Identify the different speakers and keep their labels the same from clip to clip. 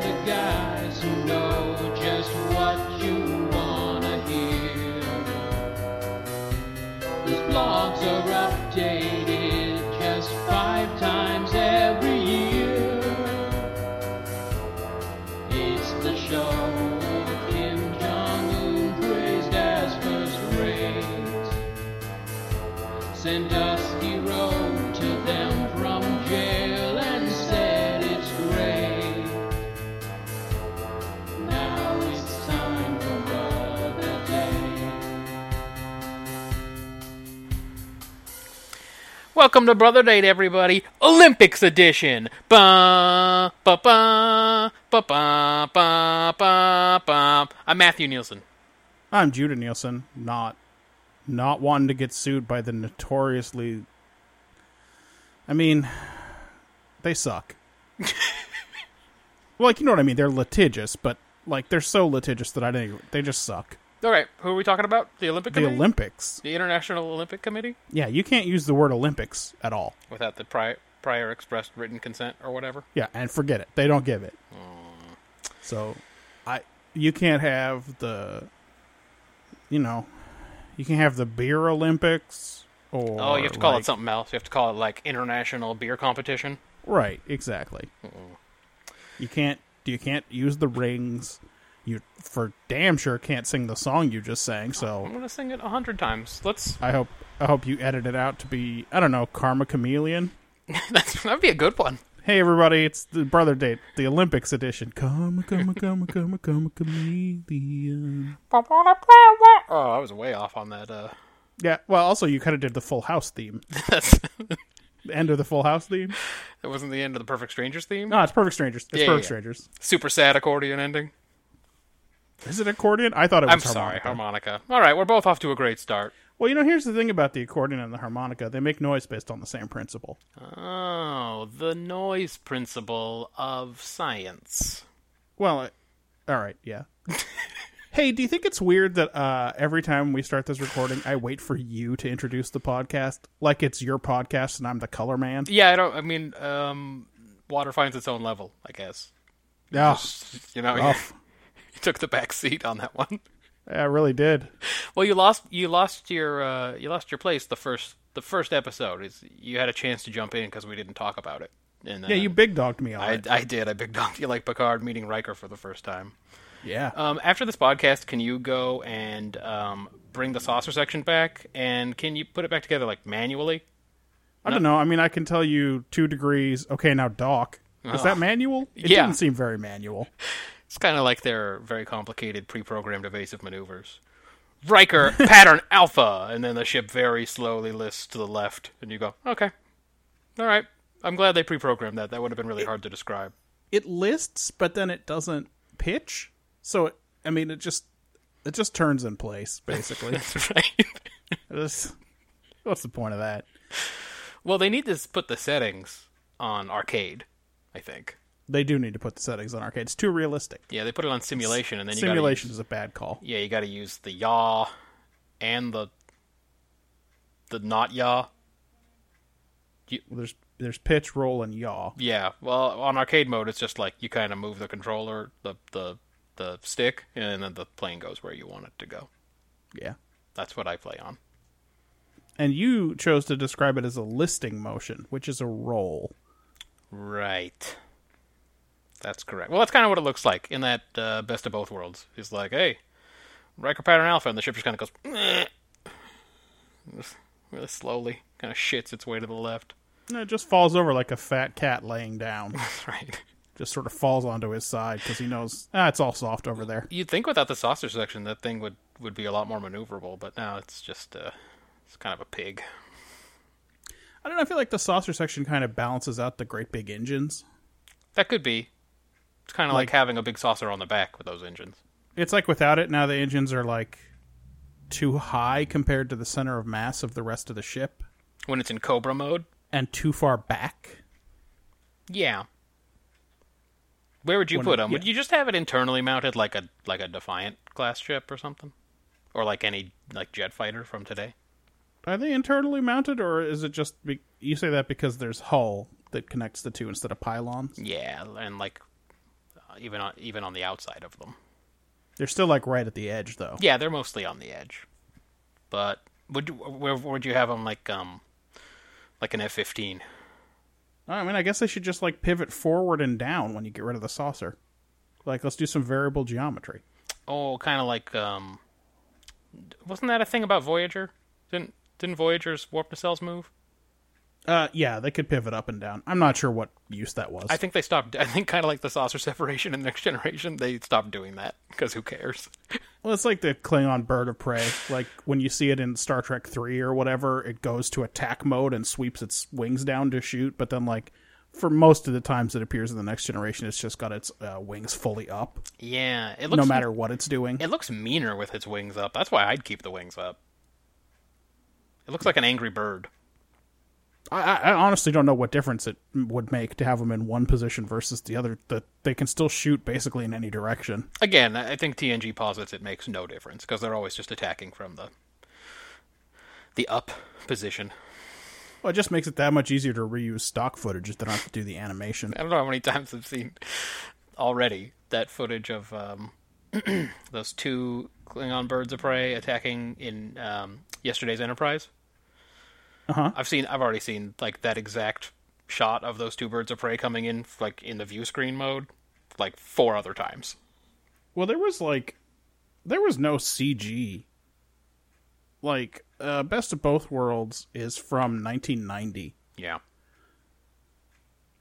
Speaker 1: the guys who know just what you wanna hear. These blogs are updated just five times every year. It's the show of Kim Jong Un praised as first rate. Sandusky wrote to them from jail and said it's great. Now it's time for other day.
Speaker 2: Welcome to Brother Date, everybody. Olympics edition. Ba ba ba ba ba ba ba ba. I'm Matthew Nielsen.
Speaker 3: I'm Judah Nielsen, not not wanting to get sued by the notoriously I mean they suck. well, like you know what I mean, they're litigious, but like they're so litigious that I didn't they just suck.
Speaker 2: All right, who are we talking about? The Olympic
Speaker 3: The
Speaker 2: Committee?
Speaker 3: Olympics.
Speaker 2: the International Olympic Committee?
Speaker 3: Yeah, you can't use the word Olympics at all.
Speaker 2: Without the prior, prior expressed written consent or whatever.
Speaker 3: Yeah, and forget it. They don't give it. So I you can't have the you know you can have the beer Olympics or
Speaker 2: oh, you have to call
Speaker 3: like-
Speaker 2: it something else. You have to call it like International Beer Competition.
Speaker 3: Right, exactly. You can't you can't use the rings. You for damn sure can't sing the song you just sang.
Speaker 2: I'm
Speaker 3: So
Speaker 2: going to sing it a hundred times. Let's.
Speaker 3: I hope I hope you edit it out to be I don't know Karma Chameleon.
Speaker 2: That's, that'd be a good one.
Speaker 3: Hey everybody, it's the brother date, the Olympics edition. Karma, karma, karma, karma, karma, chameleon.
Speaker 2: Oh, I was way off on that. Uh,
Speaker 3: Yeah. Well, also you kind of did the Full House theme.
Speaker 2: that's,
Speaker 3: The end of the Full House theme.
Speaker 2: that wasn't the end of the Perfect Strangers theme.
Speaker 3: No, it's Perfect Strangers. It's
Speaker 2: Yeah, yeah,
Speaker 3: Perfect
Speaker 2: yeah.
Speaker 3: Strangers.
Speaker 2: Super sad accordion ending.
Speaker 3: Is it accordion? I thought it was.
Speaker 2: I'm sorry,
Speaker 3: harmonica.
Speaker 2: harmonica. All right, we're both off to a great start.
Speaker 3: Well, you know, here's the thing about the accordion and the harmonica. They make noise based on the same principle.
Speaker 2: Oh, the noise principle of science.
Speaker 3: Well, I- all right, yeah. hey, do you think it's weird that uh, every time we start this recording, I wait for you to introduce the podcast, like it's your podcast and I'm the color man?
Speaker 2: Yeah, I don't. I mean, um, water finds its own level, I guess.
Speaker 3: Yeah,
Speaker 2: You know, you
Speaker 3: rough.
Speaker 2: took the back seat on that one.
Speaker 3: I really did.
Speaker 2: Well, you lost. You lost your. Uh, you lost your place. The first. The first episode is you had a chance to jump in because we didn't talk about it. And
Speaker 3: Yeah, you
Speaker 2: then
Speaker 3: big dogged me on
Speaker 2: I,
Speaker 3: it.
Speaker 2: I did. I big dogged you like Picard meeting Riker for the first time.
Speaker 3: Yeah,
Speaker 2: Um, after this podcast, can you go and um, bring the saucer section back, and can you put it back together like manually?
Speaker 3: I don't know. I mean, I can tell you two degrees. Okay, now doc. Is that manual? It
Speaker 2: Yeah.
Speaker 3: didn't seem very manual.
Speaker 2: It's kind of like their very complicated pre-programmed evasive maneuvers. Riker pattern alpha, and then the ship very slowly lists to the left, and you go, okay, all right. I'm glad they pre-programmed that. That would have been really hard to describe.
Speaker 3: It lists, but then it doesn't pitch. So, it, I mean, it just it just turns in place basically.
Speaker 2: Right?
Speaker 3: It is- what's the point of that?
Speaker 2: well, they need to s- put the settings on arcade, I think.
Speaker 3: They do need to put the settings on arcade. It's too realistic.
Speaker 2: Yeah, they put it on simulation, and then you gotta use-
Speaker 3: Simulation is a bad call.
Speaker 2: Yeah, you got to use the yaw and the the not yaw.
Speaker 3: There's there's pitch, roll, and yaw.
Speaker 2: Yeah, well, on arcade mode, it's just like you kind of move the controller, the the the stick, and then the plane goes where you want it to go.
Speaker 3: Yeah.
Speaker 2: That's what I play on.
Speaker 3: And you chose to describe it as a listing motion, which is a roll.
Speaker 2: Right. That's correct. Well, that's kind of what it looks like in that uh, best of both worlds. He's like, hey, Riker pattern alpha, and the ship just kind of goes "Meh." Just really slowly, kind of shits its way to the left.
Speaker 3: And it just falls over like a fat cat laying down.
Speaker 2: That's right.
Speaker 3: just sort of falls onto his side because he knows ah, it's all soft over there.
Speaker 2: You'd think without the saucer section, that thing would would be a lot more maneuverable, but now it's just uh, it's kind of a pig.
Speaker 3: I don't know. I feel like the saucer section kind of balances out the great big engines.
Speaker 2: That could be. It's kind of like, having a big saucer on the back with those engines.
Speaker 3: It's like without it now, the engines are like too high compared to the center of mass of the rest of the ship.
Speaker 2: When it's in Cobra mode,
Speaker 3: and too far back.
Speaker 2: yeah. Where would you
Speaker 3: When-
Speaker 2: put 'em? put them? Would
Speaker 3: yeah.
Speaker 2: you just have it internally mounted like a like a Defiant class ship or something, or like any like jet fighter from today.
Speaker 3: Are they internally mounted, or is it just be- you say that because there's hull that connects the two instead of pylons?
Speaker 2: Yeah, and like uh, even on even on the outside of them.
Speaker 3: They're still like right at the edge, though.
Speaker 2: Yeah, they're mostly on the edge. But would you, where would you have them like um like an F fifteen?
Speaker 3: I mean, I guess they should just like pivot forward and down when you get rid of the saucer. Like, let's do some variable geometry.
Speaker 2: Oh, kind of like um wasn't that a thing about Voyager? Didn't didn't Voyager's warp nacelles move?
Speaker 3: Uh, yeah, they could pivot up and down. I'm not sure what use that was.
Speaker 2: I think they stopped. I think kind of like the saucer separation in Next Generation, they stopped doing that because who cares?
Speaker 3: Well, it's like the Klingon bird of prey. Like when you see it in Star Trek Three or whatever, it goes to attack mode and sweeps its wings down to shoot. But then, like for most of the times it appears in the Next Generation, it's just got its uh, wings fully up,
Speaker 2: Yeah, it looks
Speaker 3: no matter what it's doing.
Speaker 2: It looks meaner with its wings up. That's why I'd keep the wings up. It looks like an angry bird.
Speaker 3: I, I I honestly don't know what difference it m- would make to have them in one position versus the other. That they can still shoot basically in any direction.
Speaker 2: Again, I I think TNG posits it makes no difference because they're always just attacking from the the up position.
Speaker 3: Well, it just makes it that much easier to reuse stock footage if they don't have to do the animation.
Speaker 2: I don't know how many times I've seen already that footage of um, those two Klingon birds of prey attacking in um, yesterday's Enterprise.
Speaker 3: Uh-huh.
Speaker 2: I've seen. I've already seen like that exact shot of those two birds of prey coming in, like in the view screen mode, like four other times.
Speaker 3: Well, there was like, there was no CG. Like, uh, Best of Both Worlds is from 1990.
Speaker 2: Yeah.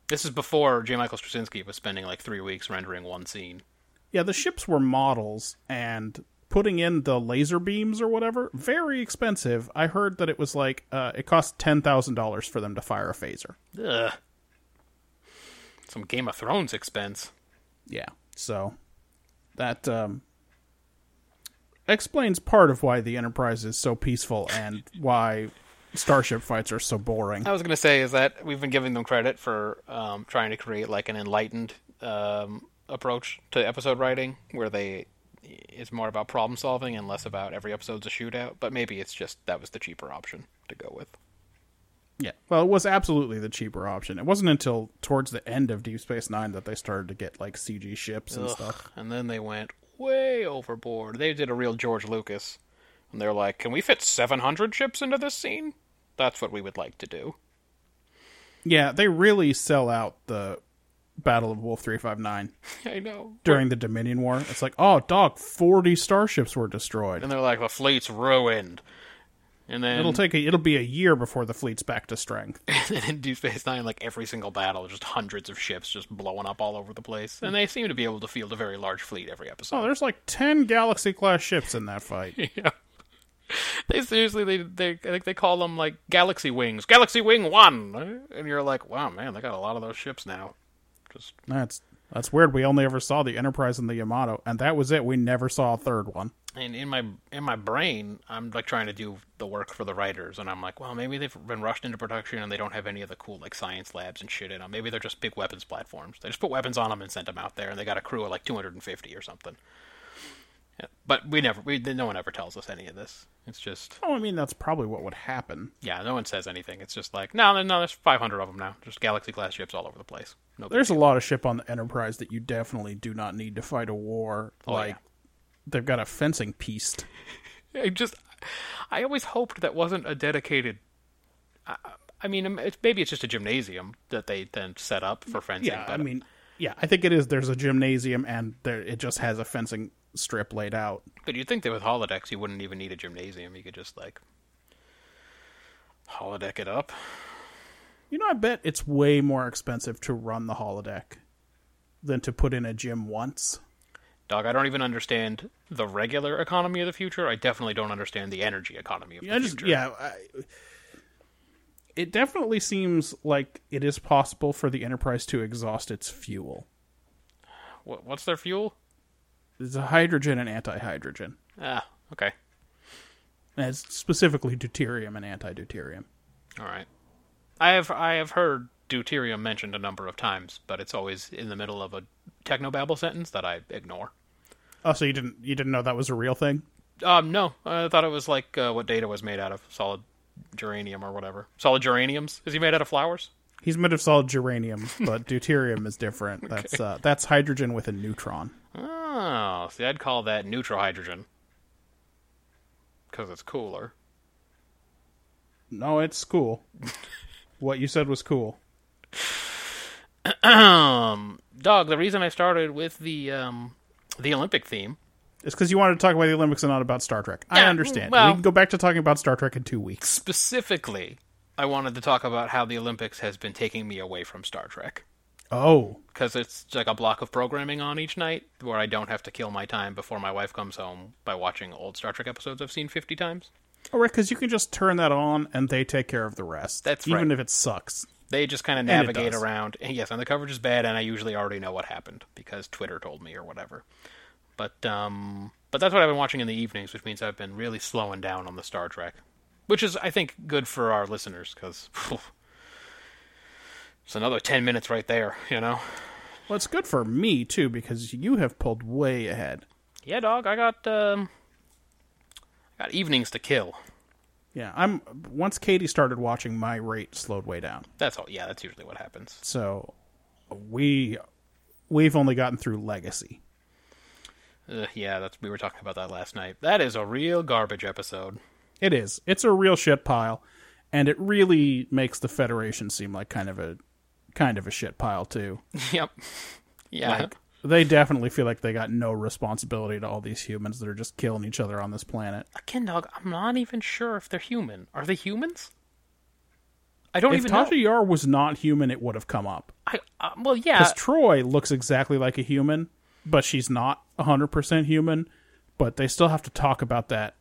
Speaker 2: This is before J. Michael Straczynski was spending like three weeks rendering one scene.
Speaker 3: Yeah, the ships were models, and putting in the laser beams or whatever, very expensive. I heard that it was like, uh, it cost $10,000 for them to fire a phaser.
Speaker 2: Ugh. Some Game of Thrones expense.
Speaker 3: Yeah. So that um, explains part of why the Enterprise is so peaceful and why starship fights are so boring.
Speaker 2: I was gonna say is that we've been giving them credit for um, trying to create like an enlightened um, approach to episode writing, where they it's more about problem solving and less about every episode's a shootout. But maybe it's just that was the cheaper option to go with.
Speaker 3: Yeah. Well, it was absolutely the cheaper option. It wasn't until towards the end of Deep Space Nine that they started to get like CG ships and
Speaker 2: Ugh.
Speaker 3: stuff.
Speaker 2: And then they went way overboard. They did a real George Lucas. And they're like, can we fit 700 ships into this scene? That's what we would like to do.
Speaker 3: Yeah, they really sell out the Battle of Wolf Three Five Nine
Speaker 2: I know.
Speaker 3: during the Dominion War. It's like, oh, dog, forty starships were destroyed.
Speaker 2: And they're like, the fleet's ruined. And then
Speaker 3: It'll take a, it'll be a year before the fleet's back to strength.
Speaker 2: and in Deep Space Nine, like every single battle, just hundreds of ships just blowing up all over the place. And they seem to be able to field a very large fleet every episode.
Speaker 3: Oh, there's like ten Galaxy class ships in that fight.
Speaker 2: yeah. They seriously, they, they, I think they call them like Galaxy Wings, Galaxy Wing One, and you're like, wow, man, they got a lot of those ships now. Just
Speaker 3: That's that's weird. We only ever saw the Enterprise and the Yamato, and that was it. We never saw a third one.
Speaker 2: and in my in my brain, I'm like trying to do the work for the writers, and I'm like, well, maybe they've been rushed into production and they don't have any of the cool like science labs and shit in them. Maybe they're just big weapons platforms. They just put weapons on them and sent them out there, and they got a crew of like 250 or something. Yeah, But we never, we no one ever tells us any of this. It's just
Speaker 3: Oh, I mean, that's probably what would happen.
Speaker 2: yeah, no one says anything. It's just like no, no, no. There's 500 of them now. Just galaxy class ships all over the place. No, big
Speaker 3: There's a lot of ship on the Enterprise that you definitely do not need to fight a war. like
Speaker 2: Oh, yeah.
Speaker 3: they've got a fencing piece.
Speaker 2: I just, I always hoped that wasn't a dedicated. I, I mean, um, it's, maybe it's just a gymnasium that they then set up for fencing.
Speaker 3: Yeah,
Speaker 2: but uh,
Speaker 3: I mean, yeah, I think it is. There's a gymnasium, and there it just has a fencing strip laid out.
Speaker 2: but you'd think that with holodecks, you wouldn't even need a gymnasium. You could just like holodeck it up.
Speaker 3: You know, I bet it's way more expensive to run the holodeck than to put in a gym once.
Speaker 2: Dog, I don't even understand the regular economy of the future. I definitely don't understand the energy economy of
Speaker 3: I
Speaker 2: the
Speaker 3: just
Speaker 2: future.
Speaker 3: yeah. I, it definitely seems like it is possible for the Enterprise to exhaust its fuel.
Speaker 2: What, what's their fuel?
Speaker 3: It's a hydrogen and anti-hydrogen,
Speaker 2: Ah, okay,
Speaker 3: and it's specifically deuterium and anti-deuterium.
Speaker 2: all right. I have I have heard deuterium mentioned a number of times, but it's always in the middle of a technobabble sentence that I ignore.
Speaker 3: Oh, so you didn't you didn't know that was a real thing?
Speaker 2: Um, no, I thought it was like uh, what Data was made out of, solid geranium or whatever. Solid geraniums? Is he made out of flowers?
Speaker 3: He's made of solid geranium, but deuterium is different. That's uh, that's hydrogen with a neutron.
Speaker 2: Oh, see, I'd call that neutral hydrogen because it's cooler.
Speaker 3: No, it's cool. what you said was cool.
Speaker 2: Um, dog. The reason I started with the um the Olympic theme.
Speaker 3: It's because you wanted to talk about the Olympics and not about Star Trek. I
Speaker 2: Yeah,
Speaker 3: understand.
Speaker 2: well-
Speaker 3: we can go back to talking about Star Trek in two weeks.
Speaker 2: Specifically, I wanted to talk about how the Olympics has been taking me away from Star Trek.
Speaker 3: Oh,
Speaker 2: because it's like a block of programming on each night where I don't have to kill my time before my wife comes home by watching old Star Trek episodes I've seen 50 times.
Speaker 3: all right, because you can just turn that on and they take care of the rest.
Speaker 2: That's
Speaker 3: even
Speaker 2: right.
Speaker 3: if it sucks.
Speaker 2: They just kind of
Speaker 3: it
Speaker 2: navigate
Speaker 3: does.
Speaker 2: around. And yes, and the coverage is bad, and I usually already know what happened because Twitter told me or whatever. But um, but that's what I've been watching in the evenings, which means I've been really slowing down on the Star Trek, which is I think good for our listeners because it's another 10 minutes right there, you know.
Speaker 3: Well, it's good for me too because you have pulled way ahead.
Speaker 2: Yeah, dog, I got um, I got evenings to kill.
Speaker 3: Yeah, I'm. Once Katie started watching, my rate slowed way down.
Speaker 2: That's all. Yeah, that's usually what happens.
Speaker 3: So we we've only gotten through Legacy.
Speaker 2: Ugh, yeah, that's we were talking about that last night. That is a real garbage episode.
Speaker 3: It is. It's a real shit pile, and it really makes the Federation seem like kind of a kind of a shit pile too.
Speaker 2: yep. Yeah.
Speaker 3: Like they definitely feel like they got no responsibility to all these humans that are just killing each other on this planet.
Speaker 2: Again, dog. I'm not even sure if they're human. Are they humans? I don't
Speaker 3: If
Speaker 2: even
Speaker 3: Tasha
Speaker 2: know.
Speaker 3: Yar was not human, it would have come up.
Speaker 2: I, uh, well, yeah.
Speaker 3: Because Troy looks exactly like a human, but she's not 100% human, but they still have to talk about that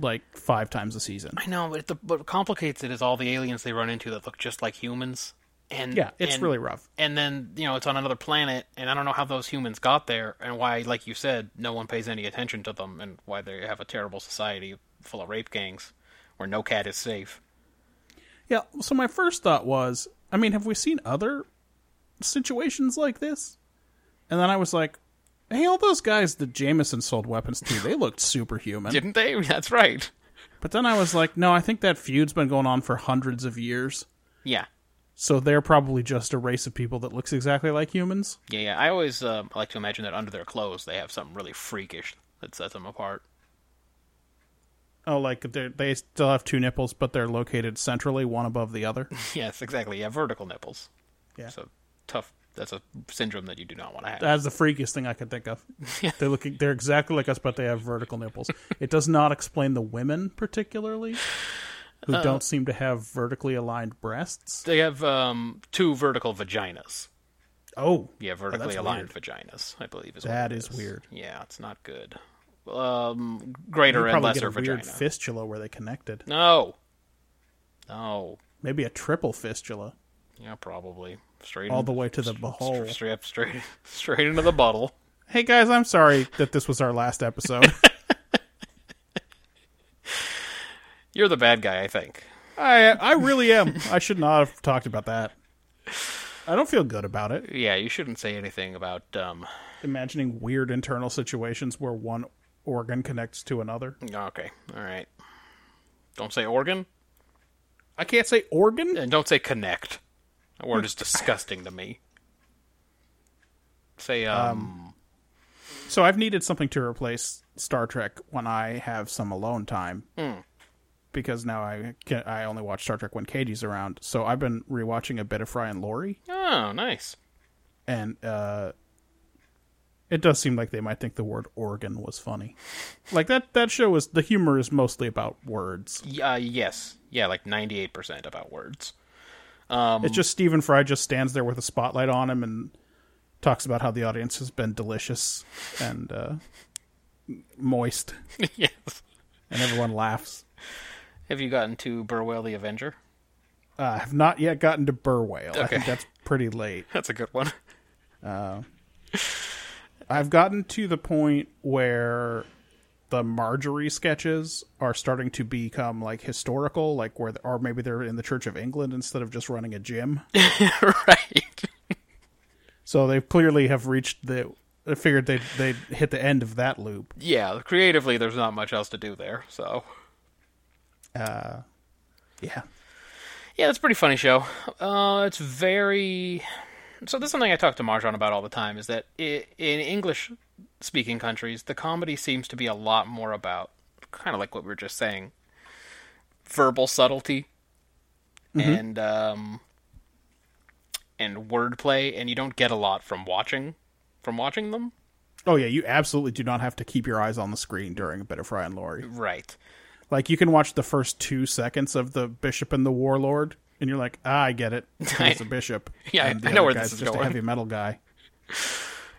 Speaker 3: like five times a season.
Speaker 2: I know, but the, what complicates it is all the aliens they run into that look just like humans. And
Speaker 3: Yeah, it's
Speaker 2: and-
Speaker 3: really rough.
Speaker 2: And then you know it's on another planet, and I don't know how those humans got there, and why, like you said, no one pays any attention to them, and why they have a terrible society full of rape gangs, where no cat is safe.
Speaker 3: Yeah, so my first thought was, I mean, have we seen other situations like this? And then I was like, hey, all those guys that Jameson sold weapons to, they looked superhuman.
Speaker 2: Didn't they? That's right.
Speaker 3: But then I was like, no, I think that feud's been going on for hundreds of years.
Speaker 2: Yeah,
Speaker 3: So they're probably just a race of people that looks exactly like humans.
Speaker 2: yeah, yeah. I always um, like to imagine that under their clothes they have something really freakish that sets them apart.
Speaker 3: Oh, like they're- they still have two nipples, but they're located centrally, one above the other.
Speaker 2: yes, exactly. Yeah, vertical nipples.
Speaker 3: Yeah.
Speaker 2: So tough. That's a syndrome that you do not want to have.
Speaker 3: That's the freakiest thing I could think of. They look, they're exactly like us, but they have vertical nipples. It does not explain the women particularly,
Speaker 2: Uh,
Speaker 3: who don't seem to have vertically aligned breasts.
Speaker 2: they have um, two vertical vaginas.
Speaker 3: Oh,
Speaker 2: Yeah, vertically aligned vaginas, I believe is what
Speaker 3: That
Speaker 2: it
Speaker 3: is weird.
Speaker 2: Yeah, it's not good. Um, greater
Speaker 3: They
Speaker 2: and
Speaker 3: probably get
Speaker 2: lesser
Speaker 3: a
Speaker 2: vagina.
Speaker 3: weird fistula where they connected.
Speaker 2: no, no,
Speaker 3: Maybe a triple fistula,
Speaker 2: yeah, probably straight
Speaker 3: all
Speaker 2: in-
Speaker 3: the way to the
Speaker 2: str-
Speaker 3: behold.
Speaker 2: straight up, straight, straight into the bottle.
Speaker 3: Hey guys, I'm sorry that this was our last episode.
Speaker 2: You're the bad guy, I think.
Speaker 3: I I really am. I should not have talked about that. I don't feel good about it.
Speaker 2: Yeah, you shouldn't say anything about um.
Speaker 3: Imagining weird internal situations where one organ connects to another.
Speaker 2: Okay, all right. Don't say organ,
Speaker 3: I can't say organ.
Speaker 2: and don't say connect. That word is disgusting to me. Say um
Speaker 3: So I've needed something to replace Star Trek when I have some alone time. Because now I can, I only watch Star Trek when Katie's around. So I've been rewatching a bit of Fry and Laurie,
Speaker 2: oh, nice.
Speaker 3: and uh, it does seem like they might think the word organ was funny. Like that that show was the humor is mostly about words.
Speaker 2: Y- Uh, yes. Yeah, like 98% about words.
Speaker 3: It's just Stephen Fry just stands there with a spotlight on him and talks about how the audience has been delicious and uh, moist,
Speaker 2: yes.
Speaker 3: and everyone laughs.
Speaker 2: Have you gotten to Burwell the Avenger?
Speaker 3: Uh, I have not yet gotten to Burwhale. I
Speaker 2: Okay.
Speaker 3: think that's pretty late.
Speaker 2: That's a good one.
Speaker 3: I've gotten to the point where the Marjorie sketches are starting to become like historical, like where, or maybe they're in the Church of England instead of just running a gym.
Speaker 2: right.
Speaker 3: So they clearly have reached the I figured they they hit the end of that loop.
Speaker 2: Yeah, creatively, there's not much else to do there. So,
Speaker 3: Yeah,
Speaker 2: yeah, it's a pretty funny show. Uh, it's very. So this is something I talk to Marjan about all the time is that i in English-speaking countries, the comedy seems to be a lot more about kind of like what we were just saying, verbal subtlety, and um, and wordplay, and you don't get a lot from watching from watching them.
Speaker 3: Oh yeah, you absolutely do not have to keep your eyes on the screen during a bit of Fry and Laurie.
Speaker 2: Right.
Speaker 3: Like you can watch the first two seconds of the Bishop and the Warlord, and you're like, ah, I get it. He's a bishop.
Speaker 2: Yeah, I-
Speaker 3: and the
Speaker 2: I know
Speaker 3: other
Speaker 2: where this
Speaker 3: guy's
Speaker 2: is
Speaker 3: just
Speaker 2: going.
Speaker 3: a heavy metal guy.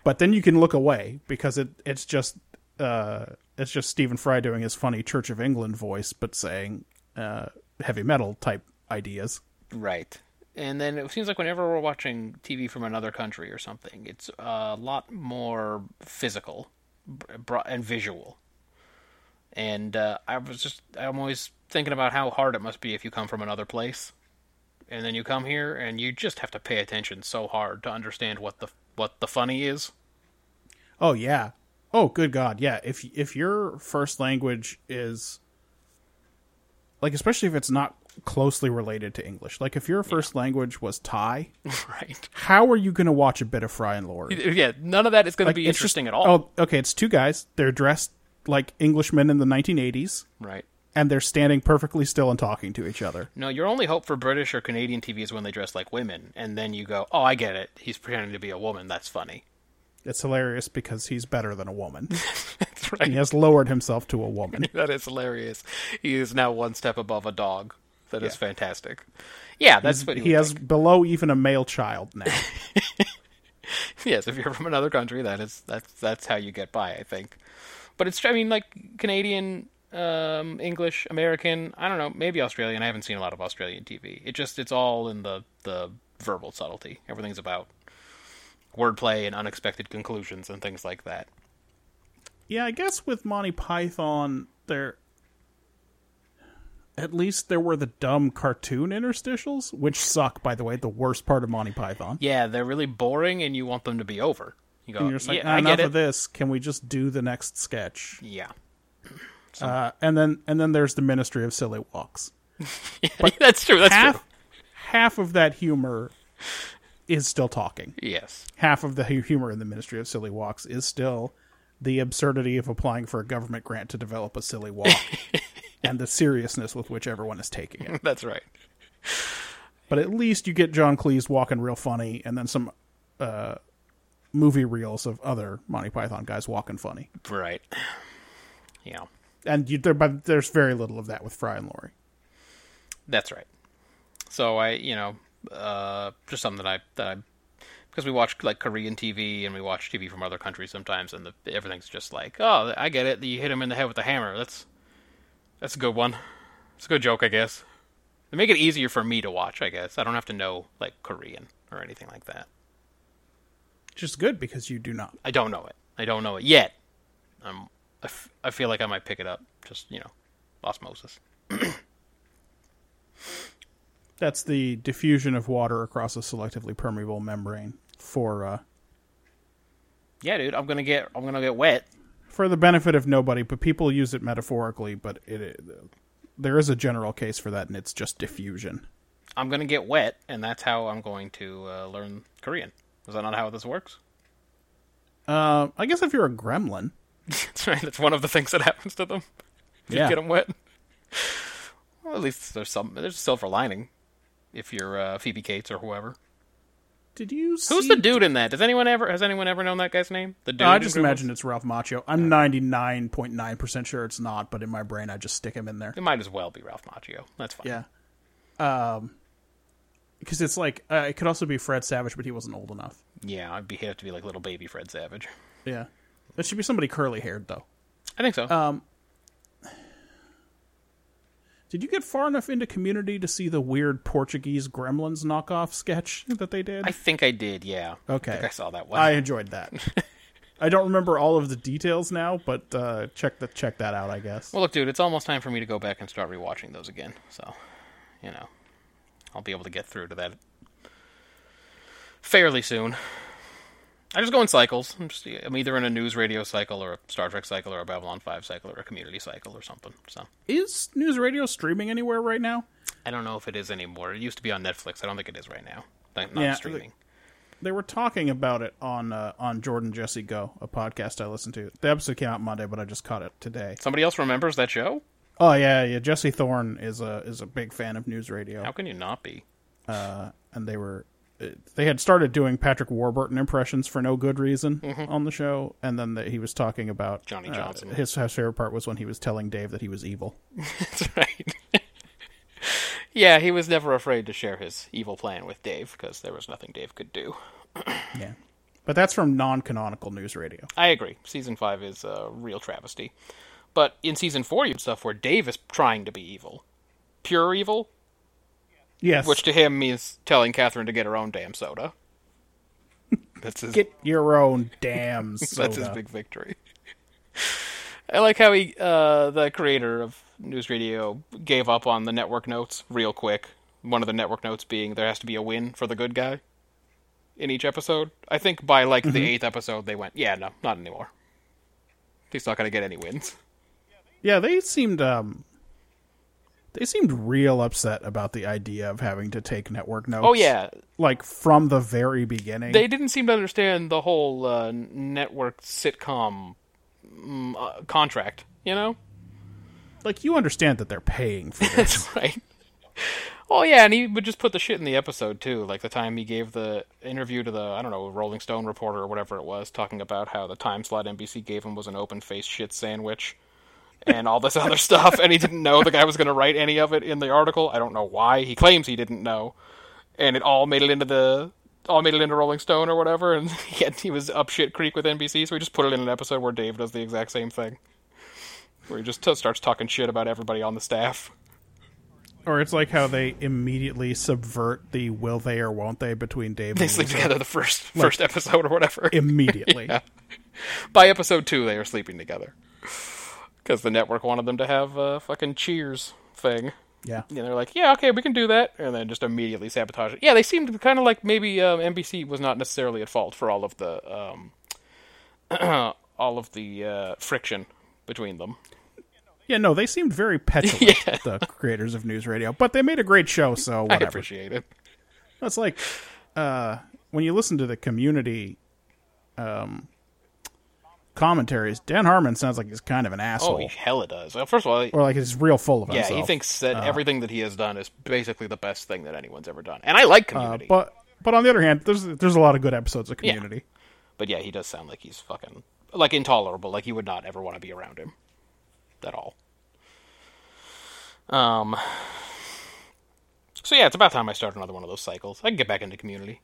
Speaker 3: But then you can look away because it it's just uh, it's just Stephen Fry doing his funny Church of England voice, but saying uh, heavy metal type ideas.
Speaker 2: Right. And then it seems like whenever we're watching TV from another country or something, it's a lot more physical br- bro- and visual. And uh, I was just, I'm always thinking about how hard it must be if you come from another place. And then you come here and you just have to pay attention so hard to understand what the what the funny is.
Speaker 3: Oh yeah. Oh good god. Yeah, if if your first language is like especially if it's not closely related to English. Like if your first language was Thai,
Speaker 2: Right.
Speaker 3: how are you going to watch a bit of Fry and Laurie?
Speaker 2: Yeah, none of that is going
Speaker 3: Like,
Speaker 2: to be
Speaker 3: it's just-
Speaker 2: interesting at all.
Speaker 3: Oh, okay, it's two guys. They're dressed like Englishmen in the 1980s
Speaker 2: Right.
Speaker 3: and they're standing perfectly still and talking to each other.
Speaker 2: No, your only hope for British or Canadian TV is when they dress like women, and then you go, "Oh, I get it. He's pretending to be a woman. That's funny."
Speaker 3: It's hilarious because he's better than a woman.
Speaker 2: That's right.
Speaker 3: he has lowered himself to a woman.
Speaker 2: That is hilarious. He is now one step above a dog. That is fantastic. Yeah, that's what he,
Speaker 3: He
Speaker 2: would
Speaker 3: has
Speaker 2: think.
Speaker 3: below even a male child now.
Speaker 2: Yes, if you're from another country, that is that's that's how you get by, I think. But it's I mean like Canadian, um, English, American. I don't know, maybe Australian. I haven't seen a lot of Australian TV. It just it's all in the the verbal subtlety. Everything's about wordplay and unexpected conclusions and things like that.
Speaker 3: Yeah, I guess with Monty Python, there at least there were the dumb cartoon interstitials, which suck, by the way, the worst part of Monty Python.
Speaker 2: Yeah, they're really boring, and you want them to be over. You go,
Speaker 3: And you're just like,
Speaker 2: yeah,
Speaker 3: "Ah,
Speaker 2: I
Speaker 3: enough
Speaker 2: get it.
Speaker 3: of this. Can we just do the next sketch?
Speaker 2: Yeah,
Speaker 3: Uh, and then and then there's the Ministry of Silly Walks.
Speaker 2: that's true. That's
Speaker 3: Half
Speaker 2: true.
Speaker 3: half of that humor is still talking.
Speaker 2: Yes.
Speaker 3: Half of the hu- humor in the Ministry of Silly Walks is still the absurdity of applying for a government grant to develop a silly walk and the seriousness with which everyone is taking it.
Speaker 2: That's right.
Speaker 3: but at least you get John Cleese walking real funny, and then some uh, movie reels of other Monty Python guys walking funny.
Speaker 2: Right. Yeah.
Speaker 3: And you, there, but there's very little of that with Fry and Laurie.
Speaker 2: That's right. So I, you know, uh, just something that I that I because we watch like Korean TV and we watch TV from other countries sometimes, and the, everything's just like, oh, I get it. You hit him in the head with a hammer. That's that's a good one. It's a good joke, I guess. They make it easier for me to watch, I guess. I don't have to know like Korean or anything like that.
Speaker 3: Which is good because you do not.
Speaker 2: I don't know it. I don't know it yet. I'm, I, f- I feel like I might pick it up. Just you know, osmosis.
Speaker 3: That's the diffusion of water across a selectively permeable membrane for uh,
Speaker 2: Yeah, dude, I'm gonna get I'm gonna get wet.
Speaker 3: for the benefit of nobody. But people use it metaphorically. But it, it there is a general case for that, and it's just diffusion.
Speaker 2: I'm gonna get wet, and that's how I'm going to uh, learn Korean. Is that not how this works?
Speaker 3: Uh, I guess if you're a gremlin,
Speaker 2: that's right. That's one of the things that happens to them. You
Speaker 3: yeah,
Speaker 2: get them wet. Well, at least there's some there's a silver lining. If you're uh, Phoebe Cates or whoever,
Speaker 3: did you?
Speaker 2: who's
Speaker 3: see
Speaker 2: the dude in that? Does anyone ever has anyone ever known that guy's name? The dude.
Speaker 3: No, I
Speaker 2: in
Speaker 3: just
Speaker 2: Gremlins?
Speaker 3: imagine it's Ralph Macchio. I'm 99.9% sure it's not, but in my brain, I just stick him in there.
Speaker 2: It might as well be Ralph Macchio. That's fine.
Speaker 3: Yeah. Um, because Um, it's like, uh, it could also be Fred Savage, but he wasn't old enough.
Speaker 2: Yeah, I'd be have to be like little baby Fred Savage.
Speaker 3: Yeah. It should be somebody curly haired, though.
Speaker 2: I think so.
Speaker 3: Um, Did you get far enough into community to see the weird Portuguese Gremlins knockoff sketch that they did?
Speaker 2: I think I did. Yeah.
Speaker 3: Okay.
Speaker 2: I think I saw that one.
Speaker 3: I enjoyed that. I don't remember all of the details now, but uh, check, the, check that out, I guess.
Speaker 2: Well, look, dude, it's almost time for me to go back and start rewatching those again. So, you know, I'll be able to get through to that fairly soon. I just go in cycles. I'm, just, I'm either in a news radio cycle, or a Star Trek cycle, or a Babylon Five cycle, or a community cycle, or something. So
Speaker 3: Is news radio streaming anywhere right now?
Speaker 2: I don't know if it is anymore. It used to be on Netflix. I don't think it is right now. Like, Not
Speaker 3: Yeah, the-
Speaker 2: streaming.
Speaker 3: They were talking about it on uh, on Jordan Jesse Go, a podcast I listened to. The episode came out Monday, but I just caught it today.
Speaker 2: Somebody else remembers that show?
Speaker 3: Oh yeah, yeah. Jesse Thorne is a is a big fan of news radio,
Speaker 2: How can you not be?
Speaker 3: and they were uh, they had started doing Patrick Warburton impressions for no good reason on the show, and then the, he was talking about
Speaker 2: Mm-hmm. Johnny
Speaker 3: uh,
Speaker 2: Johnson.
Speaker 3: his, his favorite part was when he was telling Dave that he was evil.
Speaker 2: That's right. yeah, he was never afraid to share his evil plan with Dave because there was nothing Dave could do.
Speaker 3: Yeah, but that's from non canonical news radio.
Speaker 2: I agree. Season five is a real travesty. But in season four, you have stuff where Dave is trying to be evil, pure evil,
Speaker 3: Yes,
Speaker 2: which to him means telling Catherine to get her own damn soda. That's his.
Speaker 3: get your own damn soda.
Speaker 2: That's his big victory. I like how he, uh, the creator of News Radio, gave up on the network notes real quick. One of the network notes being there has to be a win for the good guy in each episode. I think by like the eighth episode, they went, yeah, no, not anymore. He's not going to get any wins.
Speaker 3: Yeah, they seemed um they seemed real upset about the idea of having to take network notes.
Speaker 2: Oh, yeah.
Speaker 3: like from the very beginning.
Speaker 2: They didn't seem to understand the whole uh, network sitcom mm, uh, contract, you know?
Speaker 3: like you understand that they're paying for this.
Speaker 2: That's right. Oh yeah, and he would just put the shit in the episode too. Like the time he gave the interview to the I don't know Rolling Stone reporter or whatever it was, talking about how the time slot NBC gave him was an open faced shit sandwich, and all this other stuff, and he didn't know the guy was going to write any of it in the article. I don't know why he claims he didn't know, and it all made it into the all made it into Rolling Stone or whatever, and yet he was up shit creek with NBC, so he just put it in an episode where Dave does the exact same thing, where he just t- starts talking shit about everybody on the staff.
Speaker 3: or it's like how they immediately subvert the will they or won't they between Dave
Speaker 2: they
Speaker 3: and
Speaker 2: sleep
Speaker 3: Lisa.
Speaker 2: together the first first episode or whatever.
Speaker 3: immediately.
Speaker 2: By episode two, they are sleeping together because the network wanted them to have a fucking Cheers thing.
Speaker 3: Yeah.
Speaker 2: And they're like, yeah, okay, we can do that, and then just immediately sabotage it. Yeah, they seemed kind of like maybe um, NBC was not necessarily at fault for all of the um, all of the uh, friction between them.
Speaker 3: Yeah, no, they seemed very petulant, the creators of news radio, but they made a great show, so
Speaker 2: I
Speaker 3: whatever.
Speaker 2: appreciate it.
Speaker 3: It's like uh, when you listen to the community um, commentaries, Dan Harmon sounds like he's kind of an
Speaker 2: Oh,
Speaker 3: asshole.
Speaker 2: hell, it does. Well, first of all,
Speaker 3: or like he's real full of
Speaker 2: yeah,
Speaker 3: himself. Uh.
Speaker 2: he thinks that everything that he has done is basically the best thing that anyone's ever done, and I like
Speaker 3: Uh,
Speaker 2: Community.
Speaker 3: but but on the other hand, there's there's a lot of good episodes of Community.
Speaker 2: But yeah, he does sound like he's fucking like intolerable. Like you would not ever want to be around him at all. Um. So yeah, it's about time I start another one of those cycles. I can get back into community.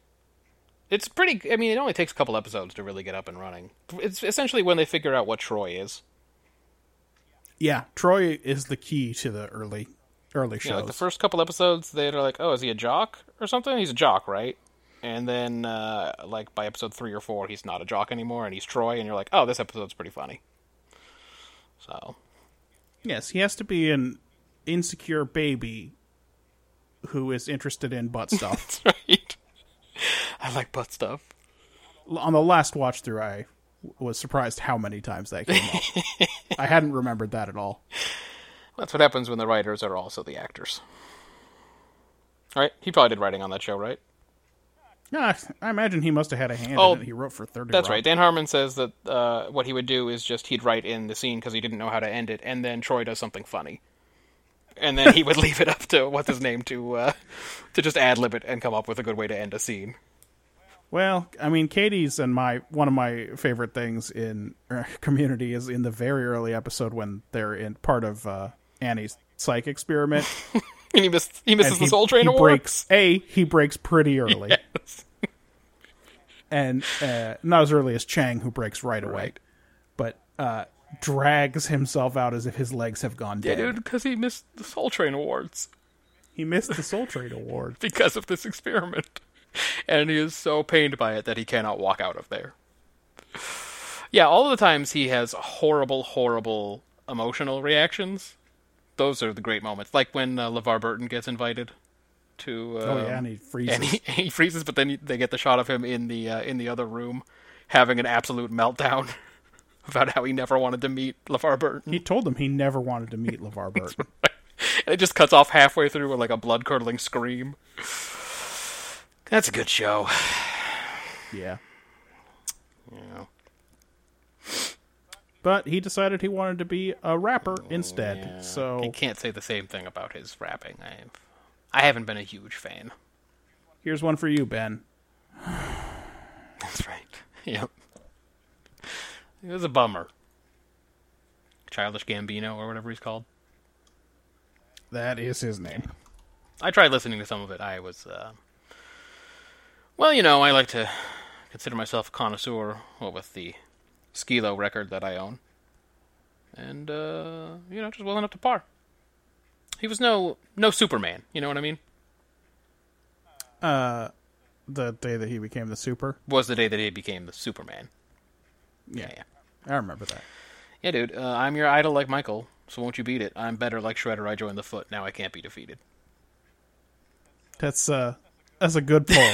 Speaker 2: It's pretty. I mean, it only takes a couple episodes to really get up and running. It's essentially when they figure out what Troy is.
Speaker 3: Yeah, Troy is the key to the early early shows.
Speaker 2: Yeah, like the first couple episodes, they're like, "Oh, is he a jock or something?" He's a jock, right? And then, uh, like by episode three or four, he's not a jock anymore, and he's Troy, and you're like, "Oh, this episode's pretty funny." So
Speaker 3: yes, he has to be an insecure baby who is interested in butt stuff.
Speaker 2: That's right. I like butt stuff.
Speaker 3: L- on the last watch through, I w- was surprised how many times that came up. I hadn't remembered that at all.
Speaker 2: That's what happens when the writers are also the actors. Right? He probably did writing on that show, right?
Speaker 3: Yeah, I imagine he must have had a hand
Speaker 2: Oh,
Speaker 3: in it. He wrote for thirty.
Speaker 2: That's
Speaker 3: Rock.
Speaker 2: right. Dan Harmon says that uh, what he would do is just he'd write in the scene because he didn't know how to end it, and then Troy does something funny, and then he would leave it up to what's his name to uh, to just ad lib it and come up with a good way to end a scene.
Speaker 3: Well, I mean, Katie's and my one of my favorite things in er, Community is in the very early episode when they're in part of uh, Annie's psych experiment.
Speaker 2: And he missed he misses
Speaker 3: and
Speaker 2: the Soul Train
Speaker 3: he
Speaker 2: award.
Speaker 3: breaks a he breaks pretty early, and uh, not as early as Chang who breaks right away,
Speaker 2: Right.
Speaker 3: but uh, drags himself out as if his legs have gone
Speaker 2: Yeah,
Speaker 3: dead.
Speaker 2: dude, because he missed the Soul Train awards.
Speaker 3: He missed the Soul Trade award.
Speaker 2: because of this experiment. And he is so pained by it that he cannot walk out of there. Yeah, all of the times he has horrible, horrible emotional reactions. Those are the great moments. Like when uh, LeVar Burton gets invited to. um, Uh,
Speaker 3: Oh yeah, and he freezes.
Speaker 2: and he, he freezes, but then they get the shot of him in the uh, in the other room, having an absolute meltdown about how he never wanted to meet LeVar Burton.
Speaker 3: He told them he never wanted to meet LeVar Burton.
Speaker 2: And it just cuts off halfway through with like a blood curdling scream. That's a good show.
Speaker 3: Yeah.
Speaker 2: Yeah.
Speaker 3: But he decided he wanted to be a rapper
Speaker 2: Oh,
Speaker 3: instead. So
Speaker 2: You can't say the same thing about his rapping. I've, I haven't been a huge fan.
Speaker 3: here's one for you, Ben.
Speaker 2: That's right. Yep. It was a bummer. Childish Gambino or whatever he's called.
Speaker 3: That is his name.
Speaker 2: I tried listening to some of it. I was, uh, well, you know, I like to consider myself a connoisseur. Well, with the Skilo record that I own, and uh, you know, just wasn't up to par. He was no no Superman. You know what I mean?
Speaker 3: The day that he became the super.
Speaker 2: Was the day that he became the Superman.
Speaker 3: Yeah.
Speaker 2: yeah.
Speaker 3: I remember that.
Speaker 2: Yeah, dude. Uh, I'm your idol, like Michael. So won't you beat it? I'm better, like Shredder. I joined the foot. Now I can't be defeated.
Speaker 3: That's uh that's a good poll.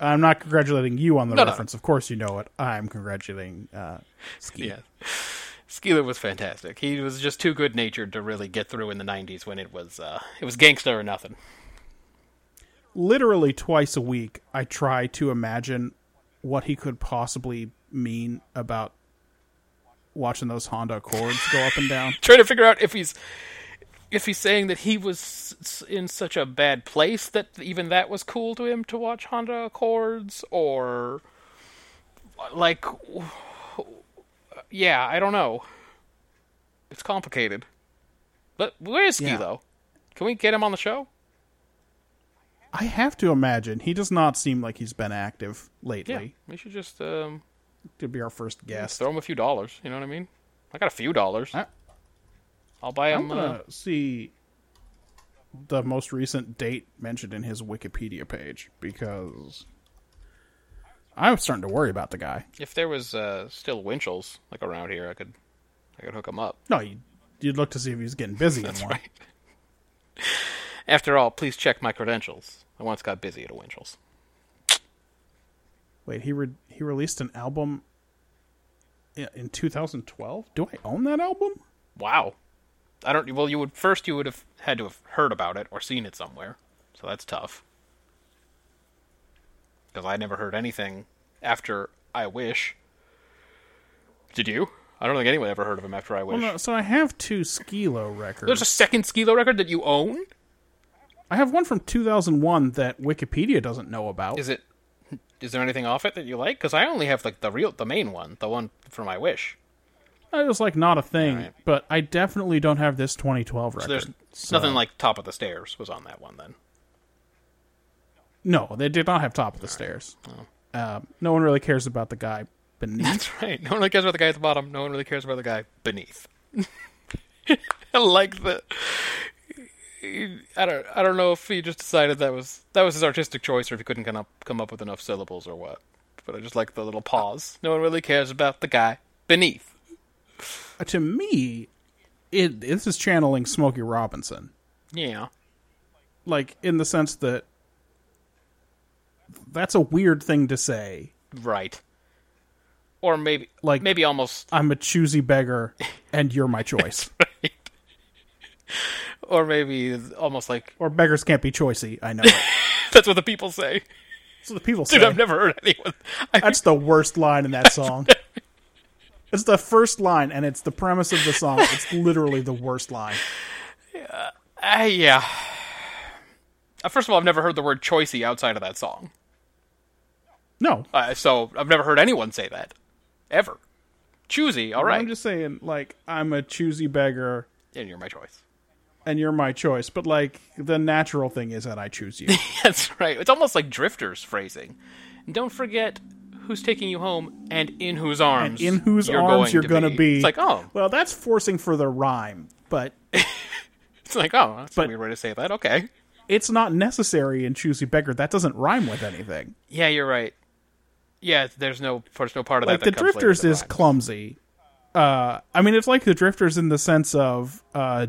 Speaker 3: I'm not congratulating you on the
Speaker 2: No, no.
Speaker 3: reference. Of course you know it. I'm congratulating uh Ski.
Speaker 2: Yeah. Skeeler was fantastic. He was just too good natured to really get through in the '90s when it was uh, it was gangster or nothing.
Speaker 3: literally twice a week I try to imagine what he could possibly mean about watching those Honda Accords go up and down.
Speaker 2: Trying to figure out if he's if he's saying that he was s- in such a bad place that even that was cool to him to watch Honda Accords or like yeah, I don't know. It's complicated. But where is
Speaker 3: Yeah.
Speaker 2: Skilo? Can we get him on the show?
Speaker 3: I have to imagine he does not seem like he's been active lately.
Speaker 2: Yeah, we should just um,
Speaker 3: To be our first guest,
Speaker 2: throw him a few dollars. You know what I mean? I got a few dollars.
Speaker 3: I-
Speaker 2: I'll buy him.
Speaker 3: I'm
Speaker 2: uh,
Speaker 3: gonna see the most recent date mentioned in his Wikipedia page because I'm starting to worry about the guy.
Speaker 2: if there was uh, still Winchell's like around here, I could, I could hook him up.
Speaker 3: No, you'd, you'd look to see if he's getting busy. in one.
Speaker 2: Right. After all, please check my credentials. I once got busy at a Winchell's.
Speaker 3: Wait, he re- he released an album i- in 2012. Do I own that album?
Speaker 2: Wow. I don't. Well, you would first you would have had to have heard about it or seen it somewhere, so that's tough. Because I never heard anything after I Wish. Did you? I don't think anyone ever heard of him after I Wish.
Speaker 3: Well, no, so I have two Skilo
Speaker 2: There's
Speaker 3: records.
Speaker 2: a second Skilo record that you own.
Speaker 3: I have one from 2001 that Wikipedia doesn't know about.
Speaker 2: Is it? Is there anything off it that you like? Because I only have like the real, the main one, the one for my wish.
Speaker 3: I was like not a thing,
Speaker 2: Alright.
Speaker 3: but I definitely don't have this 2012 record.
Speaker 2: So there's
Speaker 3: so-
Speaker 2: nothing like top of the stairs was on that one then.
Speaker 3: No, they did not have Top of the Stairs.
Speaker 2: Oh.
Speaker 3: Um, no one really cares about the guy beneath.
Speaker 2: That's right. No one really cares about the guy at the bottom. No one really cares about the guy beneath. I like the. I don't. I don't know if he just decided that was that was his artistic choice, or if he couldn't come up come up with enough syllables, or what. But I just like the little pause. No one really cares about the guy beneath.
Speaker 3: Uh, to me, it this is channeling Smokey Robinson.
Speaker 2: Yeah.
Speaker 3: like in the sense that that's a weird thing to say.
Speaker 2: Right. Or maybe
Speaker 3: Like-
Speaker 2: like maybe almost
Speaker 3: I'm a choosy beggar, and you're my choice.
Speaker 2: or maybe almost like
Speaker 3: or beggars can't be choicy. I know. It.
Speaker 2: that's what the people say.
Speaker 3: So the people say
Speaker 2: Dude, I've never heard anyone. I,
Speaker 3: that's the worst line in that song. It's the first line, and it's the premise of the song. It's literally the worst line.
Speaker 2: I yeah. Uh, First of all, I've never heard the word choicey outside of that song.
Speaker 3: No,
Speaker 2: Uh, so I've never heard anyone say that ever. Choosy, all right.
Speaker 3: I'm just saying, like, I'm a choosy beggar,
Speaker 2: And you're my choice.
Speaker 3: and you're my choice. But like, the natural thing is that I choose you.
Speaker 2: That's right. It's almost like drifters phrasing. And don't forget who's taking you home and in whose arms.
Speaker 3: in whose arms you're
Speaker 2: going to
Speaker 3: be.
Speaker 2: It's like oh,
Speaker 3: well, that's forcing for the rhyme, but
Speaker 2: it's like oh, that's
Speaker 3: But-
Speaker 2: a weird way to say that. Okay.
Speaker 3: it's not necessary in choosy beggar. That doesn't rhyme with anything.
Speaker 2: Yeah, you're right. Yeah, there's no there's no part of
Speaker 3: Like
Speaker 2: that.
Speaker 3: the
Speaker 2: that comes later
Speaker 3: drifters
Speaker 2: that
Speaker 3: is
Speaker 2: rhymes.
Speaker 3: clumsy. Uh, I mean, it's like the drifters in the sense of uh,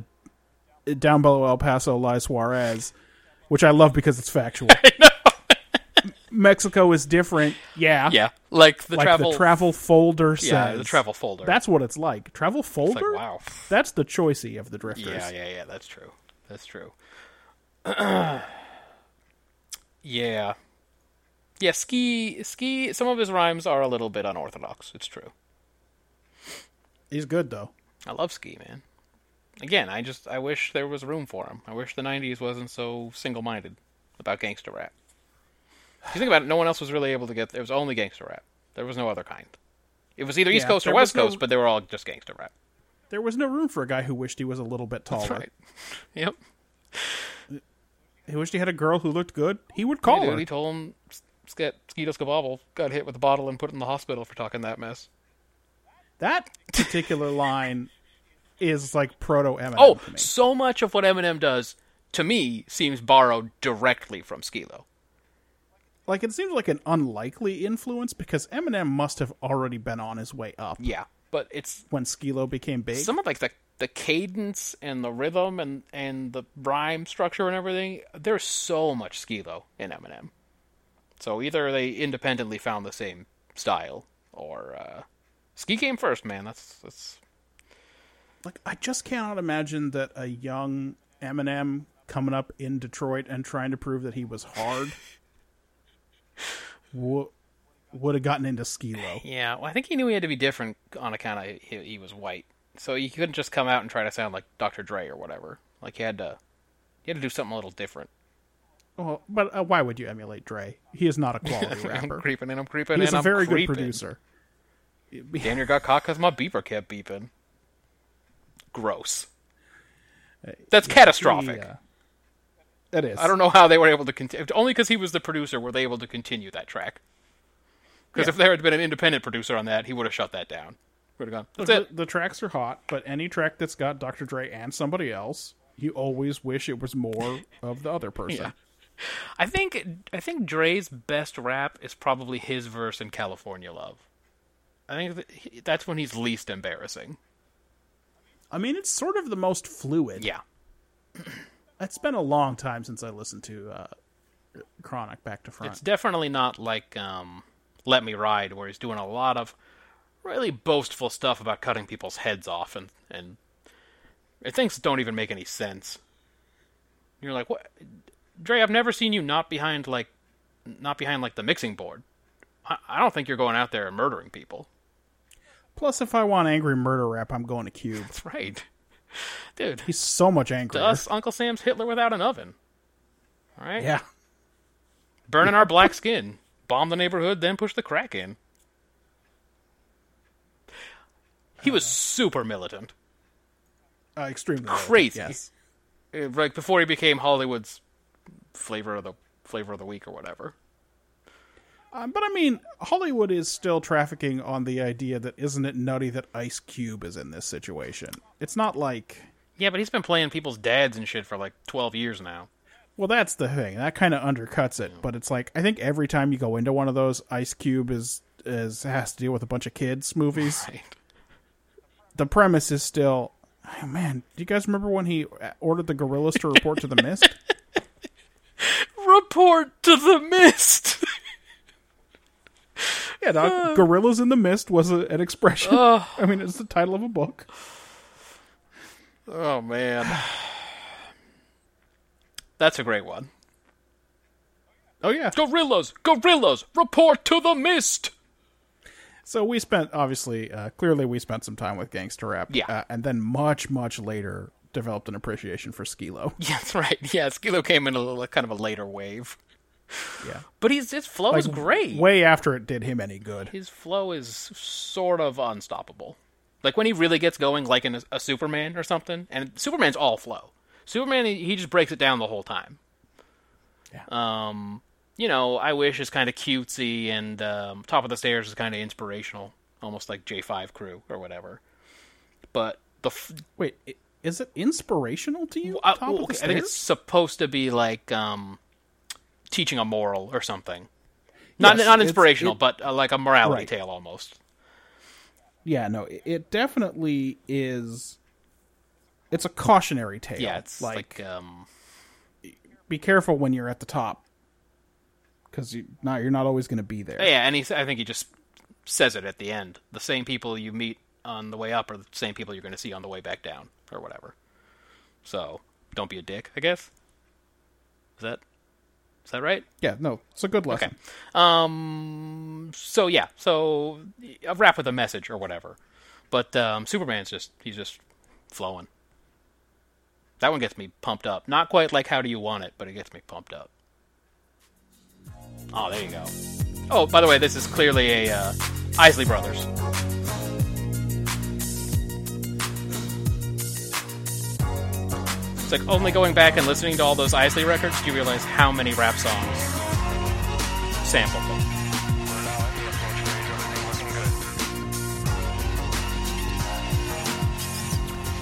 Speaker 3: down below El Paso lies Juarez, which I love because it's factual. Mexico is different. Yeah.
Speaker 2: Yeah, like the
Speaker 3: like
Speaker 2: travel.
Speaker 3: the travel folder says.
Speaker 2: yeah, the travel folder.
Speaker 3: That's what it's like. Travel
Speaker 2: It's like
Speaker 3: folder?
Speaker 2: wow.
Speaker 3: That's the choicey of the drifters.
Speaker 2: Yeah, yeah, yeah. That's true. That's true. yeah, yeah. Ski, ski. Some of his rhymes are a little bit unorthodox. It's true.
Speaker 3: He's good though.
Speaker 2: I love ski, man. Again, I just I wish there was room for him. I wish the '90s wasn't so single-minded about gangster rap. If you think about it, no one else was really able to get. It was only gangster rap. There was no other kind. It was either East
Speaker 3: Yeah,
Speaker 2: Coast or
Speaker 3: there was
Speaker 2: West Coast,
Speaker 3: no-
Speaker 2: but they were all just gangster rap.
Speaker 3: There was no room for a guy who wished he was a little bit taller.
Speaker 2: That's right. Yep.
Speaker 3: He wished he had a girl who looked good. He would call
Speaker 2: Yeah, dude,
Speaker 3: her.
Speaker 2: he told him S- Sket Skeetus Kabobble got hit with a bottle and put in the hospital for talking that mess.
Speaker 3: That particular line is like proto Eminem.
Speaker 2: Oh,
Speaker 3: to me.
Speaker 2: so much of what Eminem does to me seems borrowed directly from Skilo.
Speaker 3: like it seems like an unlikely influence because Eminem must have already been on his way up
Speaker 2: Yeah, but it's
Speaker 3: when Skilo became big.
Speaker 2: some of like the the cadence and the rhythm and and the rhyme structure and everything. There's so much Skilo in Eminem. So either they independently found the same style or uh, Ski came first, man. That's that's
Speaker 3: like I just cannot imagine that a young Eminem coming up in Detroit and trying to prove that he was hard w- would have gotten into Skilo.
Speaker 2: Yeah, well, I think he knew he had to be different on account of he, he was white, so he couldn't just come out and try to sound like Dr. Dre or whatever. Like he had to, he had to do something a little different.
Speaker 3: Well, but uh, why would you emulate Dre? He is not a quality
Speaker 2: I'm
Speaker 3: rapper.
Speaker 2: creeping and I'm creeping
Speaker 3: He's
Speaker 2: and
Speaker 3: a
Speaker 2: I'm
Speaker 3: very
Speaker 2: creeping.
Speaker 3: good producer.
Speaker 2: Damn near got caught because my beeper kept beeping. Gross. That's catastrophic.
Speaker 3: Yeah. uh, It is.
Speaker 2: I don't know how they were able to continue. Only because he was the producer were they able to continue that track. Because if there had been an independent producer on that, he would have shut that down. Would have gone. That's
Speaker 3: the,
Speaker 2: it.
Speaker 3: the tracks are hot, but any track that's got Dr. Dre and somebody else, you always wish it was more of the other person.
Speaker 2: Yeah. I think I think Dre's best rap is probably his verse in California Love. I think that he- that's when he's least embarrassing.
Speaker 3: I mean, it's sort of the most fluid.
Speaker 2: Yeah.
Speaker 3: It's been a long time since I listened to uh, Chronic back to front.
Speaker 2: It's definitely not like um, Let Me Ride where he's doing a lot of really boastful stuff about cutting people's heads off and and and things that don't even make any sense. You're like, "What Dre, I've never seen you not behind like not behind like the mixing board. I, I don't think you're going out there and murdering people."
Speaker 3: Plus, if I want angry murder rap, I'm going to Cube.
Speaker 2: That's right. Dude,
Speaker 3: He's so much angrier.
Speaker 2: to us, Uncle Sam's Hitler without an oven. All right,
Speaker 3: Yeah.
Speaker 2: burning our black skin, bomb the neighborhood, then push the crack in. He was super militant,
Speaker 3: Uh, extremely. relevant,
Speaker 2: crazy.
Speaker 3: Yes.
Speaker 2: Uh, Like before he became Hollywood's flavor of the flavor of the week or whatever.
Speaker 3: Um, but I mean, Hollywood is still trafficking on the idea that isn't it nutty that Ice Cube is in this situation? It's not like.
Speaker 2: Yeah, but he's been playing people's dads and shit for like twelve years now.
Speaker 3: Well, that's the thing. That kind of undercuts it. But it's like I think every time you go into one of those, Ice Cube is is has to deal with a bunch of kids movies.
Speaker 2: Right.
Speaker 3: The premise is still, oh, man. Do you guys remember when he uh, ordered the gorillas to report to the mist?
Speaker 2: Report to the mist.
Speaker 3: Yeah, dog. Uh. gorillas in the mist was a, an expression.
Speaker 2: Ugh.
Speaker 3: I mean, it's the title of a book.
Speaker 2: oh man, that's a great one.
Speaker 3: Oh yeah.
Speaker 2: Gorillas, gorillas, report to the mist.
Speaker 3: So we spent obviously, uh, clearly, we spent some time with gangster rap.
Speaker 2: Yeah.
Speaker 3: uh, and then much, much later developed an appreciation for Skilo.
Speaker 2: Yeah, that's right. Yeah, Skilo came in a little, kind of a later wave,
Speaker 3: Yeah,
Speaker 2: but he's his flow is great.
Speaker 3: Way after it did him any good.
Speaker 2: his flow is sort of unstoppable. Like when he really gets going, like in a, a Superman or something, and Superman's all flow. Superman, he, he just breaks it down the whole time.
Speaker 3: Yeah.
Speaker 2: Um, you know, I wish is kind of cutesy, and um, Top of the Stairs is kind of inspirational, almost like J Five Crew or whatever. But the f-
Speaker 3: Wait, i- is it inspirational to you?
Speaker 2: I,
Speaker 3: Top
Speaker 2: well,
Speaker 3: of the
Speaker 2: okay, I think it's
Speaker 3: Stairs?
Speaker 2: supposed to be like um, teaching a moral or something. Not
Speaker 3: Yes,
Speaker 2: not
Speaker 3: it's-
Speaker 2: inspirational,
Speaker 3: it-
Speaker 2: but uh, like a morality
Speaker 3: Right.
Speaker 2: tale almost.
Speaker 3: yeah, no, i- it definitely is. It's a cautionary tale.
Speaker 2: Yeah, it's like, um,
Speaker 3: be careful when you're at the top because you, not you're not always going to be there.
Speaker 2: Oh, Yeah, and he, I think he just says it at the end. The same people you meet on the way up are the same people you're going to see on the way back down, or whatever. So don't be a dick, I guess. Is that is that right?
Speaker 3: Yeah, no, it's a good lesson.
Speaker 2: Okay. Um. So yeah. So a wrap with a message or whatever. But um, Superman's just he's just flowing. That one gets me pumped up. Not quite like How Do You Want It, but it gets me pumped up. Oh, there you go. Oh, by the way, this is clearly a uh, Isley Brothers. It's like only going back and listening to all those Isley records do you realize how many rap songs sample them.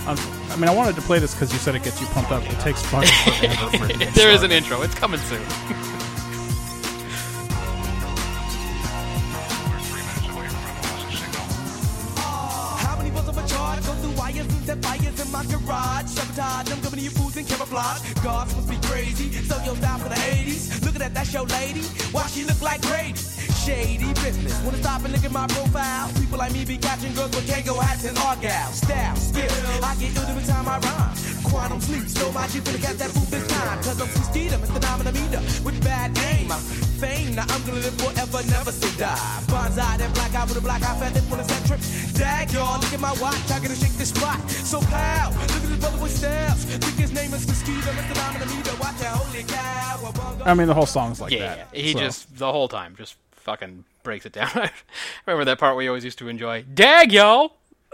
Speaker 3: Um, I mean, I wanted to play this because you said it gets you pumped up. It takes fucking forever for it to get
Speaker 2: there is
Speaker 3: started.
Speaker 2: an intro. It's coming soon.
Speaker 4: How many balls of a charge go through wires and set fires in my garage? Sabotage, I'm giving you fools and camouflage. Guards must be crazy, so you'll die for the 80s. Looking at that show lady, why she look like Brady? Shady business. Wanna stop and look at my profile? People like me be catching girls with Kango hats and hard gals. Style, skill, I get ill every time I rhyme. Quantum sleep, so my G finna catch that fool this time. Cause I'm Skeeter, Mr. Denominator, with bad name. Fame, now I'm gonna live forever, never say die. Bonsai, that black eye with a black eye, fat lip on a set trip. Dag, y'all, look at my watch, I gotta shake this spot. So pow, look at this brother with steps. Think his name is Mosquito, Mr. Denominator, watch out, holy cow. a bongo-
Speaker 3: I mean, the whole song's like
Speaker 2: Yeah,
Speaker 3: that.
Speaker 2: yeah. he
Speaker 3: so.
Speaker 2: just the whole time just fucking breaks it down. I remember that part we always used to enjoy. Dag y'all.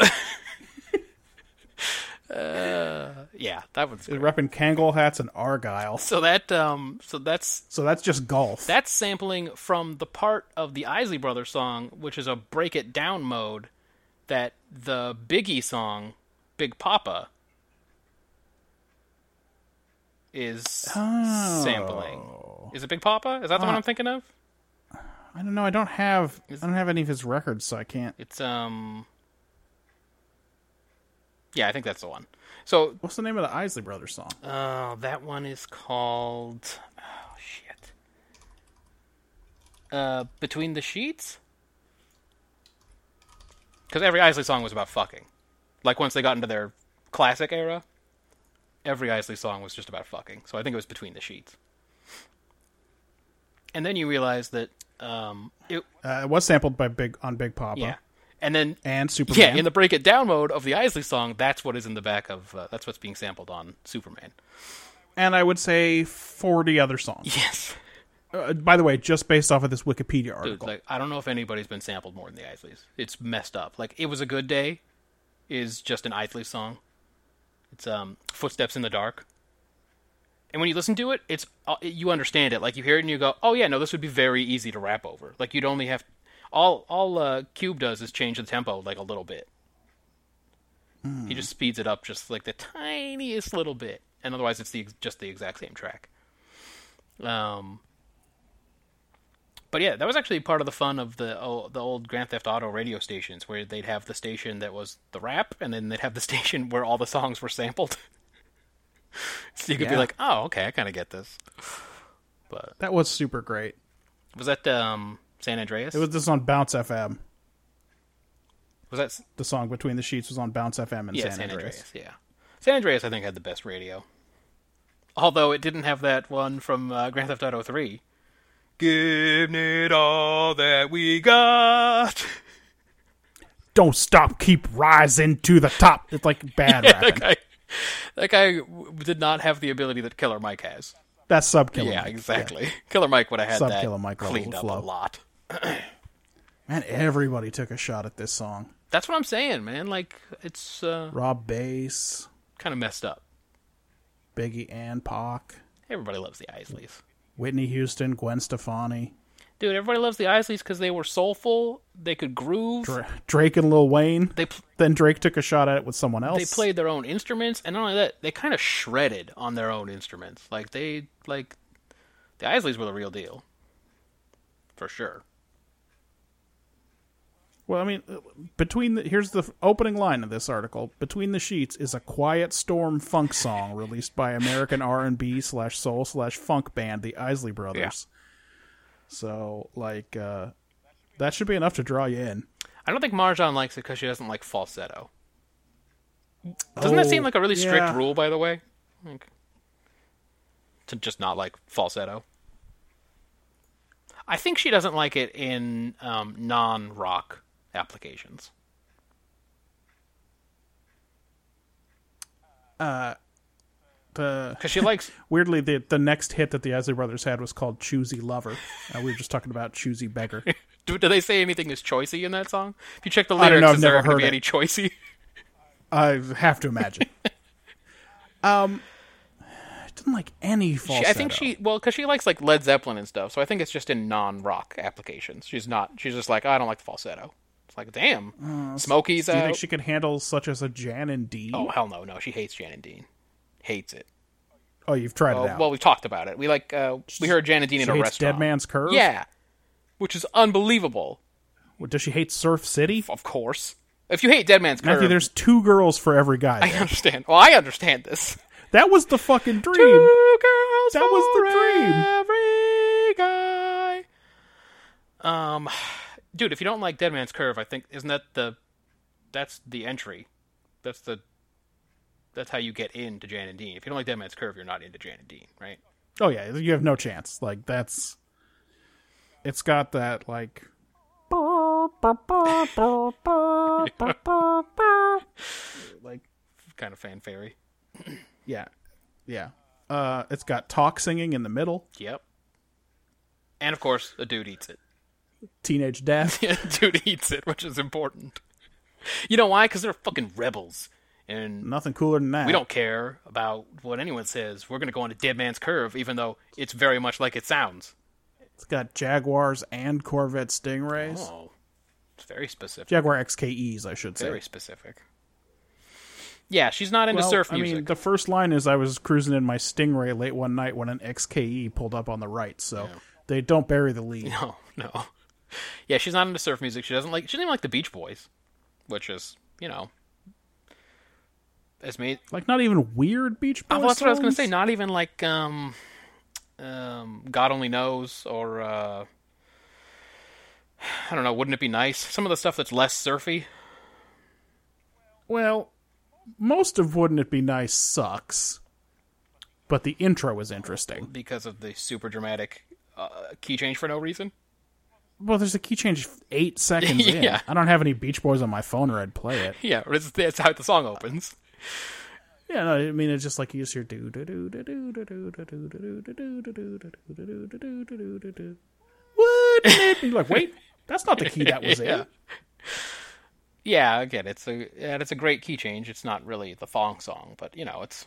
Speaker 2: uh, yeah, that one's
Speaker 3: They're
Speaker 2: great.
Speaker 3: repping Kangol hats and Argyle.
Speaker 2: so that um so that's
Speaker 3: So that's just golf.
Speaker 2: that's sampling from the part of the Isley Brothers song, which is a break it down mode that the Biggie song, Big Papa, is sampling. Is it Big Papa? Is that the one I'm thinking of?
Speaker 3: I don't know. I don't have I don't have any of his records, so I can't.
Speaker 2: It's um Yeah, I think that's the one. So
Speaker 3: What's the name of the Isley Brothers song?
Speaker 2: uh, that one is called oh shit. Uh Between the Sheets? Cuz every Isley song was about fucking. Like once they got into their classic era, every Isley song was just about fucking. So I think it was Between the Sheets. And then you realize that um it
Speaker 3: Uh, it was sampled by Big on Big Papa
Speaker 2: yeah. And then
Speaker 3: and
Speaker 2: Yeah,
Speaker 3: Superman.
Speaker 2: in the break it down mode of the Isley song, that's what is in the back of uh, that's what's being sampled on Superman.
Speaker 3: and I would say forty other songs.
Speaker 2: Yes,
Speaker 3: Uh, by the way, just based off of this Wikipedia
Speaker 2: dude.
Speaker 3: article,
Speaker 2: Like I don't know if anybody's been sampled more than the Isleys. It's messed up. Like it was a good day, is just an Isley song. It's um footsteps in the dark. And when you listen to it, it's uh, you understand it. Like you hear it and you go, "Oh yeah, no, this would be very easy to rap over." Like you'd only have all all uh, Cube does is change the tempo like a little bit. He just speeds it up just like the tiniest little bit, and otherwise it's the ex- just the exact same track. Um, but yeah, that was actually part of the fun of the oh, the old Grand Theft Auto radio stations, where they'd have the station that was the rap, and then they'd have the station where all the songs were sampled. so you could be
Speaker 3: Yeah.
Speaker 2: like, "Oh, okay, I kind of get this." But
Speaker 3: that was super great.
Speaker 2: was that um, San Andreas?
Speaker 3: It was this on Bounce FM.
Speaker 2: was that
Speaker 3: The song "Between the Sheets" was on Bounce FM in
Speaker 2: yeah,
Speaker 3: San,
Speaker 2: San, Andreas.
Speaker 3: Andreas.
Speaker 2: Yeah, San Andreas. I think had the best radio. Although it didn't have that one from uh, Grand Theft Auto Three. Give it all that we got.
Speaker 3: Don't stop, keep rising to the top. It's like bad rapping.
Speaker 2: that guy, that guy w- did not have the ability that Killer Mike has.
Speaker 3: That's sub killer.
Speaker 2: Yeah,
Speaker 3: Mike.
Speaker 2: exactly. Killer Mike would have had
Speaker 3: Sub
Speaker 2: that
Speaker 3: Killer Mike level
Speaker 2: cleaned up
Speaker 3: flow.
Speaker 2: a lot.
Speaker 3: Man, everybody took a shot at this song.
Speaker 2: That's what I'm saying, man. Like it's uh,
Speaker 3: Rob Bass,
Speaker 2: kind of messed up.
Speaker 3: Biggie and Pac,
Speaker 2: Everybody loves the Isleys.
Speaker 3: Whitney Houston, Gwen Stefani,
Speaker 2: Dude, everybody loves the Isleys because they were soulful. They could groove.
Speaker 3: Dra- Drake and Lil Wayne.
Speaker 2: They pl-
Speaker 3: then Drake took a shot at it with someone else.
Speaker 2: they played their own instruments, and not only that, they kind of shredded on their own instruments. Like they like the Isleys were the real deal, for sure.
Speaker 3: Well, I mean, uh, between the, here's the opening line of this article: "Between the Sheets" is a quiet storm funk song released by American R and B slash soul slash funk band the Isley Brothers. So like uh, that should be enough to draw you in.
Speaker 2: I don't think Marjan likes it because she doesn't like falsetto. Doesn't that seem
Speaker 3: Oh,
Speaker 2: like a really strict
Speaker 3: yeah.
Speaker 2: rule, by the way? Like, to just not like falsetto. I think she doesn't like it in um, non-rock applications.
Speaker 3: The-
Speaker 2: Because she likes
Speaker 3: weirdly, the the next hit that the Isley Brothers had was called "Choosy Lover." Uh, we were just talking about "Choosy Beggar."
Speaker 2: Do, do they say anything is choicy in that song? If you check the
Speaker 3: don't
Speaker 2: lyrics,
Speaker 3: know, I've
Speaker 2: is there
Speaker 3: never
Speaker 2: going to
Speaker 3: heard
Speaker 2: be
Speaker 3: it.
Speaker 2: any choicy?
Speaker 3: I have to imagine. um, I didn't like any falsetto.
Speaker 2: She, I think she well because she likes like Led Zeppelin and stuff. So I think it's just in non-rock applications. She's not. She's just like I don't like the falsetto. It's like damn, Smokey's
Speaker 3: Oh, Do you
Speaker 2: out.
Speaker 3: think she could handle such as a Jan and Dean?
Speaker 2: uh, Oh hell no, no. She hates Janet Dean. Hates it.
Speaker 3: Oh, you've tried
Speaker 2: Oh,
Speaker 3: it out.
Speaker 2: well, we've talked about it. We like uh, we heard Janet Dean
Speaker 3: she
Speaker 2: in a
Speaker 3: hates
Speaker 2: restaurant.
Speaker 3: Dead Man's Curve.
Speaker 2: Yeah, which is unbelievable.
Speaker 3: Well, Does she hate Surf City?
Speaker 2: Of course, if you hate Dead Man's Curve,
Speaker 3: Matthew, there's two girls for every guy.
Speaker 2: I
Speaker 3: there.
Speaker 2: understand. Well, I understand this.
Speaker 3: That was the fucking dream.
Speaker 2: Two girls
Speaker 3: That was the
Speaker 2: for
Speaker 3: dream.
Speaker 2: Every guy. Um, dude, if you don't like Dead Man's Curve, I think isn't that the that's the entry. That's the that's how you get into Jan and Dean. If you don't like Dead Man's Curve, you're not into Jan and Dean, right?
Speaker 3: Oh yeah, you have no chance. Like that's, it's got that like. like
Speaker 2: Kind of fan fairy.
Speaker 3: yeah, yeah. Uh, it's got talk singing in the middle,
Speaker 2: Yep. And of course, a dude eats it.
Speaker 3: teenage death.
Speaker 2: Yeah, dude eats it, which is important. You know why? Because they're fucking rebels, and
Speaker 3: Nothing cooler than that.
Speaker 2: we don't care about what anyone says. We're going to go on to Dead Man's Curve, even though it's very much like it sounds.
Speaker 3: It's got Jaguars and Corvette Stingrays.
Speaker 2: Oh, it's very specific.
Speaker 3: Jaguar XKEs, I should say.
Speaker 2: Very specific. Yeah, she's not into
Speaker 3: Well,
Speaker 2: surf
Speaker 3: I
Speaker 2: music.
Speaker 3: mean, the first line is I was cruising in my Stingray late one night when an XKE pulled up on the right. So they don't bury the lead.
Speaker 2: No, no. Yeah, she's not into surf music. She doesn't like. She doesn't even like the Beach Boys, which is you know, as me.
Speaker 3: Like not even weird Beach Boys.
Speaker 2: Well, that's what I was going
Speaker 3: songs?
Speaker 2: to say. Not even like um, um, God only knows, or uh, I don't know. Wouldn't it be nice? Some of the stuff that's less surfy.
Speaker 3: Well, most of "Wouldn't It Be Nice" sucks, but the intro is interesting.
Speaker 2: because of the super dramatic uh, key change for no reason.
Speaker 3: Well, there's a key change eight seconds in.
Speaker 2: Yeah.
Speaker 3: I don't have any Beach Boys on my phone, or I'd play it.
Speaker 2: Yeah, that's, that's how the song opens.
Speaker 3: Yeah, no, I mean it's just like you just hear do do do do do do do do do do do do do do do do do do do do. Wouldn't it be like wait? That's not the key that was in.
Speaker 2: Yeah, again, it's a yeah, it's a great key change. It's not really the thong song, but you know, it's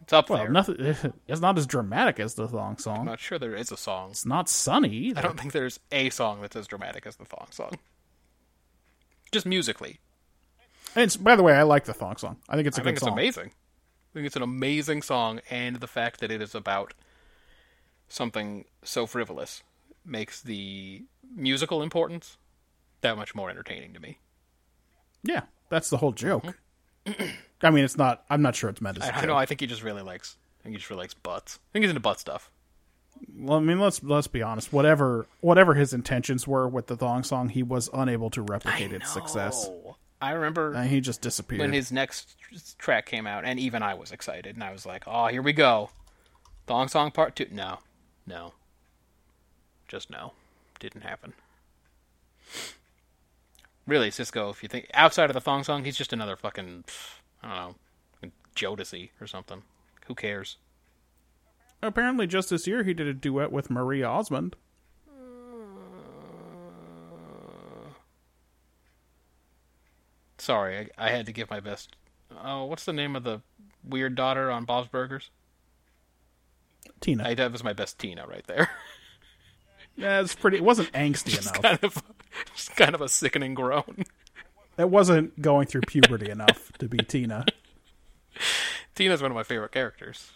Speaker 2: it's up
Speaker 3: Well,
Speaker 2: there.
Speaker 3: nothing. It's not as dramatic as the thong
Speaker 2: I'm
Speaker 3: song.
Speaker 2: not sure there is a song.
Speaker 3: It's not sunny either.
Speaker 2: I don't think there's a song that's as dramatic as the thong song. Just musically,
Speaker 3: And it's, by the way, I like the thong song. I think it's a
Speaker 2: I
Speaker 3: good
Speaker 2: think it's
Speaker 3: song.
Speaker 2: amazing. I think it's an amazing song, and the fact that it is about something so frivolous makes the musical importance that much more entertaining to me.
Speaker 3: Yeah, that's the whole joke. I mean, it's not. I'm not sure it's meant as a
Speaker 2: Mm-hmm. I, I
Speaker 3: joke.
Speaker 2: know. I think he just really likes. I think he just really likes butts. I think he's into butt stuff.
Speaker 3: Well, I mean, let's let's be honest. Whatever whatever his intentions were with the thong song, he was unable to replicate its success.
Speaker 2: Oh, I remember
Speaker 3: And he just disappeared.
Speaker 2: when his next track came out, and even I was excited, and I was like, "Oh, here we go, Thong Song Part 2. No, no, just no, didn't happen. Really, Cisco, if you think outside of the Thong Song, he's just another fucking pff, I don't know, Jodeci or something. Who cares?
Speaker 3: Apparently, just this year, he did a duet with Maria Osmond.
Speaker 2: Sorry, I, I had to give my best. Oh, what's the name of the weird daughter on Bob's Burgers?
Speaker 3: Tina.
Speaker 2: I, that was my best Tina right there.
Speaker 3: yeah, it's pretty. It wasn't angsty
Speaker 2: It's
Speaker 3: enough.
Speaker 2: kind of, it's kind of a sickening groan.
Speaker 3: It wasn't going through puberty enough to be Tina.
Speaker 2: Tina's one of my favorite characters.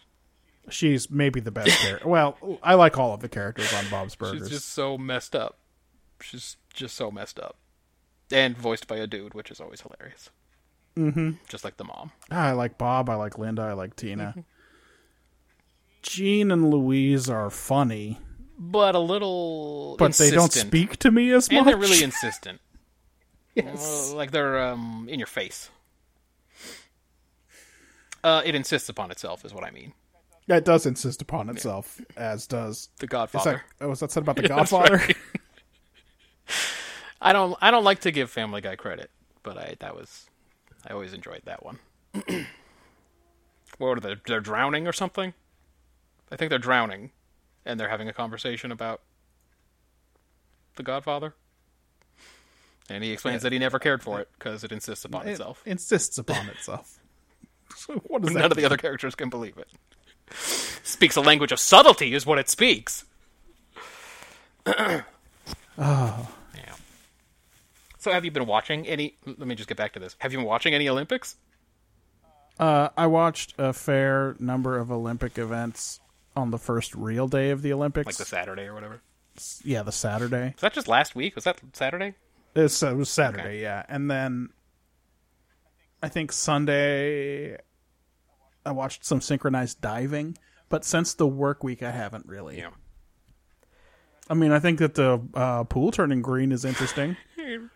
Speaker 3: She's maybe the best character. Well, I like all of the characters on Bob's Burgers.
Speaker 2: She's just so messed up. She's just so messed up, and voiced by a dude, which is always hilarious. Mm-hmm. Just like the mom.
Speaker 3: Ah, I like Bob. I like Linda. I like Tina. Jean and Louise are funny.
Speaker 2: but a little.
Speaker 3: but they don't
Speaker 2: insistent.
Speaker 3: speak to me as much.
Speaker 2: and they're really insistent.
Speaker 3: yes.
Speaker 2: Well, like they're um, in your face. Uh, it insists upon itself, is what I mean.
Speaker 3: That does insist upon itself, as does
Speaker 2: The
Speaker 3: It's
Speaker 2: Godfather.
Speaker 3: like, oh, was that said about the
Speaker 2: That's
Speaker 3: Godfather?
Speaker 2: right. I don't. I don't like to give Family Guy credit, but I that was. I always enjoyed that one. what are they? They're drowning or something. I think they're drowning, and they're having a conversation about the Godfather. And he explains that he never cared for it because it insists upon
Speaker 3: It
Speaker 2: itself.
Speaker 3: insists upon itself. So what does that?
Speaker 2: None of the other characters can believe it. Speaks a language of subtlety, is what it speaks. oh. Yeah. So, have you been watching any? Let me just get back to this. Have you been watching any Olympics?
Speaker 3: Uh, I watched a fair number of Olympic events on the first real day of the Olympics.
Speaker 2: Like the Saturday or whatever?
Speaker 3: yeah, the Saturday.
Speaker 2: Was that just last week? Was that Saturday?
Speaker 3: It's, uh, it was Saturday,
Speaker 2: Okay.
Speaker 3: yeah, and then I think Sunday I watched some synchronized diving. But since the work week, I haven't really.
Speaker 2: Yeah.
Speaker 3: I mean, I think that the uh, pool turning green is interesting.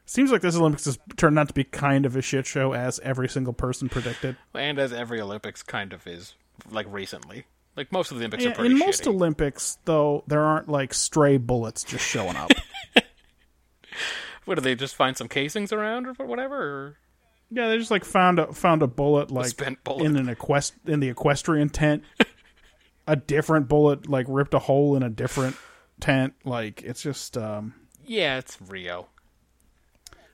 Speaker 3: Seems like this Olympics has turned out to be kind of a shit show, as every single person predicted.
Speaker 2: And as every Olympics kind of is, like recently. Like most of the Olympics are
Speaker 3: Yeah,
Speaker 2: pretty
Speaker 3: in most
Speaker 2: shitty.
Speaker 3: Olympics, though, there aren't like stray bullets just showing up.
Speaker 2: what do they just find some casings around or whatever? Or...
Speaker 3: yeah, they just like found a found a bullet like
Speaker 2: spent bullet.
Speaker 3: in an equest in the equestrian tent. a different bullet like ripped a hole in a different tent. Like it's just um,
Speaker 2: Yeah, it's Rio.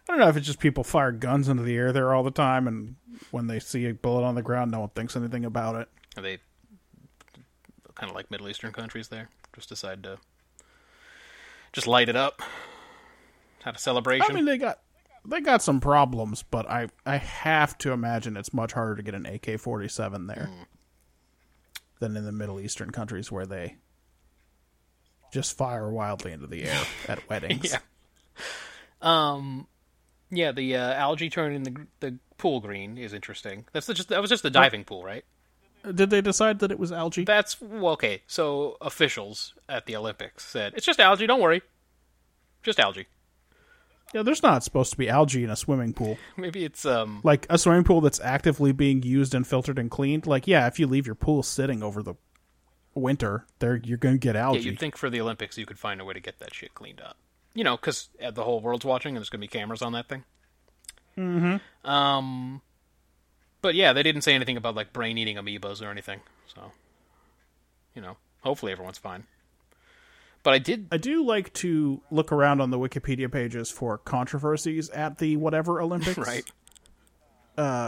Speaker 3: I don't know if it's just people fire guns into the air there all the time, and when they see a bullet on the ground, no one thinks anything about it.
Speaker 2: Are they kind of like Middle Eastern countries there? Just decide to just light it up. Have a celebration.
Speaker 3: I mean, they got they got some problems, but I I have to imagine it's much harder to get an AK forty seven there
Speaker 2: Hmm.
Speaker 3: than in the Middle Eastern countries where they just fire wildly into the air at weddings.
Speaker 2: Yeah. yeah, the uh, algae turning the gr- the pool green is interesting. That's the, just that was just the diving pool, right?
Speaker 3: Did they decide that it was algae?
Speaker 2: That's well, okay. So officials at the Olympics said it's just algae. Don't worry, just algae.
Speaker 3: yeah, there's not supposed to be algae in a swimming pool.
Speaker 2: Maybe it's um
Speaker 3: Like a swimming pool that's actively being used and filtered and cleaned. Like, yeah, if you leave your pool sitting over the winter, there you're going to get algae.
Speaker 2: Yeah, you'd think for the Olympics you could find a way to get that shit cleaned up. You know, because the whole world's watching and there's going to be cameras on that thing. Mm-hmm. Um, but yeah, they didn't say anything about like brain-eating amoebas or anything. So, you know, hopefully everyone's fine. But I did.
Speaker 3: I do like to look around on the Wikipedia pages for controversies at the whatever Olympics. Uh,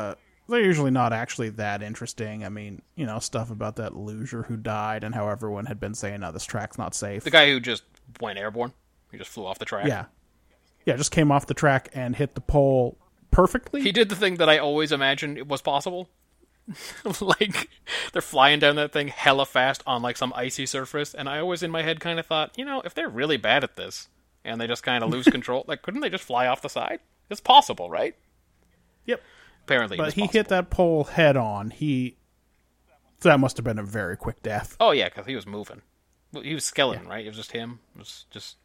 Speaker 2: Right.
Speaker 3: They're usually not actually that interesting. I mean, you know, stuff about that loser who died and how everyone had been saying, no, this track's not safe.
Speaker 2: The guy who just went airborne, he just flew off the track.
Speaker 3: yeah. Yeah, just came off the track and hit the pole perfectly.
Speaker 2: He did the thing that I always imagined it was possible. like they're flying down that thing hella fast on like some icy surface, and I always in my head kind of thought, you know, if they're really bad at this and they just kind of lose control, like couldn't they just fly off the side? It's possible, right?
Speaker 3: Yep.
Speaker 2: Apparently, it
Speaker 3: But
Speaker 2: was
Speaker 3: he
Speaker 2: possible.
Speaker 3: hit that pole head on. He. So that must have been a very quick death.
Speaker 2: Oh yeah, because he was moving. Well, He was skeleton, right? It was just him. It was just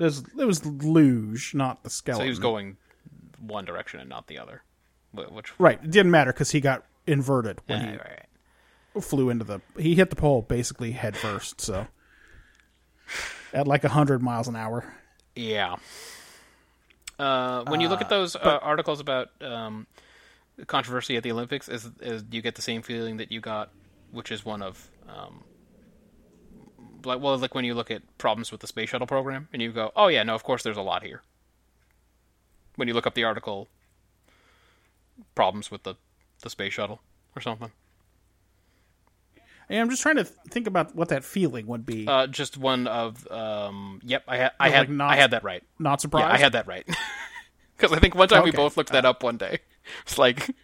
Speaker 3: It was, it was luge, not the skeleton.
Speaker 2: so he was going one direction and not the other. Wh- Which
Speaker 3: Right. It didn't matter because he got inverted when
Speaker 2: Yeah,
Speaker 3: he
Speaker 2: right.
Speaker 3: flew into the he hit the pole basically head first so at like 100 miles an hour
Speaker 2: Yeah. Uh, when you look at those uh, articles about um, controversy at the Olympics, is, is you get the same feeling that you got, which is one of, um, like, well, like when you look at problems with the space shuttle program, and you go, "Oh yeah, no, of course, there's a lot here." When you look up the article, problems with the the space shuttle or something,
Speaker 3: and i'm just trying to th- think about what that feeling would be
Speaker 2: uh, just one of, um, yep, I had, I
Speaker 3: Of,
Speaker 2: had,
Speaker 3: like, not-
Speaker 2: I had that right.
Speaker 3: not surprised
Speaker 2: Yeah, I had that right. Because I think one time we
Speaker 3: Okay.
Speaker 2: both looked that up one day. It's like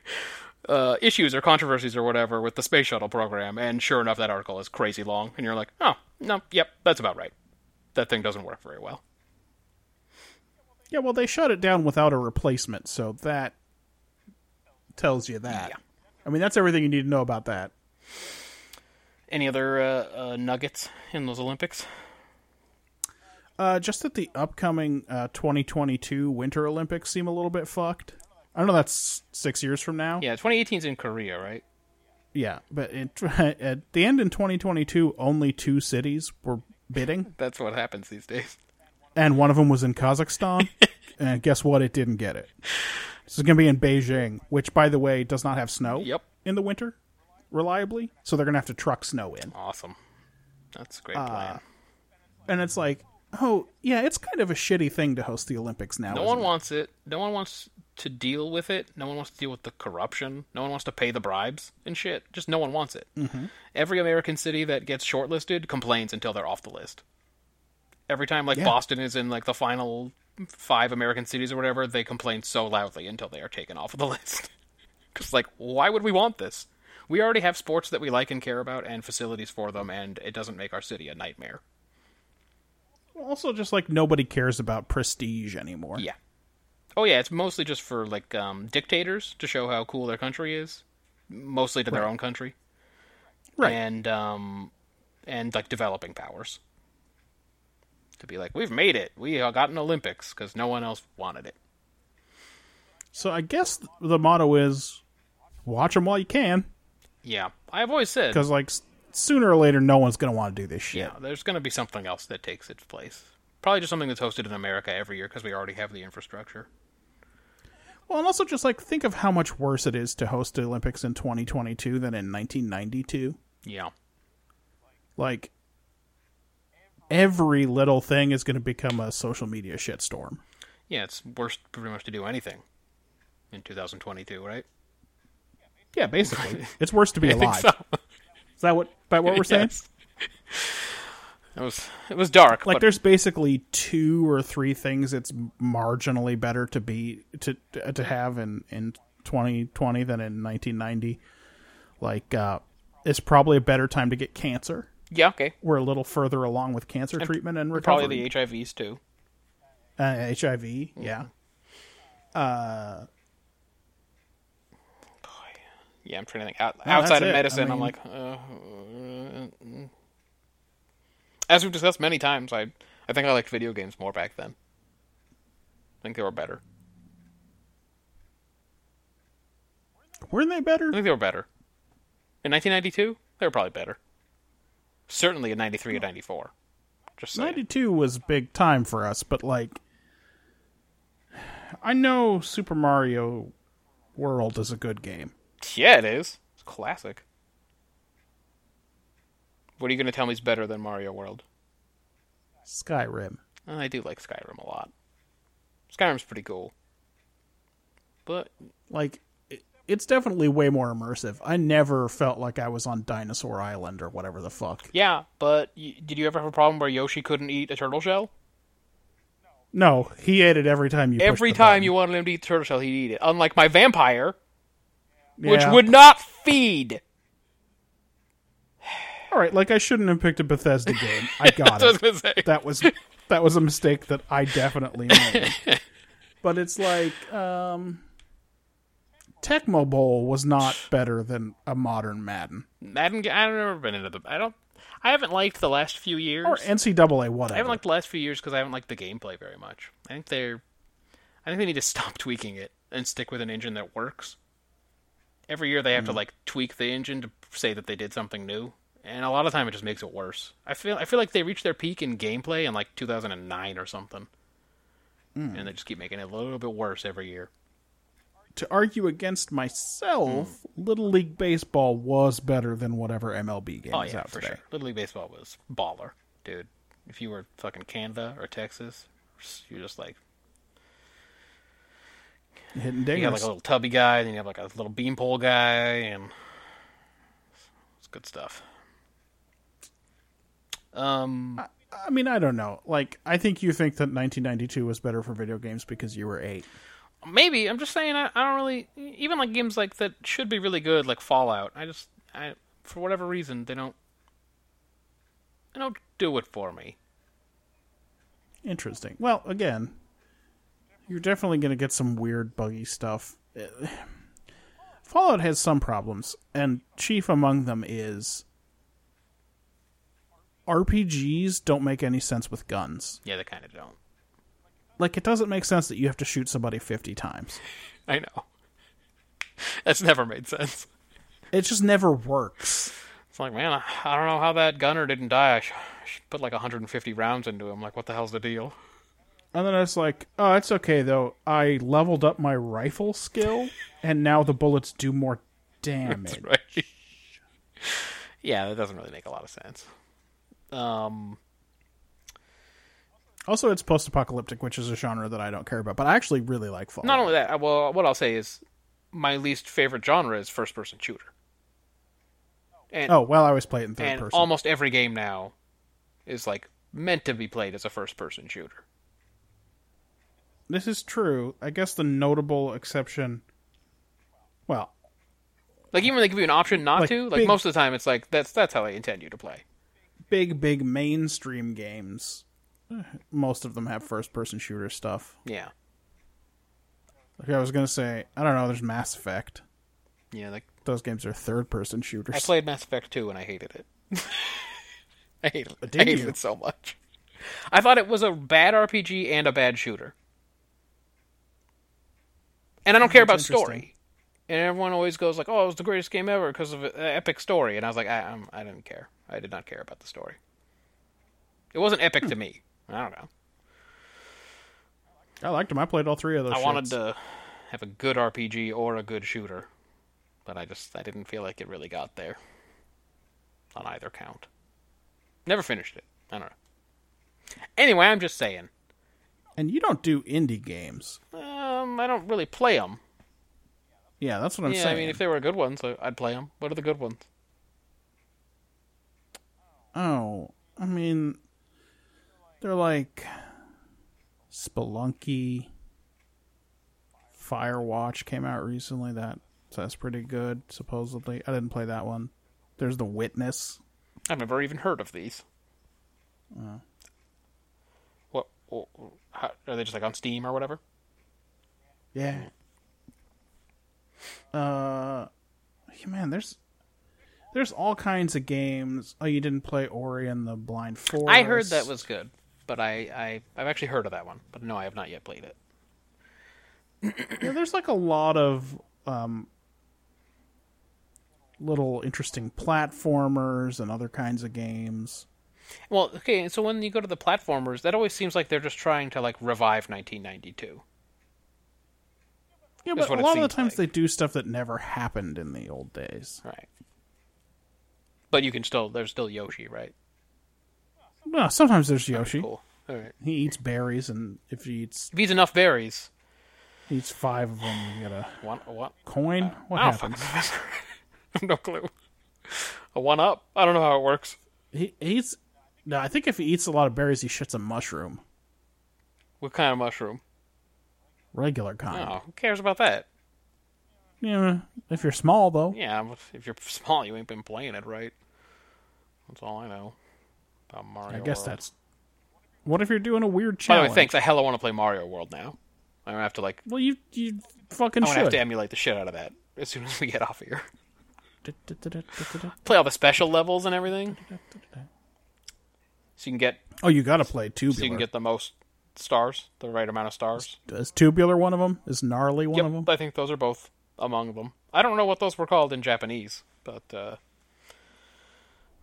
Speaker 2: uh, issues or controversies or whatever with the space shuttle program, and sure enough, that article is crazy long, and you're like, oh no, yep, that's about right. That thing doesn't work very well.
Speaker 3: yeah well they shut it down without a replacement so that tells you that
Speaker 2: Yeah.
Speaker 3: i mean that's everything you need to know about that
Speaker 2: Any other uh, uh, nuggets in those Olympics
Speaker 3: Uh, just that the upcoming uh, 2022 Winter Olympics seem a little bit fucked. I don't know. That's six years from now.
Speaker 2: Yeah, 2018's in Korea, right?
Speaker 3: Yeah, but it, at the end in 2022, only two cities were bidding,
Speaker 2: That's what happens these days.
Speaker 3: and one of them was in Kazakhstan. and guess what? It didn't get it. This is going to be in Beijing, which, by the way, does not have snow
Speaker 2: Yep.
Speaker 3: in the winter reliably. So they're going to have to truck snow in.
Speaker 2: Awesome. That's a great plan.
Speaker 3: And it's like, oh, yeah, it's kind of a shitty thing to host the Olympics now.
Speaker 2: No
Speaker 3: isn't
Speaker 2: one
Speaker 3: it?
Speaker 2: wants it. No one wants to deal with it. No one wants to deal with the corruption. No one wants to pay the bribes and shit. Just no one wants it. Mm-hmm. Every American city that gets shortlisted complains until they're off the list. Every time, like
Speaker 3: Yeah.
Speaker 2: Boston is in like the final five American cities or whatever, they complain so loudly until they are taken off of the list. Because like, why would we want this? We already have sports that we like and care about, and facilities for them, and it doesn't make our city a nightmare.
Speaker 3: Also, just like nobody cares about prestige anymore.
Speaker 2: Yeah. Oh yeah, it's mostly just for like um, dictators to show how cool their country is, mostly to their own country,
Speaker 3: Right.
Speaker 2: And um, and like developing powers to be like, we've made it, we uh, got an Olympics because no one else wanted it.
Speaker 3: So I guess th- the motto is watch them while you can,
Speaker 2: Yeah, I've always said,
Speaker 3: because like s- sooner or later, no one's going to want to do this shit.
Speaker 2: yeah, there's going to be something else that takes its place. Probably just something that's hosted in America every year because we already have the infrastructure.
Speaker 3: Well, and also just like think of how much worse it is to host the Olympics in 2022 than in 1992.
Speaker 2: Yeah,
Speaker 3: Like every little thing is going to become a social media shitstorm.
Speaker 2: yeah, it's worse pretty much to do anything in 2022, right?
Speaker 3: Yeah, basically, it's worse to be
Speaker 2: I think
Speaker 3: alive.
Speaker 2: so.
Speaker 3: Is that what about what we're saying?
Speaker 2: Yes. It was it was dark.
Speaker 3: like
Speaker 2: but
Speaker 3: there's basically two or three things it's marginally better to be to to have in in 2020 than in 1990 like uh it's probably a better time to get cancer
Speaker 2: yeah, okay.
Speaker 3: we're a little further along with cancer treatment and recovery
Speaker 2: Probably the HIVs too.
Speaker 3: uh, hiv yeah
Speaker 2: Yeah, I'm trying to think. Out, outside of
Speaker 3: it. I
Speaker 2: medicine,
Speaker 3: mean-
Speaker 2: I'm like, uh, mm. as we've discussed many times, I I think I liked video games more back then. I think they were better.
Speaker 3: weren't they better
Speaker 2: I think they were better. In 1992, they were probably better. Certainly in '93 and '94. Just saying.
Speaker 3: 92 was big time for us but like i know super mario world is a good game
Speaker 2: Yeah, it is. It's classic. What are you going to tell me is better than Mario World?
Speaker 3: skyrim
Speaker 2: And I do like Skyrim a lot. Skyrim's pretty cool. But
Speaker 3: like it- it's definitely way more immersive. I never felt like I was on Dinosaur Island or whatever the fuck.
Speaker 2: yeah, but y- did you ever have a problem where Yoshi couldn't eat a turtle shell?
Speaker 3: No, he ate it every time you.
Speaker 2: Every time you wanted him to eat turtle shell, he'd eat it. Unlike my vampire,
Speaker 3: you,
Speaker 2: which would not feed.
Speaker 3: all right. Like I shouldn't have picked a Bethesda game. I got
Speaker 2: That's
Speaker 3: it.
Speaker 2: what I was gonna say.
Speaker 3: That was that was a mistake that I definitely made. but it's like um, Tecmo Bowl was not better than a modern Madden
Speaker 2: Madden, ga- I've never been into the. I don't. I haven't liked the last few years.
Speaker 3: or NCAA
Speaker 2: I haven't
Speaker 3: whatever.
Speaker 2: liked the last few years because I haven't liked the gameplay very much. I think they're, I think they need to stop tweaking it and stick with an engine that works. Every year they have to like tweak the engine to say that they did something new, and a lot of time it just makes it worse. I feel I feel like they reached their peak in gameplay in like 2009 or something, and they just keep making it a little bit worse every year.
Speaker 3: to argue against myself,
Speaker 2: Hmm.
Speaker 3: Little League Baseball was better than whatever MLB game
Speaker 2: Oh
Speaker 3: is
Speaker 2: yeah,
Speaker 3: out
Speaker 2: for
Speaker 3: today.
Speaker 2: sure. Little League baseball was baller, dude. If you were fucking Canada or Texas, you're just like
Speaker 3: Hitting
Speaker 2: You
Speaker 3: dingers.
Speaker 2: got like a little tubby guy, then you have like a little beanpole guy, and it's good stuff. Um,
Speaker 3: I mean, I don't know. Like, I think you think that 1992 was better for video games because you were eight.
Speaker 2: maybe I'm just saying I, I don't really even like games like that should be really good, like Fallout. I just I for whatever reason they don't they don't do it for me.
Speaker 3: Interesting. Well, again, you're definitely going to get some weird buggy stuff. Fallout has some problems, and chief among them is RPGs don't make any sense with guns.
Speaker 2: Yeah, they kind of don't.
Speaker 3: Like it doesn't make sense that you have to shoot somebody 50 times.
Speaker 2: I know. That's never made sense.
Speaker 3: It just never works.
Speaker 2: It's like, man, I, I don't know how that gunner didn't die. I, sh- I should put like 150 rounds into him. Like, what the hell's the deal?
Speaker 3: And then I was like, "Oh, it's okay though. I leveled up my rifle skill and now the bullets do more damage."
Speaker 2: Right. yeah, that doesn't really make a lot of sense. Um,
Speaker 3: Also, it's post-apocalyptic, which is a genre that I don't care about, but I actually really like Fallout.
Speaker 2: not only that, I- well, what I'll say is my least favorite genre is first-person shooter. And,
Speaker 3: oh, well, I always play it in third
Speaker 2: and
Speaker 3: person.
Speaker 2: almost every game now is like meant to be played as a first-person shooter.
Speaker 3: This is true. I guess the notable exception. Well,
Speaker 2: Like even when they give you an option not
Speaker 3: Like,
Speaker 2: to, like
Speaker 3: big-
Speaker 2: most of the time it's like that's that's how they intend you to play.
Speaker 3: big, big mainstream games. eh, Most of them have first person shooter stuff.
Speaker 2: Yeah.
Speaker 3: Like I was going to say, I don't know, there's Mass Effect.
Speaker 2: Yeah, like
Speaker 3: Those games are third person shooters.
Speaker 2: I played Mass Effect 2 and I hated it. I hated it. I
Speaker 3: Did
Speaker 2: hated
Speaker 3: you?
Speaker 2: it so much. I thought it was a bad RPG and a bad shooter. And I don't care about
Speaker 3: Hmm, That's interesting.
Speaker 2: story. And everyone always goes like, "Oh, it was the greatest game ever because of the epic story." And I was like, "I I'm, I didn't care. I did not care about the story. It wasn't epic
Speaker 3: Hmm.
Speaker 2: to me. I don't know.
Speaker 3: I liked them. I played all three of those.
Speaker 2: I wanted
Speaker 3: shits.
Speaker 2: to have a good RPG or a good shooter, but I just I didn't feel like it really got there on either count. Never finished it. I don't know. Anyway, I'm just saying.
Speaker 3: And you don't do indie games.
Speaker 2: Um, I don't really play them.
Speaker 3: Yeah, that's what I'm
Speaker 2: yeah,
Speaker 3: saying.
Speaker 2: I mean, if they were good ones, I- I'd play them. What are the good ones?
Speaker 3: Oh, I mean, they're like Spelunky. Firewatch came out recently. That so that's pretty good, supposedly. I didn't play that one. There's The Witness.
Speaker 2: I've never even heard of these.
Speaker 3: Uh-huh.
Speaker 2: What? wh- how, are they just like on Steam or whatever?
Speaker 3: Yeah. Uh, yeah, man, there's there's all kinds of games. Oh, you didn't play Ori and the Blind Forest.
Speaker 2: I heard that was good, but I, I I've actually heard of that one, but no, I have not yet played it.
Speaker 3: Yeah, there's like a lot of um, little interesting platformers and other kinds of games.
Speaker 2: Well, okay, so when you go to the platformers, that always seems like they're just trying to like revive 1992.
Speaker 3: Yeah,
Speaker 2: That's
Speaker 3: but
Speaker 2: what
Speaker 3: a
Speaker 2: it
Speaker 3: lot of
Speaker 2: seems
Speaker 3: the times
Speaker 2: like.
Speaker 3: they do stuff that never happened in the old days.
Speaker 2: Right. But you can still there's still Yoshi, right?
Speaker 3: Well, sometimes there's Yoshi.
Speaker 2: Cool. All right.
Speaker 3: He eats berries, and if he eats
Speaker 2: If he's enough berries,
Speaker 3: he eats five of them, you get a
Speaker 2: one one
Speaker 3: coin. What
Speaker 2: I don't
Speaker 3: happens?
Speaker 2: fucking no clue. A one up. I don't know how it works.
Speaker 3: He he eats. No, I think if he eats a lot of berries, he shits a mushroom.
Speaker 2: What kind of mushroom?
Speaker 3: Regular kind.
Speaker 2: Oh, who cares about that?
Speaker 3: Yeah, if you're small though.
Speaker 2: Yeah, if you're small, you ain't been playing it right. That's all I know about Mario.
Speaker 3: I guess
Speaker 2: World.
Speaker 3: that's. What if you're doing a weird
Speaker 2: By the way,
Speaker 3: challenge?
Speaker 2: thanks. I hella want to play Mario World now. I'm gonna have to like
Speaker 3: Well, you you fucking
Speaker 2: I'm gonna
Speaker 3: should.
Speaker 2: have to emulate the shit out of that as soon as we get off here.
Speaker 3: Oh,
Speaker 2: Play all the special levels and everything, so you can get
Speaker 3: Oh, you gotta play tubular.
Speaker 2: so you can get the most stars, the right amount of stars.
Speaker 3: Is tubular one of them? Is gnarly one
Speaker 2: Yep,
Speaker 3: of them?
Speaker 2: I think those are both among them. I don't know what those were called in Japanese, but uh,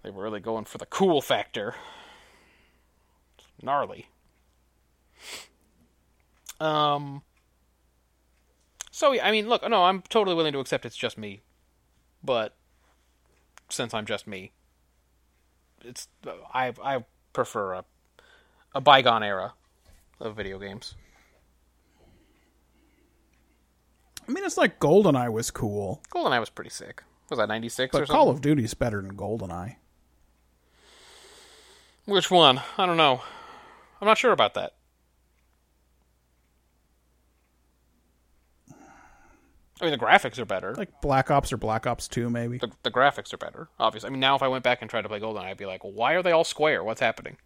Speaker 2: they were really going for the cool factor. It's gnarly. Um. So yeah, I mean, look, no, I'm totally willing to accept it's just me, but since I'm just me, it's I I prefer a a bygone era of video games.
Speaker 3: I mean, it's like Goldeneye was cool,
Speaker 2: GoldenEye was pretty sick. Was that 96 or
Speaker 3: but
Speaker 2: something?
Speaker 3: Call of Duty's better than Goldeneye.
Speaker 2: Which one? I don't know. I'm not sure about that. I mean, the graphics are better.
Speaker 3: Like Black Ops or Black Ops Two, maybe.
Speaker 2: the, the graphics are better, obviously. I mean, now if I went back and tried to play GoldenEye, I'd be like, why are they all square? What's happening?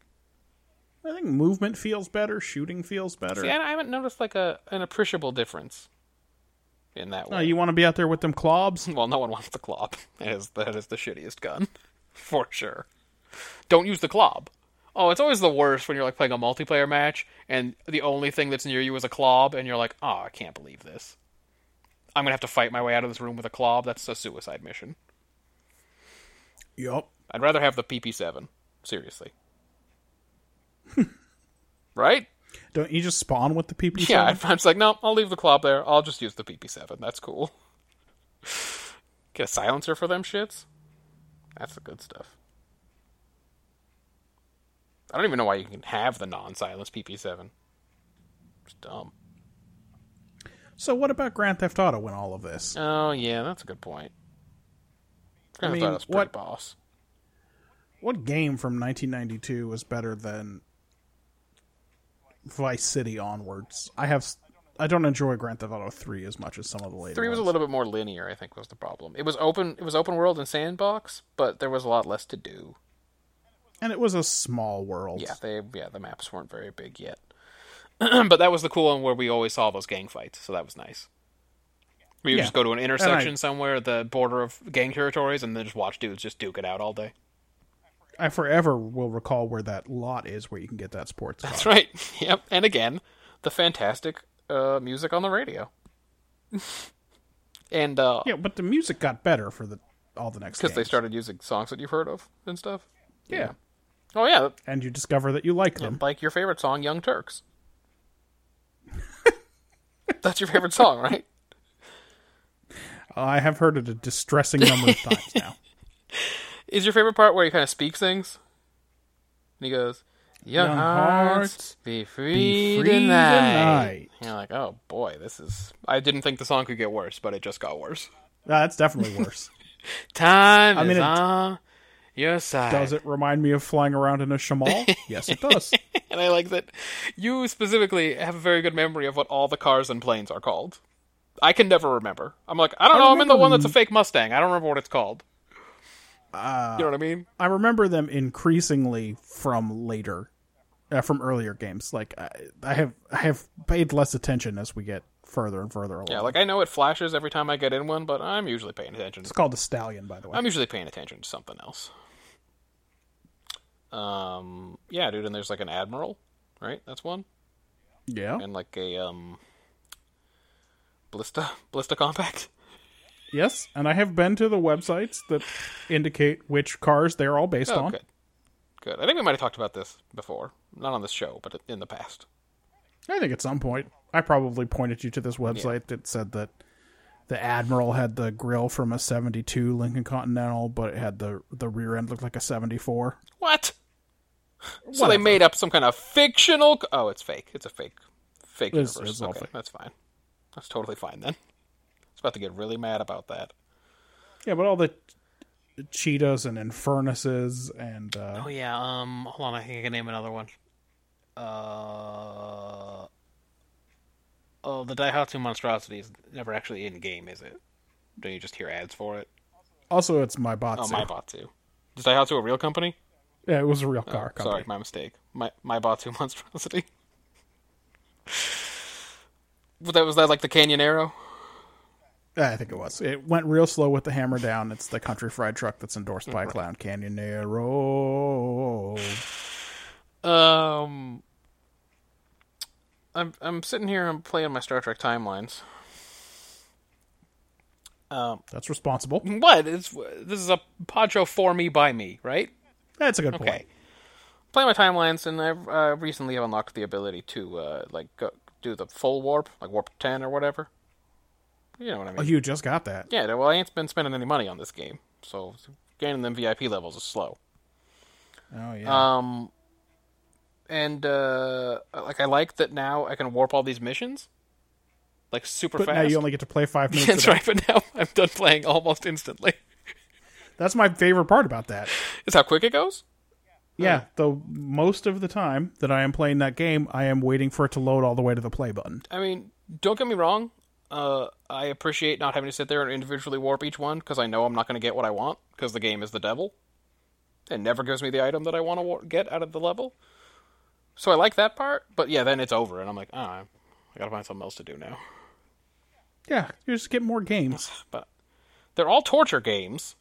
Speaker 3: I think movement feels better, shooting feels better.
Speaker 2: See, I, I haven't noticed like a an appreciable difference in that
Speaker 3: Oh,
Speaker 2: way.
Speaker 3: you want to be out there with them clobs?
Speaker 2: Well, no one wants the clop. That is that is the shittiest gun, for sure. don't use the clob. Oh, it's always the worst when you're like playing a multiplayer match and the only thing that's near you is a clob, and you're like, oh, I can't believe this. I'm gonna have to fight my way out of this room with a clob. That's a suicide mission.
Speaker 3: Yup.
Speaker 2: I'd rather have the PP7. Seriously. right?
Speaker 3: Don't you just spawn with the PP?
Speaker 2: Yeah, I'm just like, no, I'll leave the clob there. I'll just use the PP7. That's cool. Get a silencer for them shits. That's the good stuff. I don't even know why you can have the non-silence PP7. It's dumb.
Speaker 3: So what about Grand Theft Auto in all of this?
Speaker 2: Oh yeah, that's a good point. I,
Speaker 3: mean,
Speaker 2: thought it was pretty
Speaker 3: what-
Speaker 2: boss.
Speaker 3: What game from 1992 was better than Vice City onwards? I have s- I don't enjoy Grand Theft Auto 3 as much as some of the later
Speaker 2: Three was a
Speaker 3: ones.
Speaker 2: little bit more linear. I think was the problem. It was open. It was open world and sandbox, but there was a lot less to do.
Speaker 3: and it was a small world.
Speaker 2: Yeah, they yeah the maps weren't very big yet, but that was the cool one where we always saw those gang fights, so that was nice. We would
Speaker 3: Yeah.
Speaker 2: just go to an intersection
Speaker 3: And I-
Speaker 2: somewhere, at the border of gang territories, and then just watch dudes just duke it out all day.
Speaker 3: I forever will recall where that lot is where you can get that sports car.
Speaker 2: That's right. Yep. And again, the fantastic uh, music on the radio. and uh,
Speaker 3: Yeah, but the music got better for the all the next
Speaker 2: because they
Speaker 3: games.
Speaker 2: started using songs that you've heard of and stuff.
Speaker 3: Yeah.
Speaker 2: Oh yeah,
Speaker 3: And you discover that you like them.
Speaker 2: like your favorite song, Young Turks. That's your favorite song, right?
Speaker 3: I have heard it a distressing number of times now.
Speaker 2: Is your favorite part where he kind of speaks things? And he goes, "Young,
Speaker 3: Young
Speaker 2: hearts,
Speaker 3: hearts,
Speaker 2: be free,
Speaker 3: free
Speaker 2: tonight."
Speaker 3: tonight.
Speaker 2: And you're like, "Oh boy, this is." I didn't think the song could get worse, but it just got worse.
Speaker 3: No, that's definitely worse.
Speaker 2: Time
Speaker 3: I mean,
Speaker 2: is
Speaker 3: it-
Speaker 2: on your side.
Speaker 3: Does it remind me of flying around in a shamal? yes, it does.
Speaker 2: And I like that you specifically have a very good memory of what all the cars and planes are called. I can never remember. I'm like, I don't know. I'm in the
Speaker 3: remember
Speaker 2: one that's a fake Mustang. I don't remember what it's called. you know what I mean?
Speaker 3: I remember them increasingly from later, uh, from earlier games. Like I, I have, I have paid less attention as we get further and further along.
Speaker 2: Yeah, like I know it flashes every time I get in one, but I'm usually paying attention.
Speaker 3: it's called the stallion, by the way.
Speaker 2: I'm usually paying attention to something else. Um, yeah, dude, and there's like an admiral, right? That's one,
Speaker 3: yeah.
Speaker 2: and like a um, ballista, ballista compact.
Speaker 3: Yes, and I have been to the websites that indicate which cars they're all based
Speaker 2: Oh,
Speaker 3: on.
Speaker 2: good. Good. I think we might have talked about this before. Not on this show, but in the past.
Speaker 3: I think at some point I probably pointed you to this website that said that the Admiral had the grill from a 72 Lincoln Continental, but it had the the rear end looked like a 74.
Speaker 2: What? So they made up some kind of fictional. c- Oh, it's fake. It's a fake, fake
Speaker 3: It's-
Speaker 2: universe.
Speaker 3: it's all
Speaker 2: okay,
Speaker 3: fake.
Speaker 2: that's fine. That's totally fine then. I was about to get really mad about that.
Speaker 3: Yeah, but all the cheetahs and infernuses and uh,
Speaker 2: Oh yeah. Um, hold on. I think I can name another one. Uh. Oh, the Daihatsu monstrosity is never actually in game, is it? Don't you just hear ads for it?
Speaker 3: also it's my bots.
Speaker 2: Oh, my Batu. Is Daihatsu a real company?
Speaker 3: Yeah, it was a real car company.
Speaker 2: Oh, Sorry, my mistake. My my Batu monstrosity. But that was that like the Canyon Arrow.
Speaker 3: Yeah, I think it was. It went real slow with the hammer down. It's the country fried truck that's endorsed by Clown Canyon Arrow.
Speaker 2: Um, I'm I'm sitting here and playing my Star Trek timelines.
Speaker 3: That's responsible.
Speaker 2: What? It's this is a Podcho for me by me, right?
Speaker 3: That's a good
Speaker 2: Okay.
Speaker 3: point.
Speaker 2: Play my timelines, and I've uh, recently have unlocked the ability to uh, like go, do the full warp, like warp ten or whatever. You know what I mean?
Speaker 3: Oh, you just got that.
Speaker 2: Yeah, well, I ain't been spending any money on this game, so gaining them VIP levels is slow.
Speaker 3: Oh yeah.
Speaker 2: Um, and uh, like I like that now I can warp all these missions, like super
Speaker 3: but
Speaker 2: fast.
Speaker 3: now you only get to play five
Speaker 2: That's
Speaker 3: minutes. a day.
Speaker 2: right. But now I'm done playing almost instantly.
Speaker 3: That's my favorite part about that.
Speaker 2: Is how quick it goes.
Speaker 3: Yeah, though most of the time that I am playing that game, I am waiting for it to load all the way to the play button.
Speaker 2: I mean, don't get me wrong. Uh, I appreciate not having to sit there and individually warp each one because I know I'm not going to get what I want because the game is the devil and never gives me the item that I want to war- get out of the level. So I like that part, but yeah, then it's over and I'm like, ah, I got to find something else to do now.
Speaker 3: Yeah, you just get more games.
Speaker 2: But they're all torture games.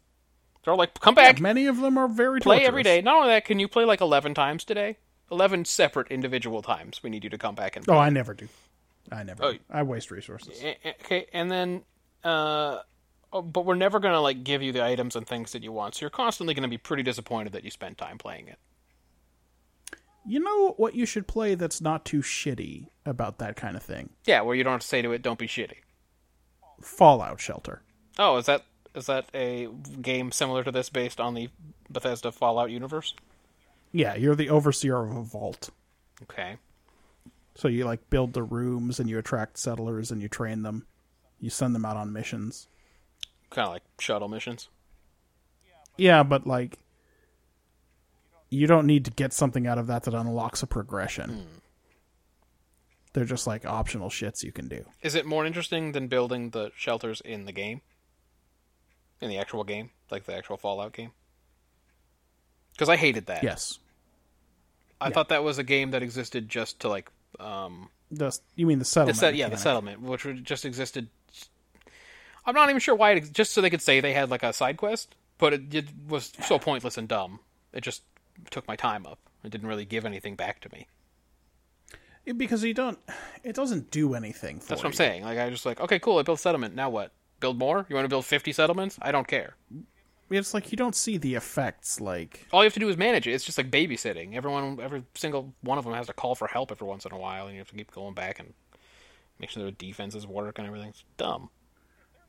Speaker 2: They're all like, come back,
Speaker 3: Many of them are very
Speaker 2: play
Speaker 3: torturous.
Speaker 2: every day. Not only that, can you play like eleven times today? Eleven separate individual times. We need you to come back and
Speaker 3: Oh, I never do. I never.
Speaker 2: Oh.
Speaker 3: do. I waste resources.
Speaker 2: A- a- okay and then uh oh, but we're never gonna like give you the items and things that you want so you're constantly gonna be pretty disappointed that you spent time playing it
Speaker 3: You know what you should play that's not too shitty about that kind of thing?
Speaker 2: yeah where you don't have to say to it don't be shitty
Speaker 3: Fallout Shelter.
Speaker 2: oh is that is that a game similar to this based on the bethesda fallout universe
Speaker 3: Yeah, you're the overseer of a vault.
Speaker 2: okay
Speaker 3: So you like build the rooms and you attract settlers and you train them. You send them out on missions.
Speaker 2: kind of like shuttle missions
Speaker 3: Yeah, but like you don't need to get something out of that that unlocks a progression.
Speaker 2: Hmm.
Speaker 3: They're just like optional shits you can do.
Speaker 2: is it more interesting than building the shelters in the game in the actual game like the actual fallout game because i hated that
Speaker 3: Yes.
Speaker 2: i thought that was a game that existed just to like um
Speaker 3: The, you mean the
Speaker 2: The
Speaker 3: settlement?
Speaker 2: set, yeah, the
Speaker 3: mechanic.
Speaker 2: settlement, which would- just existed. I'm not even sure why it ex- just so they could say they had like a side quest, but it, it was so pointless and dumb. It just took my time up. It didn't really give anything back to me.
Speaker 3: It- because you don't it doesn't do anything for
Speaker 2: That's what I'm
Speaker 3: you.
Speaker 2: saying. Like I just like, okay, cool. I built settlement. Now what? Build more? You want to build 50 settlements? I don't care.
Speaker 3: It's like you don't see the effects like
Speaker 2: All you have to do is manage it. It's just like babysitting. Everyone, every single one of them has to call for help every once in a while, and you have to keep going back and make sure their defenses work and everything's dumb.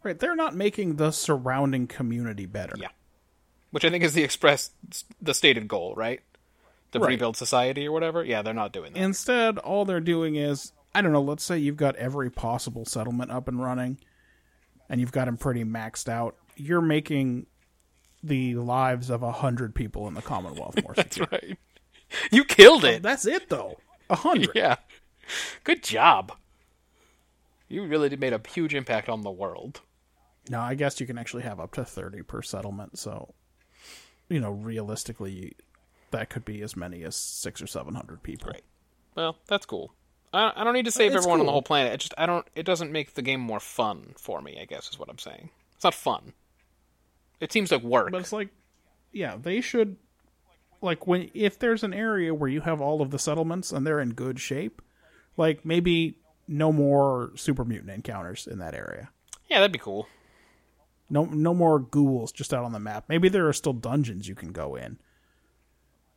Speaker 3: right they're not making the surrounding community better.
Speaker 2: Yeah. which I think is the express, the stated goal, right? To
Speaker 3: Right.
Speaker 2: rebuild society or whatever. Yeah, they're not doing that.
Speaker 3: Instead, all they're doing is I don't know, let's say you've got every possible settlement up and running and you've got them pretty maxed out. You're making the lives of a hundred people in the Commonwealth more secure.
Speaker 2: right. You killed it.
Speaker 3: That's it though. A hundred.
Speaker 2: yeah. Good job. You really did- made a huge impact on the world.
Speaker 3: Now I guess you can actually have up to thirty per settlement, so you know, realistically that could be as many as six or seven hundred people.
Speaker 2: Right. Well, that's cool. I, I don't need to save
Speaker 3: It's
Speaker 2: everyone on the
Speaker 3: cool.
Speaker 2: whole planet. It just I don't. It doesn't make the game more fun for me. I guess is what I'm saying. It's not fun. It seems like work.
Speaker 3: But it's like, yeah, they should like when if there's an area where you have all of the settlements and they're in good shape, like maybe no more super mutant encounters in that area.
Speaker 2: yeah, that'd be cool.
Speaker 3: No, no more ghouls just out on the map. Maybe there are still dungeons you can go in,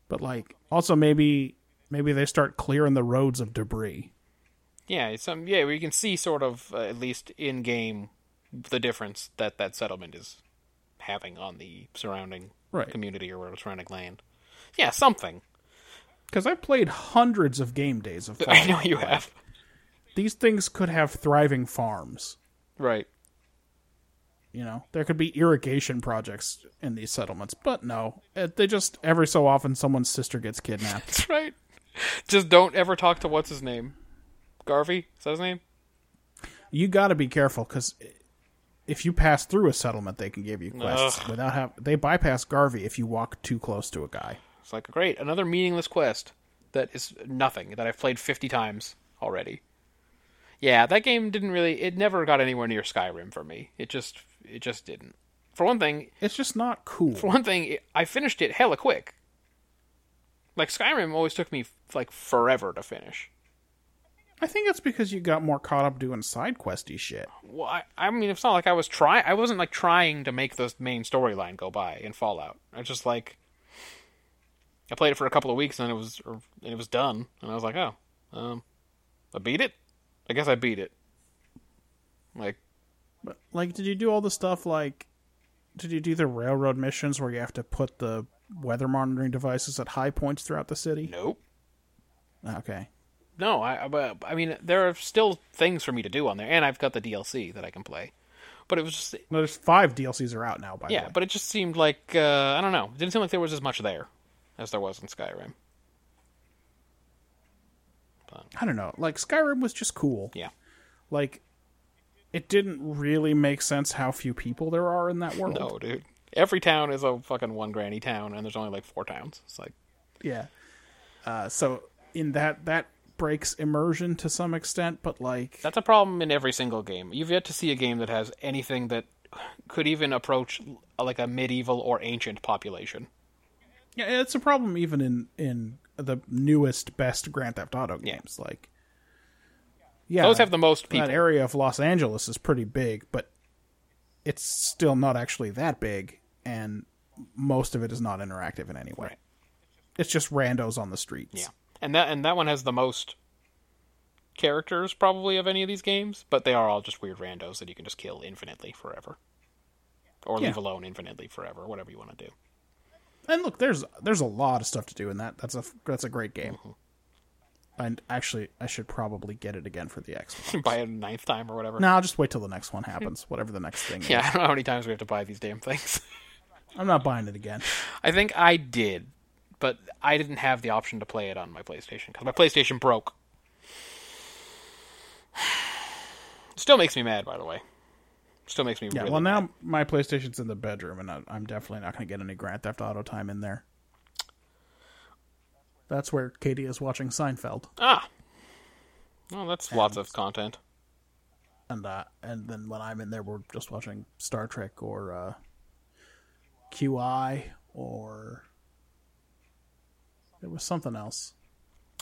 Speaker 3: but like also maybe maybe they start clearing the roads of debris.
Speaker 2: Yeah, it's some yeah, we can see sort of uh, at least in game the difference that that settlement is having on the surrounding
Speaker 3: Right.
Speaker 2: community or surrounding land. Yeah, something.
Speaker 3: Because I've played hundreds of game days of
Speaker 2: I
Speaker 3: Fallout.
Speaker 2: know you have.
Speaker 3: these things could have thriving farms.
Speaker 2: Right.
Speaker 3: you know there could be irrigation projects in these settlements but no it, they just every so often someone's sister gets kidnapped
Speaker 2: That's right. Just don't ever talk to what's his name? Garvey? Is that his name?
Speaker 3: you got to be careful because if you pass through a settlement they can give you quests without have they bypass garvey if you walk too close to a guy
Speaker 2: It's like great, another meaningless quest that is nothing that I've played 50 times already. Yeah, that game didn't really it never got anywhere near Skyrim for me. It just it just didn't. For one thing,
Speaker 3: it's just not cool
Speaker 2: for one thing, it- I finished it hella quick. Like Skyrim always took me like forever to finish.
Speaker 3: i think it's because you got more caught up doing side questy shit
Speaker 2: Well, I, I mean, it's not like I was try. I wasn't like trying to make the main storyline go by in Fallout. I just like I played it for a couple of weeks and it was or, and it was done, and I was like, oh, um, I beat it. I guess I beat it. Like,
Speaker 3: but like did you do all the stuff like did you do the railroad missions where you have to put the weather monitoring devices at high points throughout the city Ah,
Speaker 2: nope.
Speaker 3: okay
Speaker 2: No, I, I- but I mean, there are still things for me to do on there, and I've got the DLC that I can play. But it was just
Speaker 3: no, there's five DLCs are out now. By the
Speaker 2: Yeah,
Speaker 3: way.
Speaker 2: but it just seemed like uh, I don't know. It didn't seem like there was as much there as there was in Skyrim.
Speaker 3: I don't know. Like Skyrim was just cool.
Speaker 2: Yeah,
Speaker 3: Like it didn't really make sense how few people there are in that world.
Speaker 2: no, dude. Every town is a fucking one granny town, and there's only like four towns. It's like
Speaker 3: Yeah. Uh, so in that that breaks immersion to some extent, but like
Speaker 2: that's a problem in every single game. You've yet to see a game that has anything that could even approach uh, like a medieval or ancient population.
Speaker 3: Yeah, it's a problem even in in the newest best Grand Theft Auto games. Like, yeah,
Speaker 2: Those have the most people.
Speaker 3: That area of Los Angeles is pretty big, but it's still not actually that big, and most of it is not interactive in any way.
Speaker 2: Right.
Speaker 3: It's just randos on the streets.
Speaker 2: Yeah, and that and that one has the most characters probably of any of these games, but they are all just weird randos that you can just kill infinitely forever, or leave
Speaker 3: Yeah.
Speaker 2: alone infinitely forever, whatever you want to do.
Speaker 3: And look, there's there's a lot of stuff to do in that. That's a that's a great game.
Speaker 2: Mm-hmm.
Speaker 3: And actually, I should probably get it again for the Xbox.
Speaker 2: Buy it a ninth time or whatever.
Speaker 3: No, I'll just wait till the next one happens. Whatever the next thing
Speaker 2: Yeah,
Speaker 3: is,
Speaker 2: I don't know how many times we have to buy these damn things.
Speaker 3: I'm not buying it again.
Speaker 2: I think I did, but I didn't have the option to play it on my PlayStation because my PlayStation broke. Still makes me mad, by the way. Still makes me
Speaker 3: Yeah,
Speaker 2: really
Speaker 3: well,
Speaker 2: mad.
Speaker 3: now my PlayStation's in the bedroom, and I, I'm definitely not going to get any Grand Theft Auto time in there. That's where Katie is watching Seinfeld,
Speaker 2: Ah. Well, that's lots of content.
Speaker 3: and uh, and then when I'm in there, we're just watching Star Trek or uh, QI or there was something else.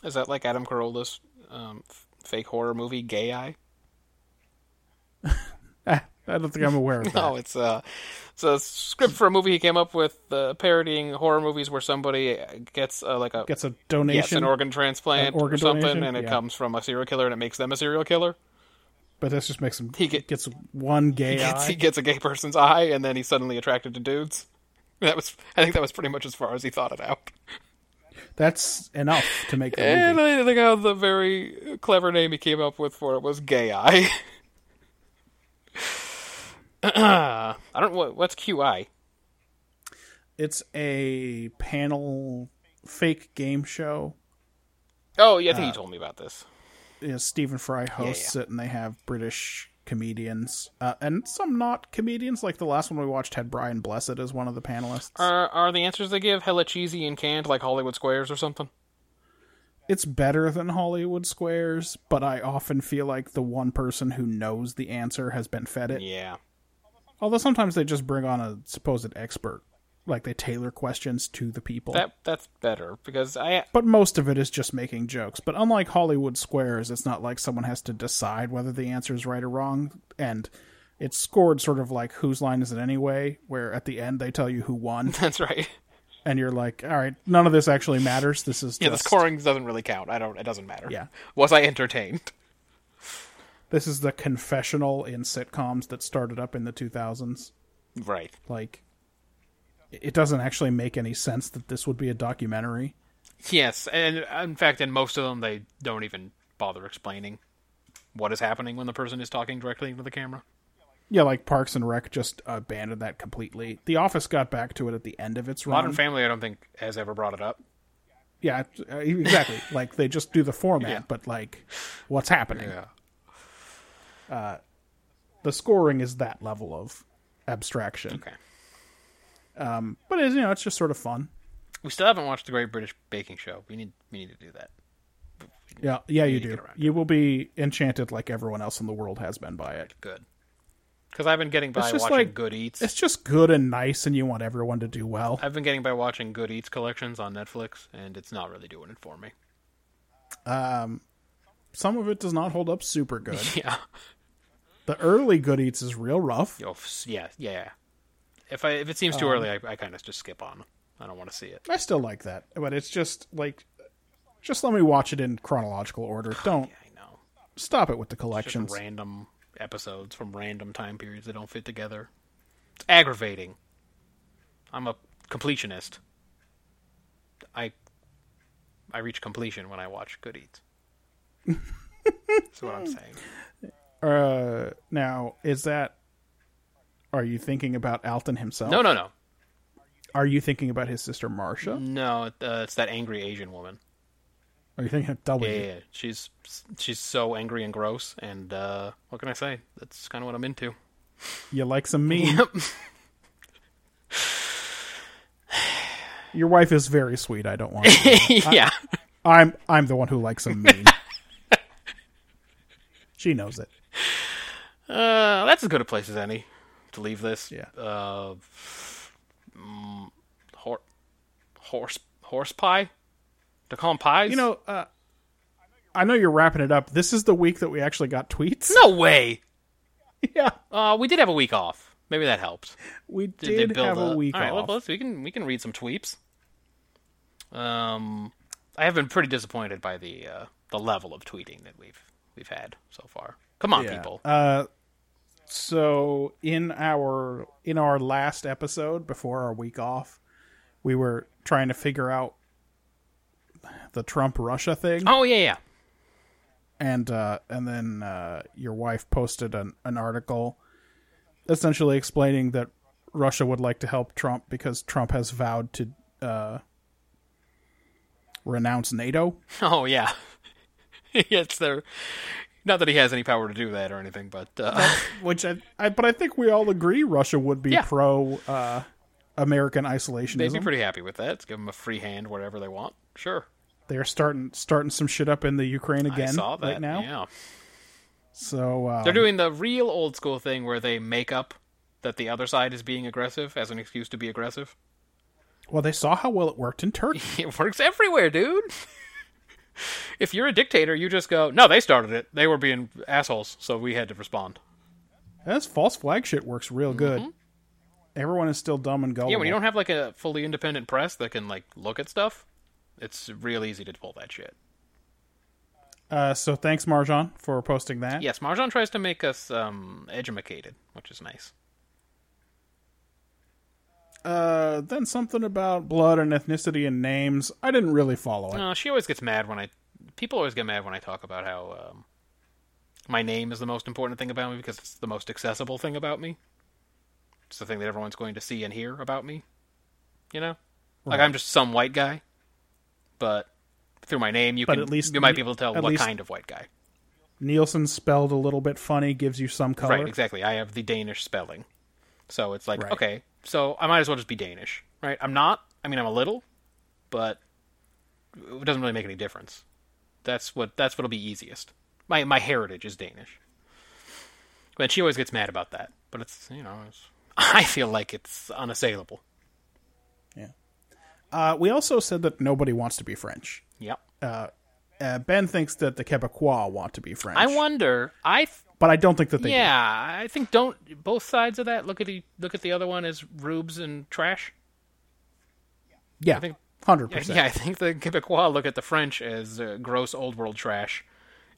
Speaker 2: Is that like Adam Carolla's um, f- fake horror movie, Gay Eye?
Speaker 3: Ah, I don't think I'm aware of that.
Speaker 2: No, it's uh, it's a script for a movie he came up with uh, parodying horror movies where somebody gets uh, like a
Speaker 3: Gets a
Speaker 2: yes
Speaker 3: donation,
Speaker 2: an organ transplant
Speaker 3: An organ
Speaker 2: or something,
Speaker 3: donation?
Speaker 2: and it
Speaker 3: Yeah.
Speaker 2: comes from a serial killer and it makes them a serial killer.
Speaker 3: but this just makes him
Speaker 2: He get-
Speaker 3: gets one gay
Speaker 2: Gets,
Speaker 3: eye.
Speaker 2: he gets a gay person's eye, and then he's suddenly attracted to dudes. That was I think that was pretty much as far as he thought it out.
Speaker 3: That's enough to make a
Speaker 2: And
Speaker 3: movie.
Speaker 2: I think how the very clever name he came up with for it was Gay Eye. I don't what what's QI.
Speaker 3: It's a panel fake game show
Speaker 2: Oh yeah, I think you told me about this.
Speaker 3: you know, Stephen Fry hosts it, and they have British comedians uh, and some not comedians. Like the last one we watched had Brian Blessed as one of the panelists.
Speaker 2: Are are the answers they give hella cheesy and canned like Hollywood Squares or something?
Speaker 3: it's better than Hollywood Squares, but I often feel like the one person who knows the answer has been fed it.
Speaker 2: Yeah,
Speaker 3: Although sometimes they just bring on a supposed expert, like they tailor questions to the people.
Speaker 2: that that's better because I
Speaker 3: but most of it is just making jokes. But unlike Hollywood Squares, it's not like someone has to decide whether the answer is right or wrong. And it's scored sort of like whose line is it anyway, where at the end they tell you who won,
Speaker 2: that's right.
Speaker 3: and you're like, all right, none of this actually matters. This is
Speaker 2: Yeah,
Speaker 3: just,
Speaker 2: the scoring doesn't really count. I don't. It doesn't matter.
Speaker 3: Yeah.
Speaker 2: Was I entertained?
Speaker 3: This is the confessional in sitcoms that started up in the 2000s.
Speaker 2: Right.
Speaker 3: Like, it doesn't actually make any sense that this would be a documentary.
Speaker 2: Yes, and in fact, in most of them, they don't even bother explaining what is happening when the person is talking directly into the camera.
Speaker 3: Yeah, like Parks and Rec just abandoned that completely. The Office got back to it at the end of its run.
Speaker 2: Modern Family, I don't think, has ever brought it up.
Speaker 3: Yeah, uh, exactly. like they just do the format,
Speaker 2: Yeah.
Speaker 3: but like what's happening? Uh, The scoring is that level of abstraction.
Speaker 2: Okay.
Speaker 3: But it's you know, it's just sort of fun.
Speaker 2: We still haven't watched the Great British Baking Show. We need we need to do that.
Speaker 3: Yeah, yeah, you
Speaker 2: get
Speaker 3: do.
Speaker 2: around
Speaker 3: You will be enchanted like everyone else in the world has been by it.
Speaker 2: Good. Because I've been getting by
Speaker 3: It's just
Speaker 2: watching
Speaker 3: like-
Speaker 2: Good Eats.
Speaker 3: It's just good and nice and you want everyone to do well.
Speaker 2: I've been getting by watching Good Eats collections on Netflix, and it's not really doing it for me.
Speaker 3: Some of it does not hold up super good.
Speaker 2: Yeah.
Speaker 3: the early good eats is real rough.
Speaker 2: Oh, f- yeah, yeah. If I if it seems
Speaker 3: Um,
Speaker 2: too early, I, I kind of just skip on. I don't want to see it.
Speaker 3: I still like that, but it's just like just let me watch it in chronological order.
Speaker 2: Oh,
Speaker 3: Don't
Speaker 2: I know.
Speaker 3: stop it with the
Speaker 2: Just
Speaker 3: collections.
Speaker 2: random episodes from random time periods that don't fit together. It's aggravating. I'm a completionist. I I reach completion when I watch Good Eats. That's what I'm saying.
Speaker 3: Uh, now is that? Are you thinking about Alton himself?
Speaker 2: No, no, no,
Speaker 3: Are you thinking about his sister Marcia?
Speaker 2: no. Uh, it's that angry Asian woman.
Speaker 3: Are you thinking of W?
Speaker 2: Yeah, yeah, yeah. she's she's so angry and gross. And uh, what can I say? That's kind of what I'm into.
Speaker 3: You like some meat? Your wife is very sweet. I don't want. To.
Speaker 2: yeah.
Speaker 3: I'm I'm the one who likes some meat. she knows it.
Speaker 2: Uh, that's as good a place as any to leave this.
Speaker 3: Yeah.
Speaker 2: Uh, mm, hor- horse horse pie. To call them pies.
Speaker 3: You know, uh, I know you're wrapping it up. This is the week that we actually got tweets.
Speaker 2: no way.
Speaker 3: yeah,
Speaker 2: Uh, we did have a week off. Maybe that helps.
Speaker 3: we
Speaker 2: Did they
Speaker 3: did
Speaker 2: build
Speaker 3: have a
Speaker 2: up?
Speaker 3: week
Speaker 2: All right,
Speaker 3: off.
Speaker 2: well, let's we can we can read some tweeps. Um, I have been pretty disappointed by the uh, the level of tweeting that we've we've had so far. Come on,
Speaker 3: Yeah.
Speaker 2: people.
Speaker 3: Uh, so in our in our last episode before our week off, we were trying to figure out the Trump Russia thing,
Speaker 2: oh yeah, yeah.
Speaker 3: and uh, and then uh, your wife posted an, an article essentially explaining that Russia would like to help Trump because Trump has vowed to uh, renounce NATO.
Speaker 2: Oh yeah. it's there. Not that he has any power to do that or anything, but uh,
Speaker 3: which I, I but I think we all agree Russia would be
Speaker 2: Yeah.
Speaker 3: pro uh, American isolationism.
Speaker 2: they'd be pretty happy with that. Let's give them a free hand wherever they want. Sure.
Speaker 3: They're starting starting some shit up in the Ukraine again
Speaker 2: I saw that.
Speaker 3: right now.
Speaker 2: Yeah.
Speaker 3: So um,
Speaker 2: They're doing the real old school thing where they make up that the other side is being aggressive as an excuse to be aggressive.
Speaker 3: well. They saw how well it worked in Turkey.
Speaker 2: It works everywhere, dude. if you're a dictator, you just go, "No, they started it. They were being assholes, so we had to respond."
Speaker 3: That's false flag shit works real good. Everyone is still dumb and gullible.
Speaker 2: Mm-hmm. Yeah, when you don't have like a fully independent press that can like look at stuff, it's real easy to pull that shit.
Speaker 3: uh, so thanks Marjan for posting that.
Speaker 2: Yes, Marjan tries to make us um, edumacated, which is nice.
Speaker 3: Uh, then something about blood and ethnicity and names. I didn't really follow it.
Speaker 2: Uh, she always gets mad when I. People always get mad when I talk about how um, my name is the most important thing about me because it's the most accessible thing about me. It's the thing that everyone's going to see and hear about me. You know, like I'm just some white guy, but through my name, you
Speaker 3: But
Speaker 2: can
Speaker 3: at least-
Speaker 2: you might be able to tell
Speaker 3: at
Speaker 2: what
Speaker 3: least-
Speaker 2: kind of white guy.
Speaker 3: Nielsen spelled a little bit funny gives you some color.
Speaker 2: Right, exactly. I have the Danish spelling. So it's like,
Speaker 3: Right.
Speaker 2: okay, so I might as well just be Danish, right? I'm not. I mean, I'm a little, but it doesn't really make any difference. That's what that's what'll be easiest. My my heritage is Danish. But she always gets mad about that. But it's, you know, it's, I feel like it's unassailable.
Speaker 3: Uh, we also said that nobody wants to be French.
Speaker 2: Yep.
Speaker 3: uh, Ben thinks that the Quebecois want to be French.
Speaker 2: I wonder. I th-
Speaker 3: but I don't think that they. do.
Speaker 2: yeah, I think don't both sides of that look at the look at the other one as rubes and trash.
Speaker 3: yeah,
Speaker 2: think-
Speaker 3: hundred
Speaker 2: Yeah,
Speaker 3: percent.
Speaker 2: Yeah, I think the Quebecois look at the French as uh, gross old world trash,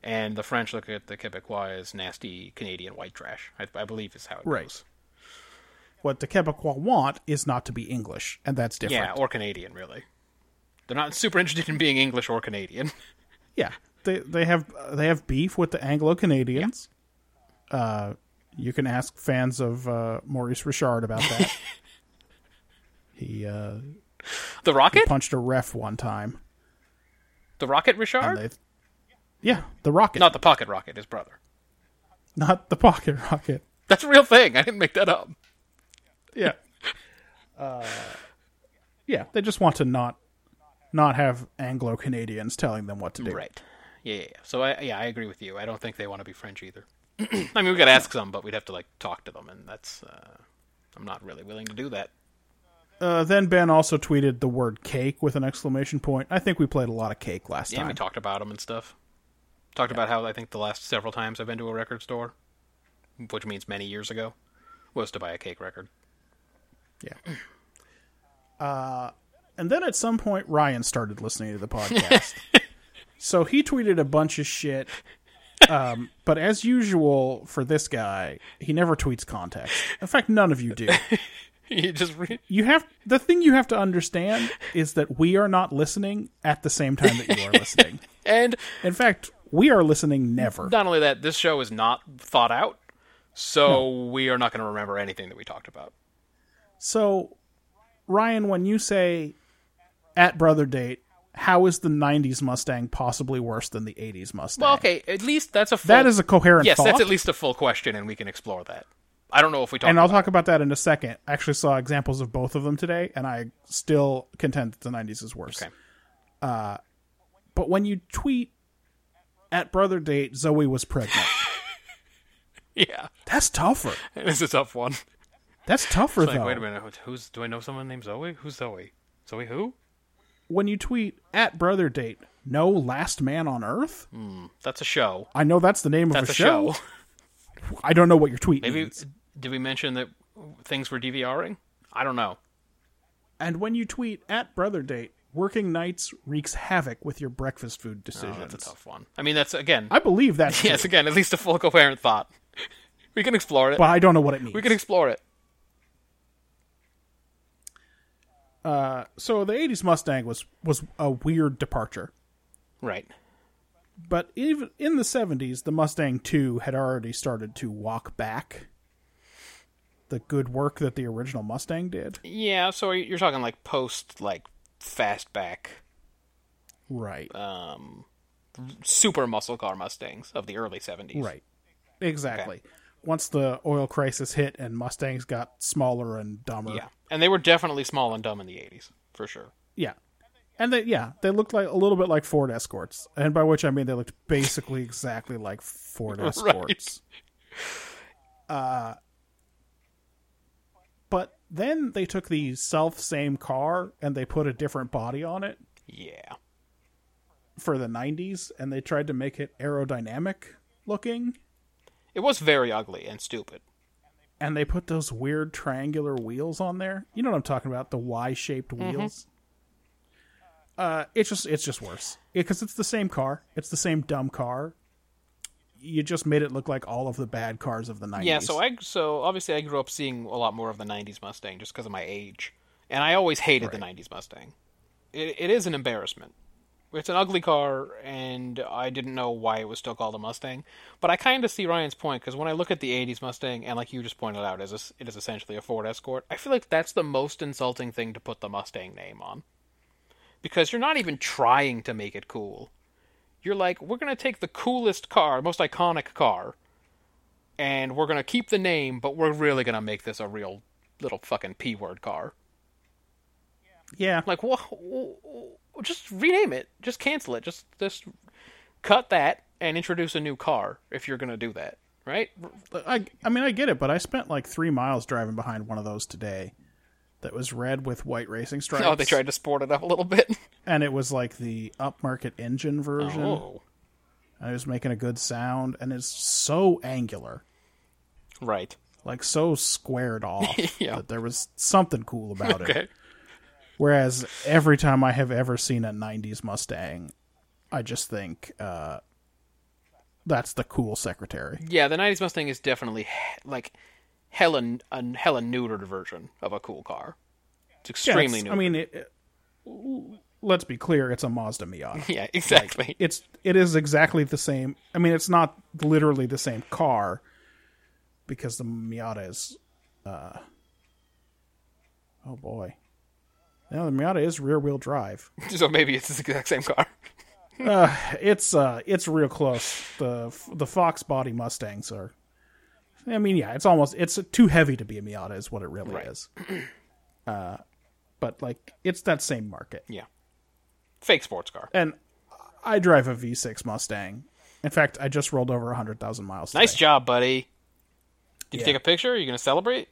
Speaker 2: and the French look at the Quebecois as nasty Canadian white trash. I, I believe is how it
Speaker 3: Right.
Speaker 2: goes.
Speaker 3: What the Quebecois want is not to be English, and that's different.
Speaker 2: Yeah, or Canadian really. They're not super interested in being English or Canadian.
Speaker 3: Yeah. they they have they have beef with the Anglo Canadians. Uh, you can ask fans of uh, Maurice Richard about that. he uh,
Speaker 2: The Rocket,
Speaker 3: punched a ref one time,
Speaker 2: the Rocket
Speaker 3: and
Speaker 2: Richard,
Speaker 3: they. Yeah, the rocket,
Speaker 2: not the Pocket Rocket, his brother.
Speaker 3: not the pocket rocket.
Speaker 2: That's a real thing. I didn't make that up.
Speaker 3: yeah. Uh, yeah, they just want to not not have Anglo Canadians telling them what to do.
Speaker 2: Right. Yeah, yeah, yeah. So I yeah, I agree with you. I don't think they want to be French either. I mean, we could ask some, but we'd have to like talk to them, and that's uh, I'm not really willing to do that.
Speaker 3: Uh, then Ben also tweeted the word cake with an exclamation point. I think we played a lot of cake last
Speaker 2: Yeah, we
Speaker 3: time.
Speaker 2: talked about them and stuff. Talked about how I think the last several times I've been to a record store, which means many years ago, was to buy a cake record.
Speaker 3: yeah. Uh, and then at some point Ryan started listening to the podcast. so he tweeted a bunch of shit. Um, but as usual for this guy, he never tweets context. In fact, none of you do.
Speaker 2: you just re-
Speaker 3: you have the thing you have to understand is that we are not listening at the same time that you are listening.
Speaker 2: and
Speaker 3: In fact, we are listening never.
Speaker 2: not only that, this show is not thought out, so we are not going to remember anything that we talked about.
Speaker 3: So, Ryan, when you say at brother date, how is the '90s Mustang possibly worse than the '80s Mustang?
Speaker 2: Well, okay, at least that's a full,
Speaker 3: that is a coherent
Speaker 2: yes,
Speaker 3: thought.
Speaker 2: that's at least a full question, and we can explore that. I don't know if we talked.
Speaker 3: and I'll
Speaker 2: about
Speaker 3: talk about that in a second. I actually saw examples of both of them today, and I still contend that the '90s is worse.
Speaker 2: Okay.
Speaker 3: Uh, but when you tweet at brother date, Zoe was pregnant.
Speaker 2: it. yeah,
Speaker 3: That's tougher.
Speaker 2: this is a tough one.
Speaker 3: That's tougher
Speaker 2: It's like,
Speaker 3: though.
Speaker 2: wait a minute, who- who's do I know someone named Zoe? Who's Zoe? Zoe who?
Speaker 3: When you tweet at brother date, no last man on earth.
Speaker 2: That's a show.
Speaker 3: I know that's the name
Speaker 2: Mm. That's
Speaker 3: of
Speaker 2: a
Speaker 3: a
Speaker 2: show.
Speaker 3: show. I don't know what your tweet
Speaker 2: Maybe
Speaker 3: means.
Speaker 2: did we mention that things were DVRing? I don't know.
Speaker 3: And when you tweet at brother date, working nights wreaks havoc with your breakfast food
Speaker 2: Oh,
Speaker 3: decisions.
Speaker 2: that's a tough one. I mean, that's again,
Speaker 3: I believe that's
Speaker 2: yes,
Speaker 3: true,
Speaker 2: again, at least a full coherent thought. We can explore it.
Speaker 3: but I don't know what it means.
Speaker 2: we can explore it.
Speaker 3: so the '80s Mustang was was a weird departure.
Speaker 2: Right.
Speaker 3: But even in the 70s, the Mustang 2 had already started to walk back the good work that the original Mustang did.
Speaker 2: Yeah. So you're talking like post, like fastback,
Speaker 3: Right.
Speaker 2: Uh, super muscle car Mustangs of the early '70s.
Speaker 3: right. Exactly. Once the oil crisis hit and Mustangs got smaller and dumber.
Speaker 2: Yeah. And they were definitely small and dumb in the '80s for sure.
Speaker 3: Yeah. And they yeah, they looked like a little bit like Ford Escorts. And by which I mean they looked basically exactly like Ford Escorts. Uh but then they took the self same car and they put a different body on it
Speaker 2: Yeah.
Speaker 3: for the 90s and they tried to make it aerodynamic looking
Speaker 2: It was very ugly and stupid.
Speaker 3: and they put those weird triangular wheels on there. You know what I'm talking about, the Y-shaped
Speaker 2: Mm-hmm.
Speaker 3: wheels. Uh, it's just it's just worse because it's the same car. It's the same dumb car. You just made it look like all of the bad cars of the 90s.
Speaker 2: Yeah, so I so obviously I grew up seeing a lot more of the '90s Mustang just because of my age, and I always hated the '90s Mustang. It, it is an embarrassment. It's an ugly car, and I didn't know why it was still called a Mustang. But I kind of see Ryan's point because when I look at the '80s Mustang, and like you just pointed out, is this- it is essentially a Ford Escort. I feel like that's the most insulting thing to put the Mustang name on, because you're not even trying to make it cool. You're like, we're gonna take the coolest car, most iconic car, and we're gonna keep the name, but we're really gonna make this a real little fucking p word car.
Speaker 3: yeah,
Speaker 2: Like, wha wh- Just rename it. Just cancel it. Just just cut that and introduce a new car if you're gonna do that, right?
Speaker 3: I I mean I get it, but I spent like three miles driving behind one of those today. That was red with white racing stripes.
Speaker 2: Oh, they tried to sport it up a little
Speaker 3: Mm.
Speaker 2: bit.
Speaker 3: and it was like the upmarket engine version.
Speaker 2: Oh,
Speaker 3: And it was making a good sound, and it's so angular.
Speaker 2: right.
Speaker 3: like so squared off
Speaker 2: Yeah.
Speaker 3: that there was something cool about it.
Speaker 2: Okay.
Speaker 3: Whereas every time I have ever seen a '90s Mustang, I just think uh, that's the cool secretary.
Speaker 2: Yeah, the '90s Mustang is definitely he- like hella a hella neutered version of a cool car. It's extremely
Speaker 3: It's-
Speaker 2: neutered.
Speaker 3: I mean, it, it- let's be clear: it's a Mazda Miata.
Speaker 2: yeah, exactly.
Speaker 3: It's it is exactly the same. I mean, it's not literally the same car because the Miata is. Uh, oh boy, no, the Miata is rear-wheel drive.
Speaker 2: so maybe it's the exact same car.
Speaker 3: it's uh it's real close the the fox body mustangs are i mean yeah it's almost it's too heavy to be a miata is what it really
Speaker 2: Right.
Speaker 3: is uh but like it's that same market
Speaker 2: Yeah. Fake sports car.
Speaker 3: and i drive a v6 mustang in fact i just rolled over 100000 miles
Speaker 2: Nice
Speaker 3: today.
Speaker 2: job, buddy. Did you
Speaker 3: Yeah.
Speaker 2: take a picture? Are you going to celebrate?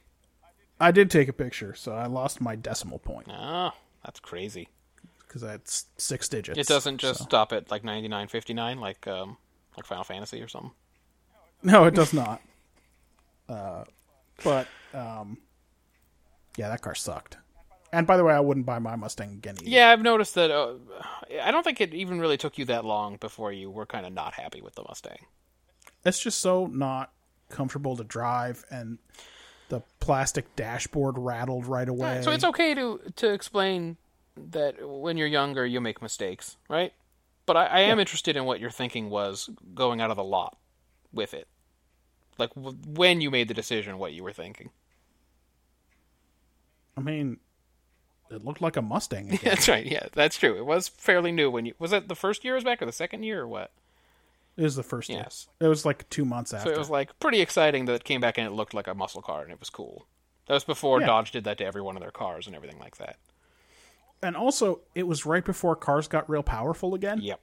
Speaker 3: i did take a picture so i lost my decimal point
Speaker 2: Oh, that's crazy.
Speaker 3: because that's six digits
Speaker 2: It doesn't just stop at like 99.59 like um like Final Fantasy or something.
Speaker 3: No, it does not. Uh, but um, yeah, that car sucked. And by the way, I wouldn't buy my Mustang again. Either.
Speaker 2: Yeah, I've noticed that uh, I don't think it even really took you that long before you were kind of not happy with the Mustang.
Speaker 3: it's just so not comfortable to drive, and the plastic dashboard rattled right away.
Speaker 2: So it's okay to to explain that when you're younger you make mistakes, right? But I, I am interested in what your thinking was going out of the lot with it, like w- when you made the decision, what you were thinking.
Speaker 3: I mean, it looked like a Mustang. Again.
Speaker 2: That's right. Yeah, that's true. It was fairly new when you was that the first year it was back or the second year or what?
Speaker 3: It was the first. year.
Speaker 2: Yes.
Speaker 3: it was like two months after.
Speaker 2: So it was like pretty exciting that it came back and it looked like a muscle car and it was cool. That was before
Speaker 3: Yeah.
Speaker 2: Dodge did that to every one of their cars and everything like that.
Speaker 3: and also, it was right before cars got real powerful again.
Speaker 2: Yep.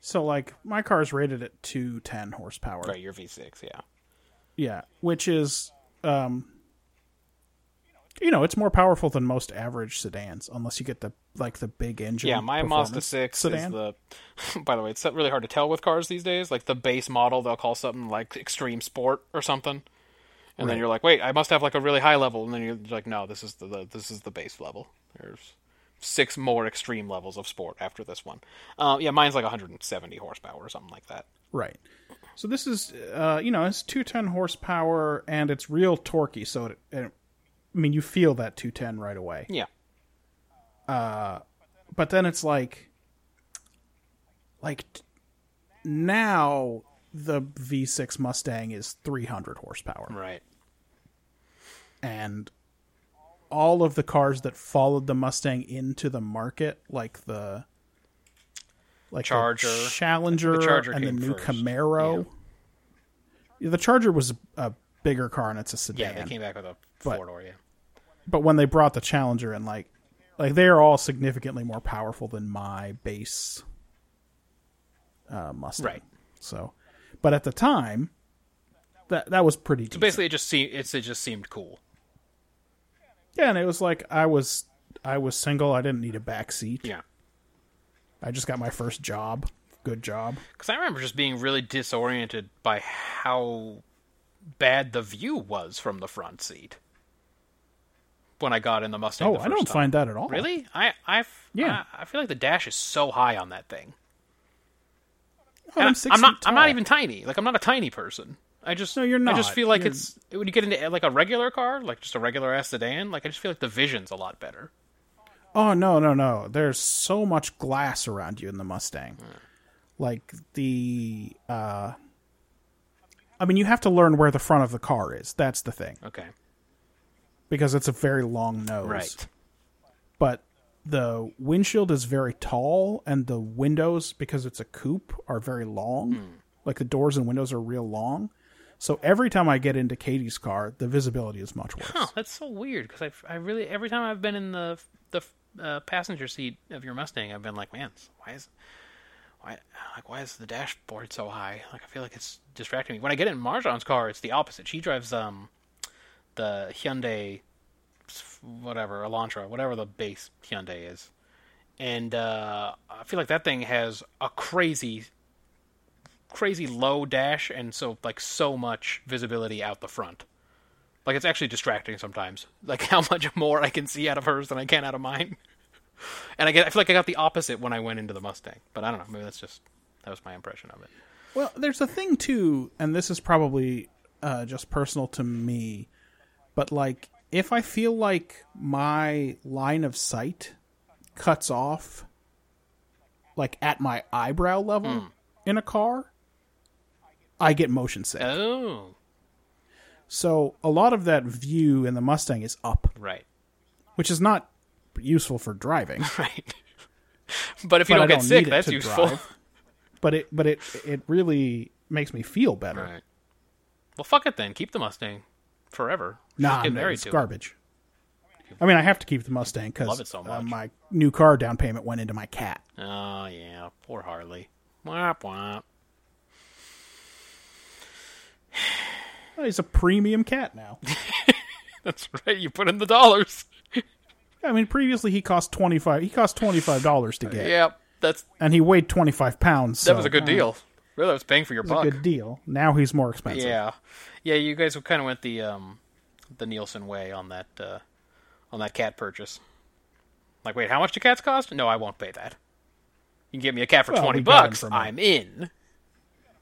Speaker 3: So like, my car's rated at two ten horsepower.
Speaker 2: Right. Your V6. Yeah.
Speaker 3: Yeah, which is um you know, it's more powerful than most average sedans, unless you get the like the big engine.
Speaker 2: Yeah, my Mazda
Speaker 3: performance
Speaker 2: six is
Speaker 3: sedan.
Speaker 2: the. By the way, it's really hard to tell with cars these days. Like the base model, they'll call something like extreme sport or something, and then you're like, wait, I must have like a really high level, and then you're like, no, this is the, the this is the base level. There's six more extreme levels of sport after this one. Uh, yeah, mine's like 170 horsepower or something like that.
Speaker 3: Right. So this is, uh, you know, it's 210 horsepower and it's real torquey. So, it, it, I mean, you feel that 210 right away.
Speaker 2: Yeah,
Speaker 3: But then it's like, like t- now the V6 Mustang is 300 horsepower.
Speaker 2: right.
Speaker 3: And all of the cars that followed the Mustang into the market, like the. Like the
Speaker 2: Charger.
Speaker 3: Challenger,
Speaker 2: The Charger
Speaker 3: and the
Speaker 2: came
Speaker 3: new
Speaker 2: first.
Speaker 3: Camaro. Yeah, The Charger was a bigger car and it's a
Speaker 2: Yeah,
Speaker 3: sedan.
Speaker 2: they came back with a
Speaker 3: But-
Speaker 2: four door. Yeah,
Speaker 3: but when they brought the Challenger in, like, like they are all significantly more powerful than my base uh, Mustang.
Speaker 2: Right.
Speaker 3: So, but at the time, that that was pretty.
Speaker 2: so
Speaker 3: decent.
Speaker 2: basically, it just seemed it's, it just seemed cool.
Speaker 3: yeah, and it was like I was I was single. I didn't need a back seat.
Speaker 2: Yeah.
Speaker 3: I just got my first job. Good job.
Speaker 2: Because I remember just being really disoriented by how bad the view was from the front seat when I got in the Mustang.
Speaker 3: Oh,
Speaker 2: the
Speaker 3: I
Speaker 2: first
Speaker 3: don't
Speaker 2: time.
Speaker 3: find that at all.
Speaker 2: really. I I
Speaker 3: Yeah.
Speaker 2: I, I feel like the dash is so high on that thing.
Speaker 3: Oh, I'm
Speaker 2: And
Speaker 3: six
Speaker 2: I'm not.
Speaker 3: feet
Speaker 2: I'm not
Speaker 3: tall.
Speaker 2: even tiny. Like I'm not a tiny person. I just.
Speaker 3: No, you're
Speaker 2: I just
Speaker 3: not.
Speaker 2: feel like
Speaker 3: You're-
Speaker 2: it's when you get into like a regular car, like just a regular ass sedan. Like I just feel like the vision's a lot better.
Speaker 3: Oh no, no, no. There's so much glass around you in the Mustang.
Speaker 2: Hmm.
Speaker 3: Like the uh I mean you have to learn where the front of the car is. That's the thing.
Speaker 2: Okay.
Speaker 3: Because it's a very long nose.
Speaker 2: Right.
Speaker 3: But the windshield is very tall and the windows because it's a coupe are very long.
Speaker 2: Hmm.
Speaker 3: Like the doors and windows are real long. So every time I get into Katie's car, the visibility is much worse.
Speaker 2: Oh, that's so weird because I, I really every time I've been in the the uh, passenger seat of your Mustang, I've been like, man, why is why like why is the dashboard so high? Like I feel like it's distracting me. When I get in Marjan's car, it's the opposite. She drives um the Hyundai whatever Elantra, whatever the base Hyundai is, and uh, I feel like that thing has a crazy crazy low dash and so like so much visibility out the front like it's actually distracting sometimes. Like how much more I can see out of hers than I can out of mine. And I get I feel like I got the opposite when I went into the Mustang. But I don't know, maybe that's just that was my impression of it.
Speaker 3: Well, there's a thing too, and this is probably uh, just personal to me, but like if I feel like my line of sight cuts off, like at my eyebrow level
Speaker 2: Hmm.
Speaker 3: in a car, I get motion sick.
Speaker 2: Oh.
Speaker 3: so a lot of that view in the Mustang is up,
Speaker 2: Right.
Speaker 3: which is not useful for driving.
Speaker 2: Right. but if you
Speaker 3: But I
Speaker 2: don't get
Speaker 3: don't need
Speaker 2: sick,
Speaker 3: it
Speaker 2: that's
Speaker 3: to
Speaker 2: useful.
Speaker 3: drive. but it but it it really makes me feel better.
Speaker 2: Right. Well fuck it then. Keep the Mustang forever.
Speaker 3: Nah,
Speaker 2: Get
Speaker 3: no,
Speaker 2: married
Speaker 3: it's
Speaker 2: to it.
Speaker 3: garbage. I mean, I have to keep the Mustang
Speaker 2: Love
Speaker 3: because
Speaker 2: it so much.
Speaker 3: uh, my new car down payment went into my cat.
Speaker 2: Oh yeah, poor Harley. Womp womp.
Speaker 3: Oh, he's a premium cat now.
Speaker 2: That's right, you put in the dollars.
Speaker 3: I mean, previously he cost twenty five. He cost twenty five dollars to get,
Speaker 2: Yeah, that's
Speaker 3: and he weighed twenty five pounds.
Speaker 2: that
Speaker 3: so,
Speaker 2: was a good
Speaker 3: uh,
Speaker 2: deal. Really, I was paying for your
Speaker 3: It was
Speaker 2: buck.
Speaker 3: a good deal. Now he's more expensive.
Speaker 2: Yeah, yeah. You guys kind of went the um, the Nielsen way on that uh, on that cat purchase. Like, wait, how much do cats cost? No, I won't pay that. You can get me a cat for
Speaker 3: Well,
Speaker 2: twenty
Speaker 3: we got 'em
Speaker 2: bucks.
Speaker 3: from a-
Speaker 2: I'm in.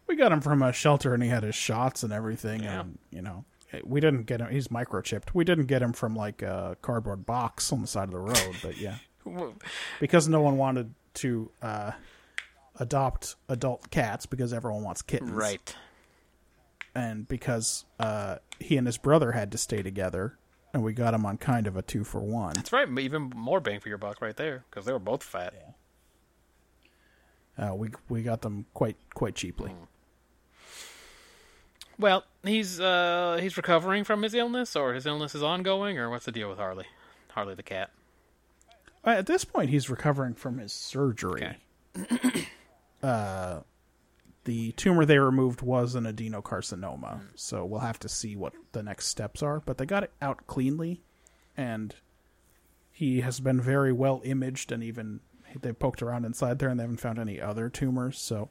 Speaker 3: we got him from a shelter, and he had his shots and everything.
Speaker 2: Yeah.
Speaker 3: And you know, we didn't get him. He's microchipped. We didn't get him from like a cardboard box on the side of the road. But yeah, because no one wanted to uh, adopt adult cats because everyone wants kittens,
Speaker 2: Right.
Speaker 3: And because uh, he and his brother had to stay together, and we got him on kind of a two for one.
Speaker 2: That's right. Even more bang for your buck right there because they were both fat.
Speaker 3: Uh, we we got them quite quite cheaply.
Speaker 2: Well, he's uh he's recovering from his illness, or his illness is ongoing, or what's the deal with Harley? Harley the cat.
Speaker 3: Uh, At this point, he's recovering from his surgery. uh,
Speaker 2: Okay.
Speaker 3: the tumor they removed was an adenocarcinoma, so we'll have to see what the next steps are. But they got it out cleanly, and he has been very well imaged, and even they poked around inside there, and they haven't found any other tumors. So,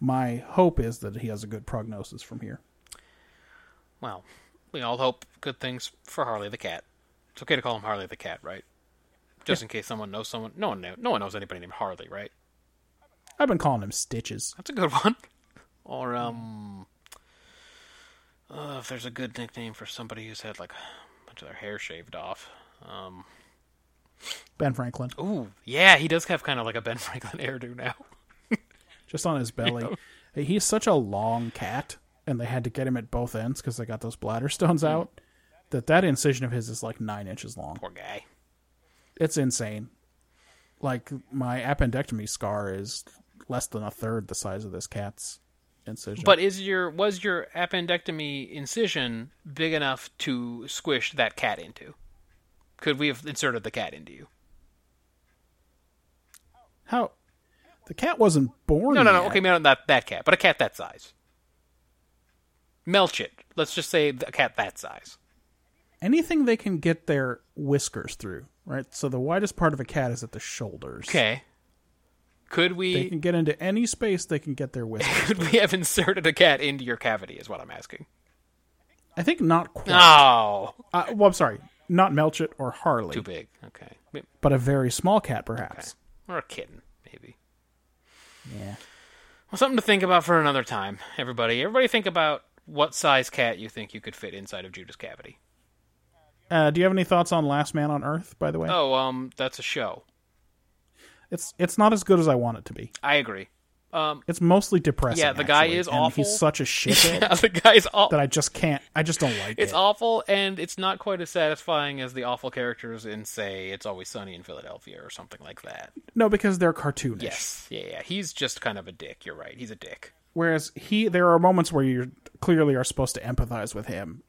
Speaker 3: my hope is that he has a good prognosis from here.
Speaker 2: Well, we all hope good things for Harley the cat. It's okay to call him Harley the cat, right? Just in case someone knows someone. No one, kno- no one knows anybody named Harley, right?
Speaker 3: I've been calling him Stitches.
Speaker 2: That's a good one. Or um, uh, if there's a good nickname for somebody who's had like a bunch of their hair shaved off. Um,
Speaker 3: Ben Franklin,
Speaker 2: ooh, yeah, he does have kind of like a Ben Franklin hairdo now.
Speaker 3: just on his belly. He's such a long cat, and they had to get him at both ends because they got those bladder stones out. That that incision of his is like nine inches long.
Speaker 2: Hmm. Poor guy.
Speaker 3: it's insane. Like my appendectomy scar is less than a third the size of this cat's incision.
Speaker 2: But is your was your appendectomy incision big enough to squish that cat into? Could we have inserted the cat into you?
Speaker 3: how the cat wasn't born.
Speaker 2: No, no, no.
Speaker 3: yet.
Speaker 2: Okay, no, not that cat, but a cat that size. Melch it. Let's just say a cat that size.
Speaker 3: Anything they can get their whiskers through, right? So the widest part of a cat is at the shoulders.
Speaker 2: Okay. Could
Speaker 3: They
Speaker 2: we
Speaker 3: can get into any space they can get their whiskers.
Speaker 2: could we have inserted a cat into your cavity? Is what I'm asking.
Speaker 3: I think not quite.
Speaker 2: Oh,
Speaker 3: Uh, well, I'm sorry, not Melchett or Harley,
Speaker 2: too big. Okay, M-
Speaker 3: but a very small cat, perhaps.
Speaker 2: or a kitten maybe.
Speaker 3: Yeah.
Speaker 2: Well, something to think about for another time, everybody. Everybody, think about what size cat you think you could fit inside of Judah's cavity.
Speaker 3: Uh, do you have any thoughts on Last Man on Earth? By the way,
Speaker 2: Oh, um, that's a show.
Speaker 3: it's it's not as good as I want it to be.
Speaker 2: I agree.
Speaker 3: It's mostly depressing.
Speaker 2: Yeah, the guy
Speaker 3: actually,
Speaker 2: is
Speaker 3: and
Speaker 2: awful.
Speaker 3: He's such a shithead
Speaker 2: the guy's all.
Speaker 3: that I just can't. I just don't like
Speaker 2: It's
Speaker 3: it.
Speaker 2: awful, and it's not quite as satisfying as the awful characters in, say, It's Always Sunny in Philadelphia or something like that.
Speaker 3: no, because they're cartoonish.
Speaker 2: Yes. Yeah, yeah. He's just kind of a dick. You're right. He's a dick.
Speaker 3: Whereas he, there are moments where you clearly are supposed to empathize with him,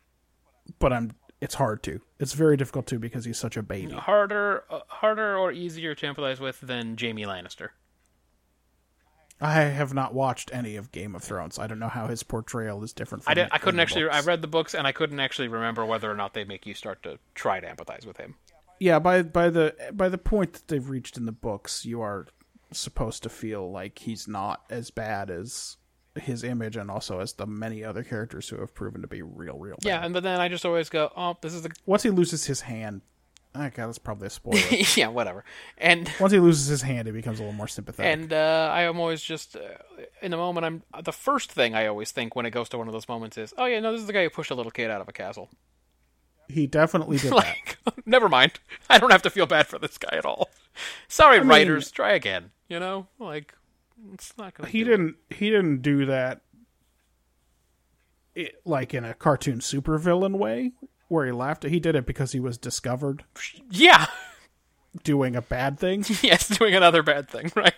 Speaker 3: but I'm. It's hard to. It's very difficult to because he's such a baby.
Speaker 2: Harder, uh, harder or easier to empathize with than Jamie Lannister.
Speaker 3: I have not watched any of Game of Thrones. I don't know how his portrayal is different. From
Speaker 2: I didn't.
Speaker 3: the-
Speaker 2: I couldn't
Speaker 3: the
Speaker 2: actually.
Speaker 3: books.
Speaker 2: I read Mm, the books, and I couldn't actually remember whether or not they make you start to try to empathize with him.
Speaker 3: yeah by by the by the point that they've reached in the books you are supposed to feel like he's not as bad as his image and also as the many other characters who have proven to be real real bad.
Speaker 2: Yeah, and but then I just always go, oh, this is the.
Speaker 3: once he loses his hand oh god that's probably a spoiler
Speaker 2: yeah, whatever. And
Speaker 3: once he loses his hand he becomes a little more sympathetic
Speaker 2: and uh, I am always just uh, in the moment. I'm the first thing I always think when it goes to one of those moments is, oh yeah, no, this is the guy who pushed a little kid out of a castle.
Speaker 3: he definitely did that
Speaker 2: Like, never mind. I don't have to feel bad for this guy at all. Sorry, writers, try again. You know, like it's not gonna.
Speaker 3: he
Speaker 2: do it.
Speaker 3: didn't he didn't do that it, like in a cartoon supervillain way where he laughed he did it because he was discovered
Speaker 2: Yeah.
Speaker 3: doing a bad thing
Speaker 2: yes, doing another bad thing, right?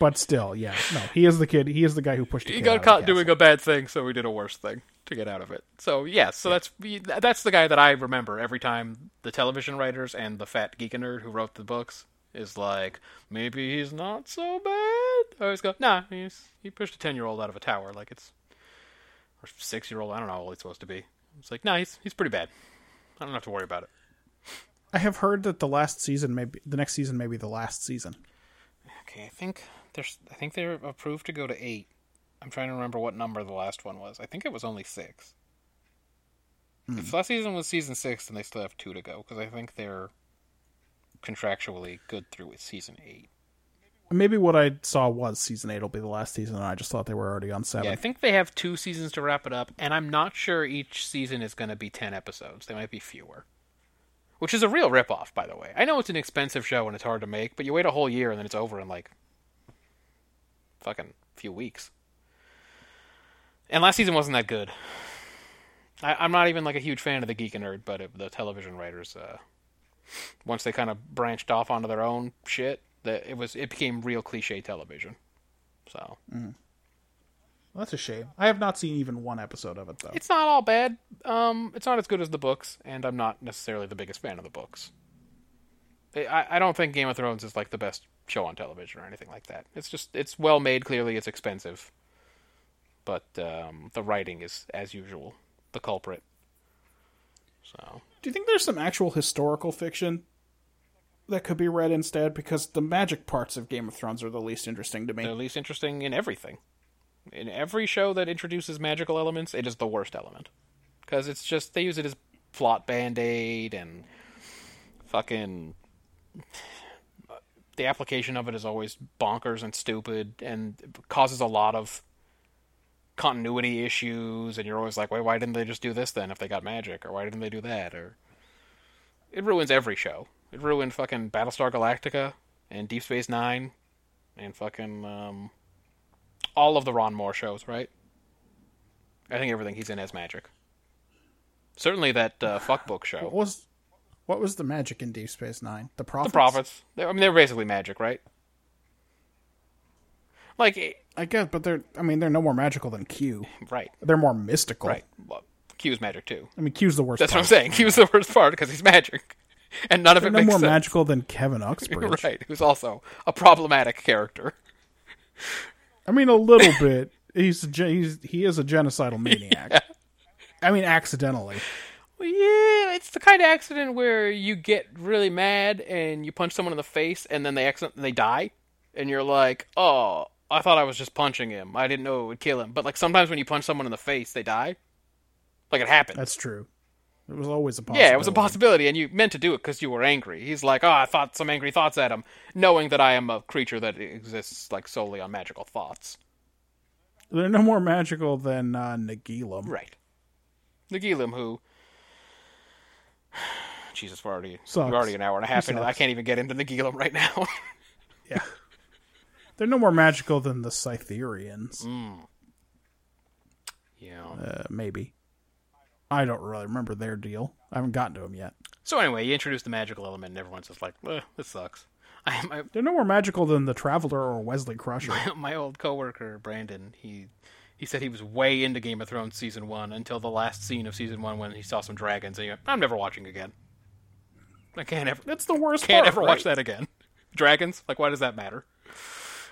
Speaker 3: But still, yeah, no, he is the kid. He is the guy who pushed. The
Speaker 2: He
Speaker 3: kid out
Speaker 2: got
Speaker 3: of
Speaker 2: caught
Speaker 3: the
Speaker 2: doing a bad thing, so we did a worse thing to get out of it. So yeah, so that's that's the guy that I remember every time the television writers and the fat geek nerd who wrote the books is like, maybe he's not so bad. I always go, nah, he's he pushed a ten year old out of a tower, like it's or six year old. I don't know how old he's supposed to be. It's like, nah, he's he's pretty bad. I don't have to worry about it.
Speaker 3: castle. I have heard that the last season, maybe the next season, may be the last season.
Speaker 2: Okay, I think there's I think they're approved to go to eight. I'm trying to remember what number the last one was. I think it was only six. If last season was season six, then they still have two to go because I think they're contractually good through with season eight.
Speaker 3: Maybe what I saw was season eight will be the last season, and I just thought they were already on seven.
Speaker 2: Yeah, I think they have two seasons to wrap it up, and I'm not sure each season is going to be ten episodes. They might be fewer, which is a real ripoff, by the way. I know it's an expensive show and it's hard to make, but you wait a whole year and then it's over in like fucking few weeks. And last season wasn't that good. I, I'm not even like a huge fan of the Geek and Nerd, but it, the television writers, uh, once they kind of branched off onto their own shit, that it was it became real cliche television. So.
Speaker 3: Well, that's a shame. I have not seen even one episode of it though.
Speaker 2: it's not all bad. Um, it's not as good as the books, and I'm not necessarily the biggest fan of the books. I- I, I don't think Game of Thrones is like the best show on television or anything like that. It's just it's well made. Clearly, it's expensive, but um, the writing is as usual the culprit. So
Speaker 3: Do you think there's some actual historical fiction that could be read instead? Because the magic parts of Game of Thrones are the least interesting to me.
Speaker 2: the least interesting in everything. In every show that introduces magical elements, it is the worst element because it's just they use it as plot band aid and fucking. The application of it is always bonkers and stupid and causes a lot of continuity issues. And you're always like, "Wait, why didn't they just do this then? If they got magic, or why didn't they do that?" Or it ruins every show. It ruined fucking Battlestar Galactica and Deep Space Nine and fucking um, all of the Ron Moore shows, right? I think everything he's in has magic. Certainly that uh, fuckbook
Speaker 3: What
Speaker 2: show,
Speaker 3: was what was the magic in Deep Space Nine? The prophets.
Speaker 2: the prophets. They, I mean, they're basically magic, right? Like, eh,
Speaker 3: I guess, but they're I mean they're no more magical than Q.
Speaker 2: right,
Speaker 3: They're more mystical.
Speaker 2: right. Well, Q's magic too.
Speaker 3: I mean Q's the worst.
Speaker 2: That's what I'm
Speaker 3: part.
Speaker 2: saying. Q's the worst part because he's magic, and none of it
Speaker 3: They're no
Speaker 2: makes
Speaker 3: more
Speaker 2: sense.
Speaker 3: magical than Kevin Uxbridge.
Speaker 2: Right, who's also a problematic character.
Speaker 3: I mean a little bit. He's, a gen- he's he is a genocidal maniac. I mean accidentally.
Speaker 2: Well, yeah, it's the kind of accident where you get really mad and you punch someone in the face and then they accident and they die, and you're like, oh, I thought I was just punching him. I didn't know it would kill him. But like sometimes when you punch someone in the face, they die. Like it happens.
Speaker 3: That's true. It was always a possibility.
Speaker 2: yeah, it was a possibility, and you meant to do it because you were angry. He's like, oh, I thought some angry thoughts at him, knowing that I am a creature that exists like solely on magical thoughts.
Speaker 3: They're no more magical than uh, Nagilum.
Speaker 2: Right. The Gilim who Jesus, we're already
Speaker 3: Sucks.
Speaker 2: we're already an hour and a half
Speaker 3: He
Speaker 2: into
Speaker 3: sucks.
Speaker 2: I can't even get into the Gilim right now.
Speaker 3: Yeah. They're no more magical than the Cytherians.
Speaker 2: Mm. yeah.
Speaker 3: Uh, maybe. I don't really remember their deal. I haven't gotten to them yet.
Speaker 2: so anyway, you introduce the magical element and everyone's just like, "Ugh, this sucks. I my
Speaker 3: They're no more magical than the Traveler or Wesley Crusher.
Speaker 2: my old coworker, Brandon, he he said he was way into Game of Thrones season one until the last scene of season one when he saw some dragons and he went, I'm never watching again. I can't ever
Speaker 3: That's the worst
Speaker 2: can't
Speaker 3: part,
Speaker 2: ever
Speaker 3: right?
Speaker 2: watch that again. Dragons? Like, why does that matter?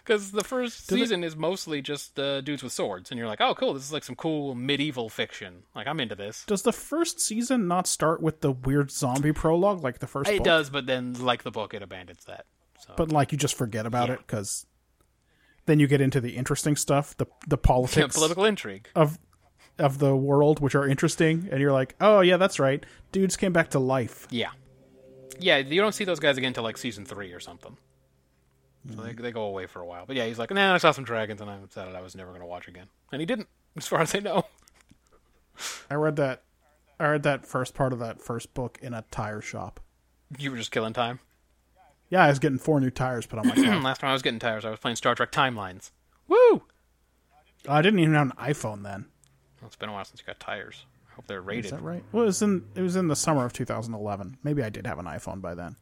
Speaker 2: Because the first
Speaker 3: it-
Speaker 2: season is mostly just uh, dudes with swords, and you're like, oh, cool, this is like some cool medieval fiction. Like, I'm into this.
Speaker 3: Does the first season not start with the weird zombie prologue like the first
Speaker 2: It
Speaker 3: book?
Speaker 2: does, but then, like the book, it abandons that. So,
Speaker 3: But like you just forget about
Speaker 2: Yeah.
Speaker 3: it 'cause it because then you get into the interesting stuff, the the
Speaker 2: Yeah,
Speaker 3: politics
Speaker 2: political intrigue.
Speaker 3: of of the world, which are interesting, and you're like, oh yeah, that's right. Dudes came back to life.
Speaker 2: Yeah. Yeah, you don't see those guys again until like season three or something. So they, they go away for a while. But yeah, he's like, nah, I saw some dragons, and I decided I was never going to watch again. And he didn't, as far as I know.
Speaker 3: I read that. I read that first part of that first book in a tire shop.
Speaker 2: You were just killing time.
Speaker 3: Yeah, I was getting four new tires put on my car.
Speaker 2: Last time I was getting tires, I was playing Star Trek Timelines. Woo!
Speaker 3: I didn't even have an iPhone then.
Speaker 2: Well, it's been a while since you got tires. I hope they're
Speaker 3: Is
Speaker 2: rated.
Speaker 3: that right? Well, it was in it was in the summer of 2011. Maybe I did have an iPhone by then.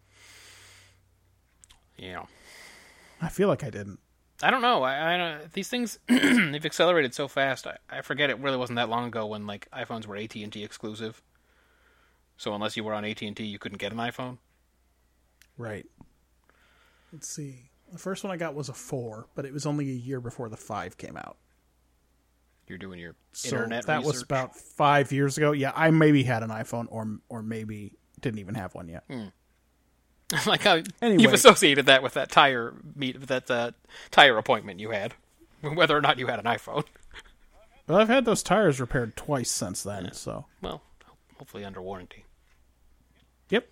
Speaker 2: Yeah.
Speaker 3: I feel like I didn't.
Speaker 2: I don't know. I, I don't, these things they've accelerated so fast. I, I forget it really wasn't that long ago when like iPhones were AT and T exclusive. So unless you were on AT and T, you couldn't get an iPhone.
Speaker 3: Right. Let's see. The first one I got was a four, but it was only a year before the five came out.
Speaker 2: You're doing your
Speaker 3: So
Speaker 2: internet.
Speaker 3: that was
Speaker 2: research.
Speaker 3: about five years ago. Yeah, I maybe had an iPhone, or or maybe didn't even have one yet.
Speaker 2: Hmm. like how
Speaker 3: Anyway.
Speaker 2: you've associated that with that tire meet with that uh, tire appointment you had, whether or not you had an iPhone.
Speaker 3: Well, I've had those tires repaired twice since then. So
Speaker 2: Well, hopefully under warranty.
Speaker 3: Yep.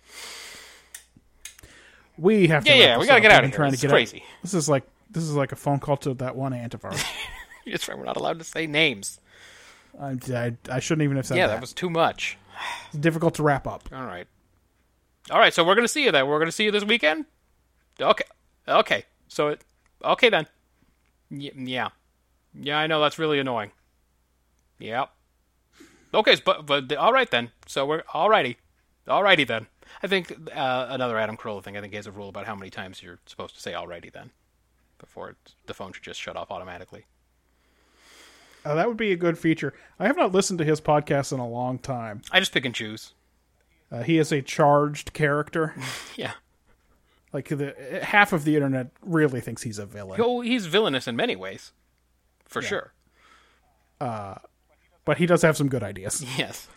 Speaker 3: We have to.
Speaker 2: Yeah,
Speaker 3: wrap
Speaker 2: yeah, we
Speaker 3: this
Speaker 2: gotta
Speaker 3: up.
Speaker 2: get
Speaker 3: We've
Speaker 2: outta
Speaker 3: been
Speaker 2: here.
Speaker 3: Trying
Speaker 2: This
Speaker 3: to
Speaker 2: is
Speaker 3: get out-
Speaker 2: crazy.
Speaker 3: This is like this is like a phone call to that one aunt of ours.
Speaker 2: It's right. We're not allowed to say names.
Speaker 3: I, I, I shouldn't even have said
Speaker 2: Yeah,
Speaker 3: that.
Speaker 2: that was too much.
Speaker 3: It's difficult to wrap up.
Speaker 2: All right. All right, so we're going to see you there. We're going to see you this weekend? Okay. Okay. So it Okay then. Y- yeah. Yeah, I know that's really annoying. Yep. Okay, but but all right then. So we're all righty. All righty then. I think uh, another Adam Carolla thing. I think he has a rule about how many times you're supposed to say all righty then before it's, the phone should just shut off automatically.
Speaker 3: Uh, that would be a good feature. I have not listened to his podcast in a long time.
Speaker 2: I just pick and choose.
Speaker 3: Uh, he is a charged character.
Speaker 2: Yeah.
Speaker 3: like the half of the internet really thinks he's a villain,
Speaker 2: Oh, he's villainous in many ways. For sure.
Speaker 3: but he does have some good ideas.
Speaker 2: Yes.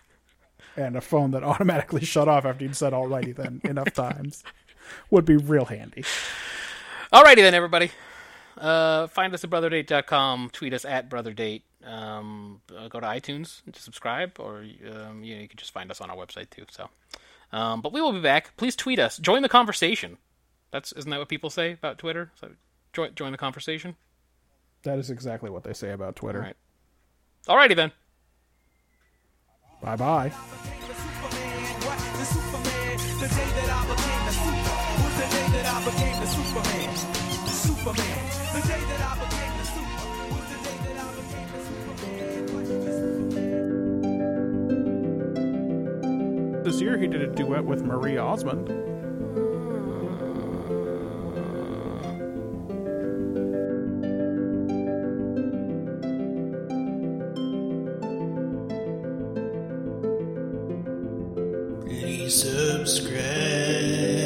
Speaker 3: and a phone that automatically shut off after you'd said alrighty then enough times would be real handy.
Speaker 2: Alrighty then, everybody. Uh, find us at brotherdate.com. Tweet us at brotherdate. Um, uh, go to iTunes to subscribe, or um, you, know, you can just find us on our website too. So, um, but we will be back. Please tweet us. Join the conversation. That's isn't that what people say about Twitter? So join join the conversation.
Speaker 3: That is exactly what they say about Twitter.
Speaker 2: All right. Alrighty then.
Speaker 3: Bye bye.
Speaker 4: became a Superman. What? The Superman. The day that I became the super was the day that I became the Superman. The Superman. The day that I became the super was the day that I became the Superman. What? The Superman.
Speaker 3: This year he did a duet with Marie Osmond.
Speaker 5: Please subscribe.